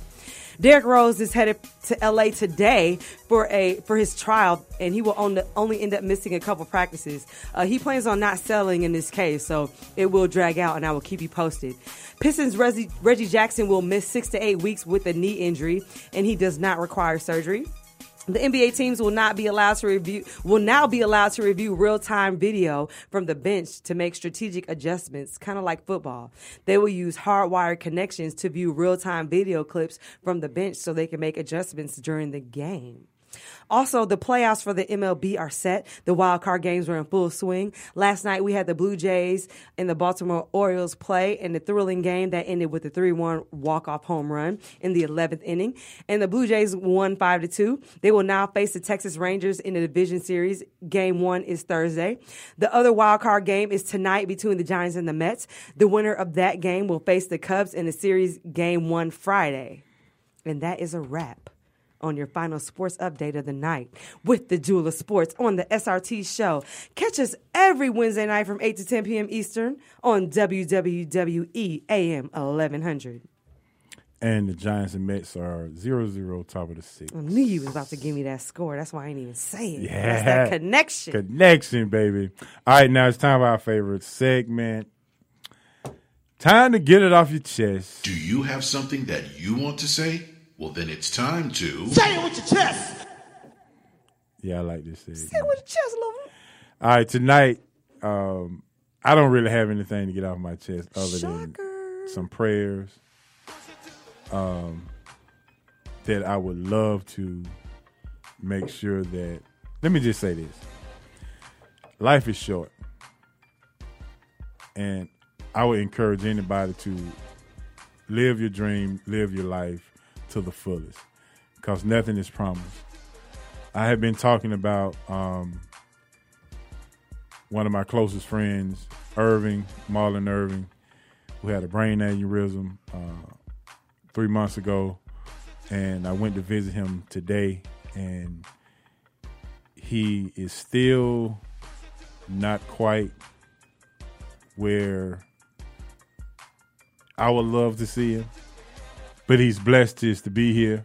Derrick Rose is headed to LA today for a for his trial, and he will on- only end up missing a couple practices. Uh, he plans on not selling in this case, so it will drag out, and I will keep you posted. Pistons Reggie, Reggie Jackson will miss six to eight weeks with a knee injury, and he does not require surgery. The NBA teams will not be allowed to review will now be allowed to review real-time video from the bench to make strategic adjustments, kind of like football. They will use hardwired connections to view real-time video clips from the bench so they can make adjustments during the game. Also, the playoffs for the MLB are set. The wild card games were in full swing. Last night, we had the Blue Jays and the Baltimore Orioles play in the thrilling game that ended with a 3 1 walk off home run in the 11th inning. And the Blue Jays won 5 2. They will now face the Texas Rangers in the division series. Game one is Thursday. The other wild card game is tonight between the Giants and the Mets. The winner of that game will face the Cubs in the series game one Friday. And that is a wrap on your final sports update of the night with the Jewel of Sports on the SRT show. Catch us every Wednesday night from 8 to 10 p.m. Eastern on WWE AM 1100. And the Giants and Mets are 0 0 top of the six. I knew you was about to give me that score. That's why I ain't even say it. Yeah. That's that connection. Connection, baby. All right, now it's time for our favorite segment. Time to get it off your chest. Do you have something that you want to say? Well, then it's time to. Say it with your chest. Yeah, I like this segment. it with your chest, Lover. All right, tonight, um, I don't really have anything to get off my chest other than some prayers um, that I would love to make sure that. Let me just say this life is short. And I would encourage anybody to live your dream, live your life to the fullest, because nothing is promised. I have been talking about um, one of my closest friends, Irving, Marlon Irving, who had a brain aneurysm uh, three months ago. And I went to visit him today, and he is still not quite where I would love to see him. But he's blessed just to be here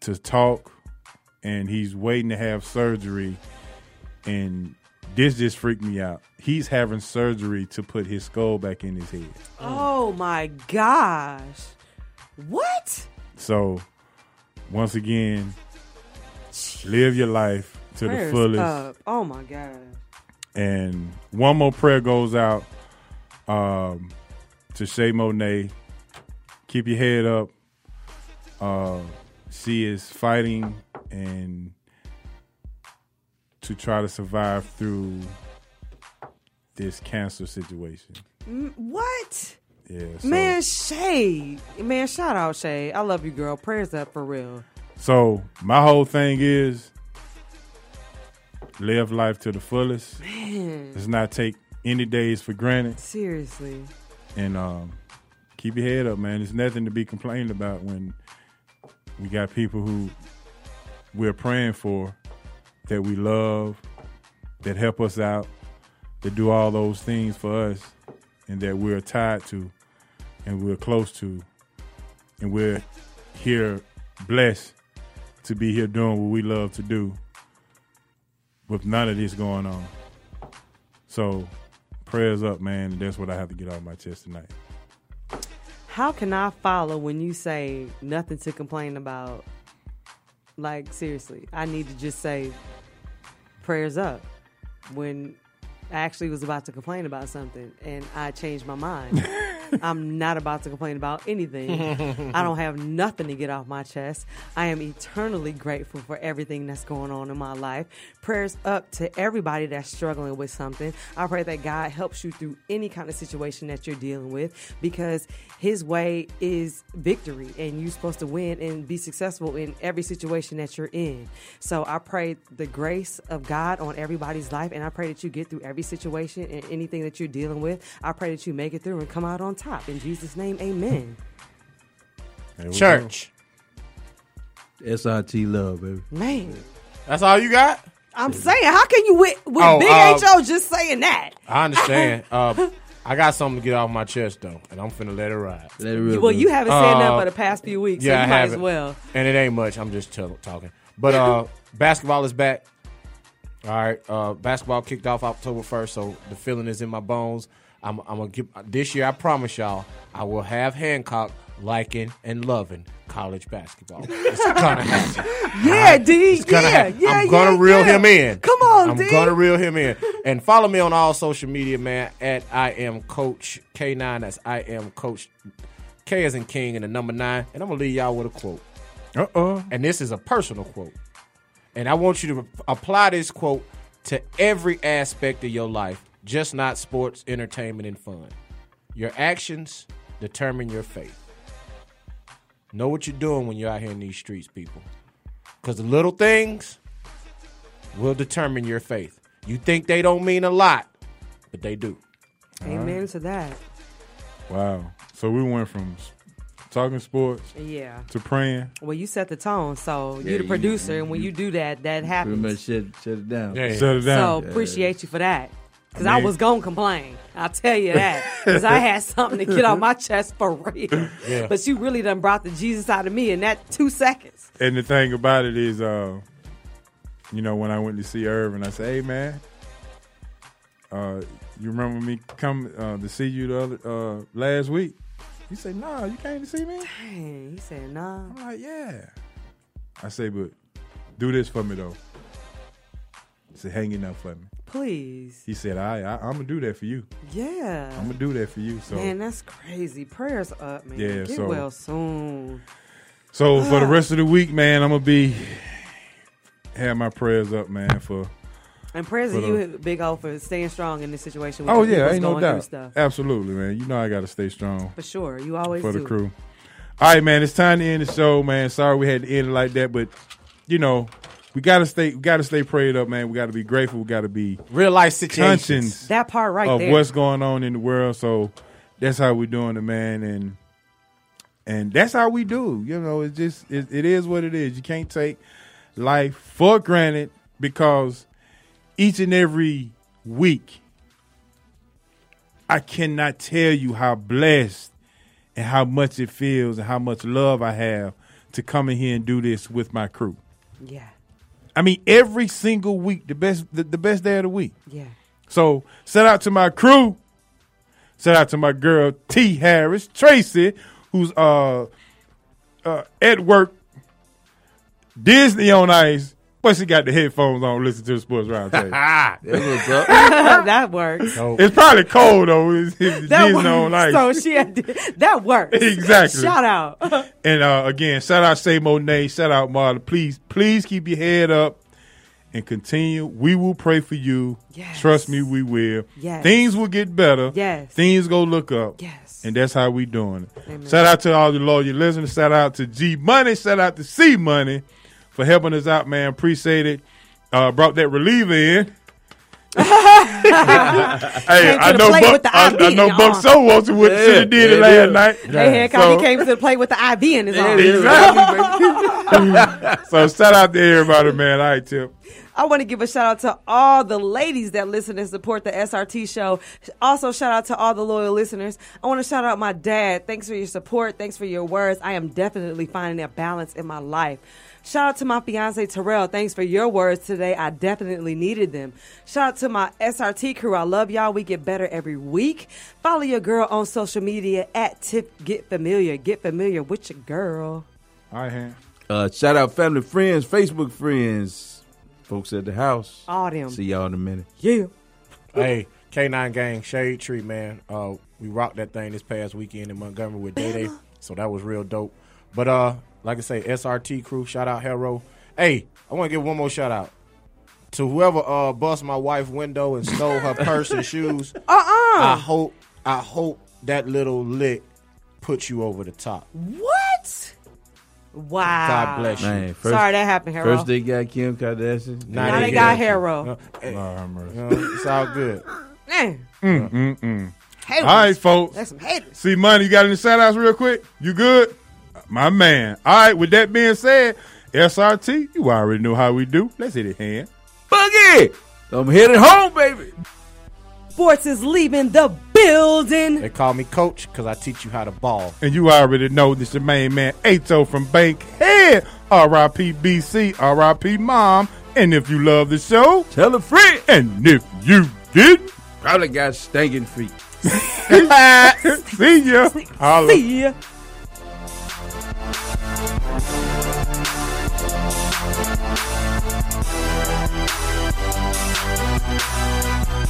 to talk, and he's waiting to have surgery. And this just freaked me out. He's having surgery to put his skull back in his head. Oh my gosh. What? So, once again, live your life to Prayers the fullest. up. Oh my gosh. And one more prayer goes out um, to Shay Monet. Keep your head up. Uh, she is fighting and to try to survive through this cancer situation. M- What? Yeah. So, Man, Shay. Man, shout out, Shay. I love you, girl. Prayers up for real. so my whole thing is live life to the fullest. Man. Let's not take any days for granted. Seriously. and um, keep your head up, man. It's nothing to be complained about when we got people who we're praying for that we love, that help us out, that do all those things for us, and that we're tied to, and we're close to, and we're here blessed to be here doing what we love to do with none of this going on. So prayers up, man. That's what I have to get off my chest tonight. How can I follow when you say nothing to complain about? Like seriously, I need to just say prayers up when I actually was about to complain about something and I changed my mind. I'm not about to complain about anything. I don't have nothing to get off my chest. I am eternally grateful for everything that's going on in my life. Prayers up to everybody that's struggling with something. I pray that God helps you through any kind of situation that you're dealing with because his way is victory and you're supposed to win and be successful in every situation that you're in. So I pray the grace of God on everybody's life and I pray that you get through every situation and anything that you're dealing with. I pray that you make it through and come out on top. In Jesus' name, amen. There we Church. SIT love, baby. Man. That's all you got? I'm saying, how can you with, with Oh, Big uh, um, H.O. just saying that? I understand. uh, I got something to get off my chest though, and I'm finna let it ride. Uh, Let it ride. Well, you haven't said nothing for the past few weeks, so you might as well. And it ain't much. I'm just tell- talking. But uh, basketball is back. All right, uh, basketball kicked off October 1st, so the feeling is in my bones. I'm, I'm gonna give this year. I promise y'all, I will have Hancock liking and loving college basketball. It's gonna happen. Yeah, D. It's gonna yeah, happen. yeah, I'm gonna yeah, reel yeah. him in. Come on, I'm D. gonna reel him in. And follow me on all social media, man. At I am Coach K9. That's I am Coach K as in King and the number nine. And I'm gonna leave y'all with a quote. Uh oh. And this is a personal quote. And I want you to apply this quote to every aspect of your life, just not sports, entertainment, and fun. Your actions determine your fate. Know what you're doing when you're out here in these streets, people. Because the little things will determine your faith. You think they don't mean a lot, but they do. Amen to that. Wow. So we went from s- talking sports Yeah. to praying. Well, you set the tone, so Yeah, you're the you- producer, and when you do that, that happens. Pretty much shut, shut it down. Yeah. Shut it down. So appreciate you for that. Because I I, mean- was going to complain. I'll tell you that. Because I had something to get off my chest for real. Yeah. But you really done brought the Jesus out of me in that two seconds. And the thing about it is, uh, you know, when I went to see Irv and I said, "Hey, man, uh, you remember me come uh, to see you the other uh, last week?" He said, "No, you came to see me." Dang, he said, nah. I'm like, yeah. I say, "But do this for me though." He said, "Hanging up for me." Please. He said, "I, I I'm gonna do that for you. Yeah. I'm gonna do that for you." So Man, that's crazy. Prayers up, man. Yeah, Get so- well soon. So for the Ah. rest of the week, man, I'm gonna be have my prayers up, man. For And prayers for to the- you, Big O, for staying strong in this situation. With Oh your yeah, people's ain't no going through doubt. Stuff. Absolutely, man. You know I gotta stay strong. For sure. You always for the do. crew. All right, man. It's time to end the show, man. Sorry we had to end it like that, but you know we gotta stay. We gotta stay prayed up, man. We gotta be grateful. We gotta be real life situations. Conscience That part right of there. what's going on in the world. So that's how we're doing it, man. And and that's how we do. You know, it's just it, it is what it is. You can't take life for granted because each and every week, I cannot tell you how blessed and how much it feels and how much love I have to come in here and do this with my crew. Yeah. I mean, every single week, the best the, the best day of the week. Yeah. So shout out to my crew. Shout out to my girl T Harris, Tracy, who's uh, uh at work, Disney on Ice, but she got the headphones on, listen to the sports roundtable. that works. it's probably cold though. It's, it's That Disney on Ice. works. So she had, that works. Exactly. Shout out. And uh, again, shout out Say Monet, shout out Marla. Please, please keep your head up and continue. We will pray for you. Yes. Trust me, we will. Yes. Things will get better. Yes. Things go look up. Yes. And that's how we doing it. Amen. Shout out to all the loyal listeners. Shout out to G Money. Shout out to C Money for helping us out, man. Appreciate it. Uh, brought that reliever in. hey, Came to I the know, plate Buck, with the Uh-huh. I, IV I know and Buck all. So wants to what should have did it last night. Hey, Hancock, So- he came to the play with the IV in his arm. Exactly. so shout out to everybody, man. All right, Tip. I want to give a shout out to all the ladies that listen and support the SRT show. Also, shout out to all the loyal listeners. I want to shout out my dad. Thanks for your support. Thanks for your words. I am definitely finding a balance in my life. Shout out to my fiance Terrell. Thanks for your words today. I definitely needed them. Shout out to my SRT crew. I love y'all. We get better every week. Follow your girl on social media at Tip Get Familiar. Get familiar with your girl. All right, hand. Uh, shout out family, friends, Facebook friends, folks at the house. All them. See y'all in a minute. Yeah. Hey, K9 Gang, Shade Tree, man. Uh, we rocked that thing this past weekend in Montgomery with Day Day. So that was real dope. But uh, like I say, SRT crew, shout out Hero. Hey, I want to give one more shout out to whoever uh bust my wife window and stole her purse and shoes. Uh uh I hope I hope that little lick puts you over the top. What? Wow. God bless you. Man, first- Ah. Sorry that happened, Hero. First they got Kim Kardashian. Now Now they they got got- Hero. No, hey, no, it's all good. Man. Mm, mm, mm. Haters. All right, folks. That's some haters. See, money, you got any shout outs real quick? You good? My man. All right, with that being said, SRT, you already know how we do. Let's hit it, hand. Boogie! I'm headed home, baby. Sports is leaving the building. They call me coach because I teach you how to ball. And you already know this your main man, Ato from Bankhead. R.I.P. BC, R.I.P. Mom. And if you love the show, tell a friend. And if you didn't, Probably got stinking feet. see ya. Holla. See ya.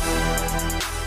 Thank you.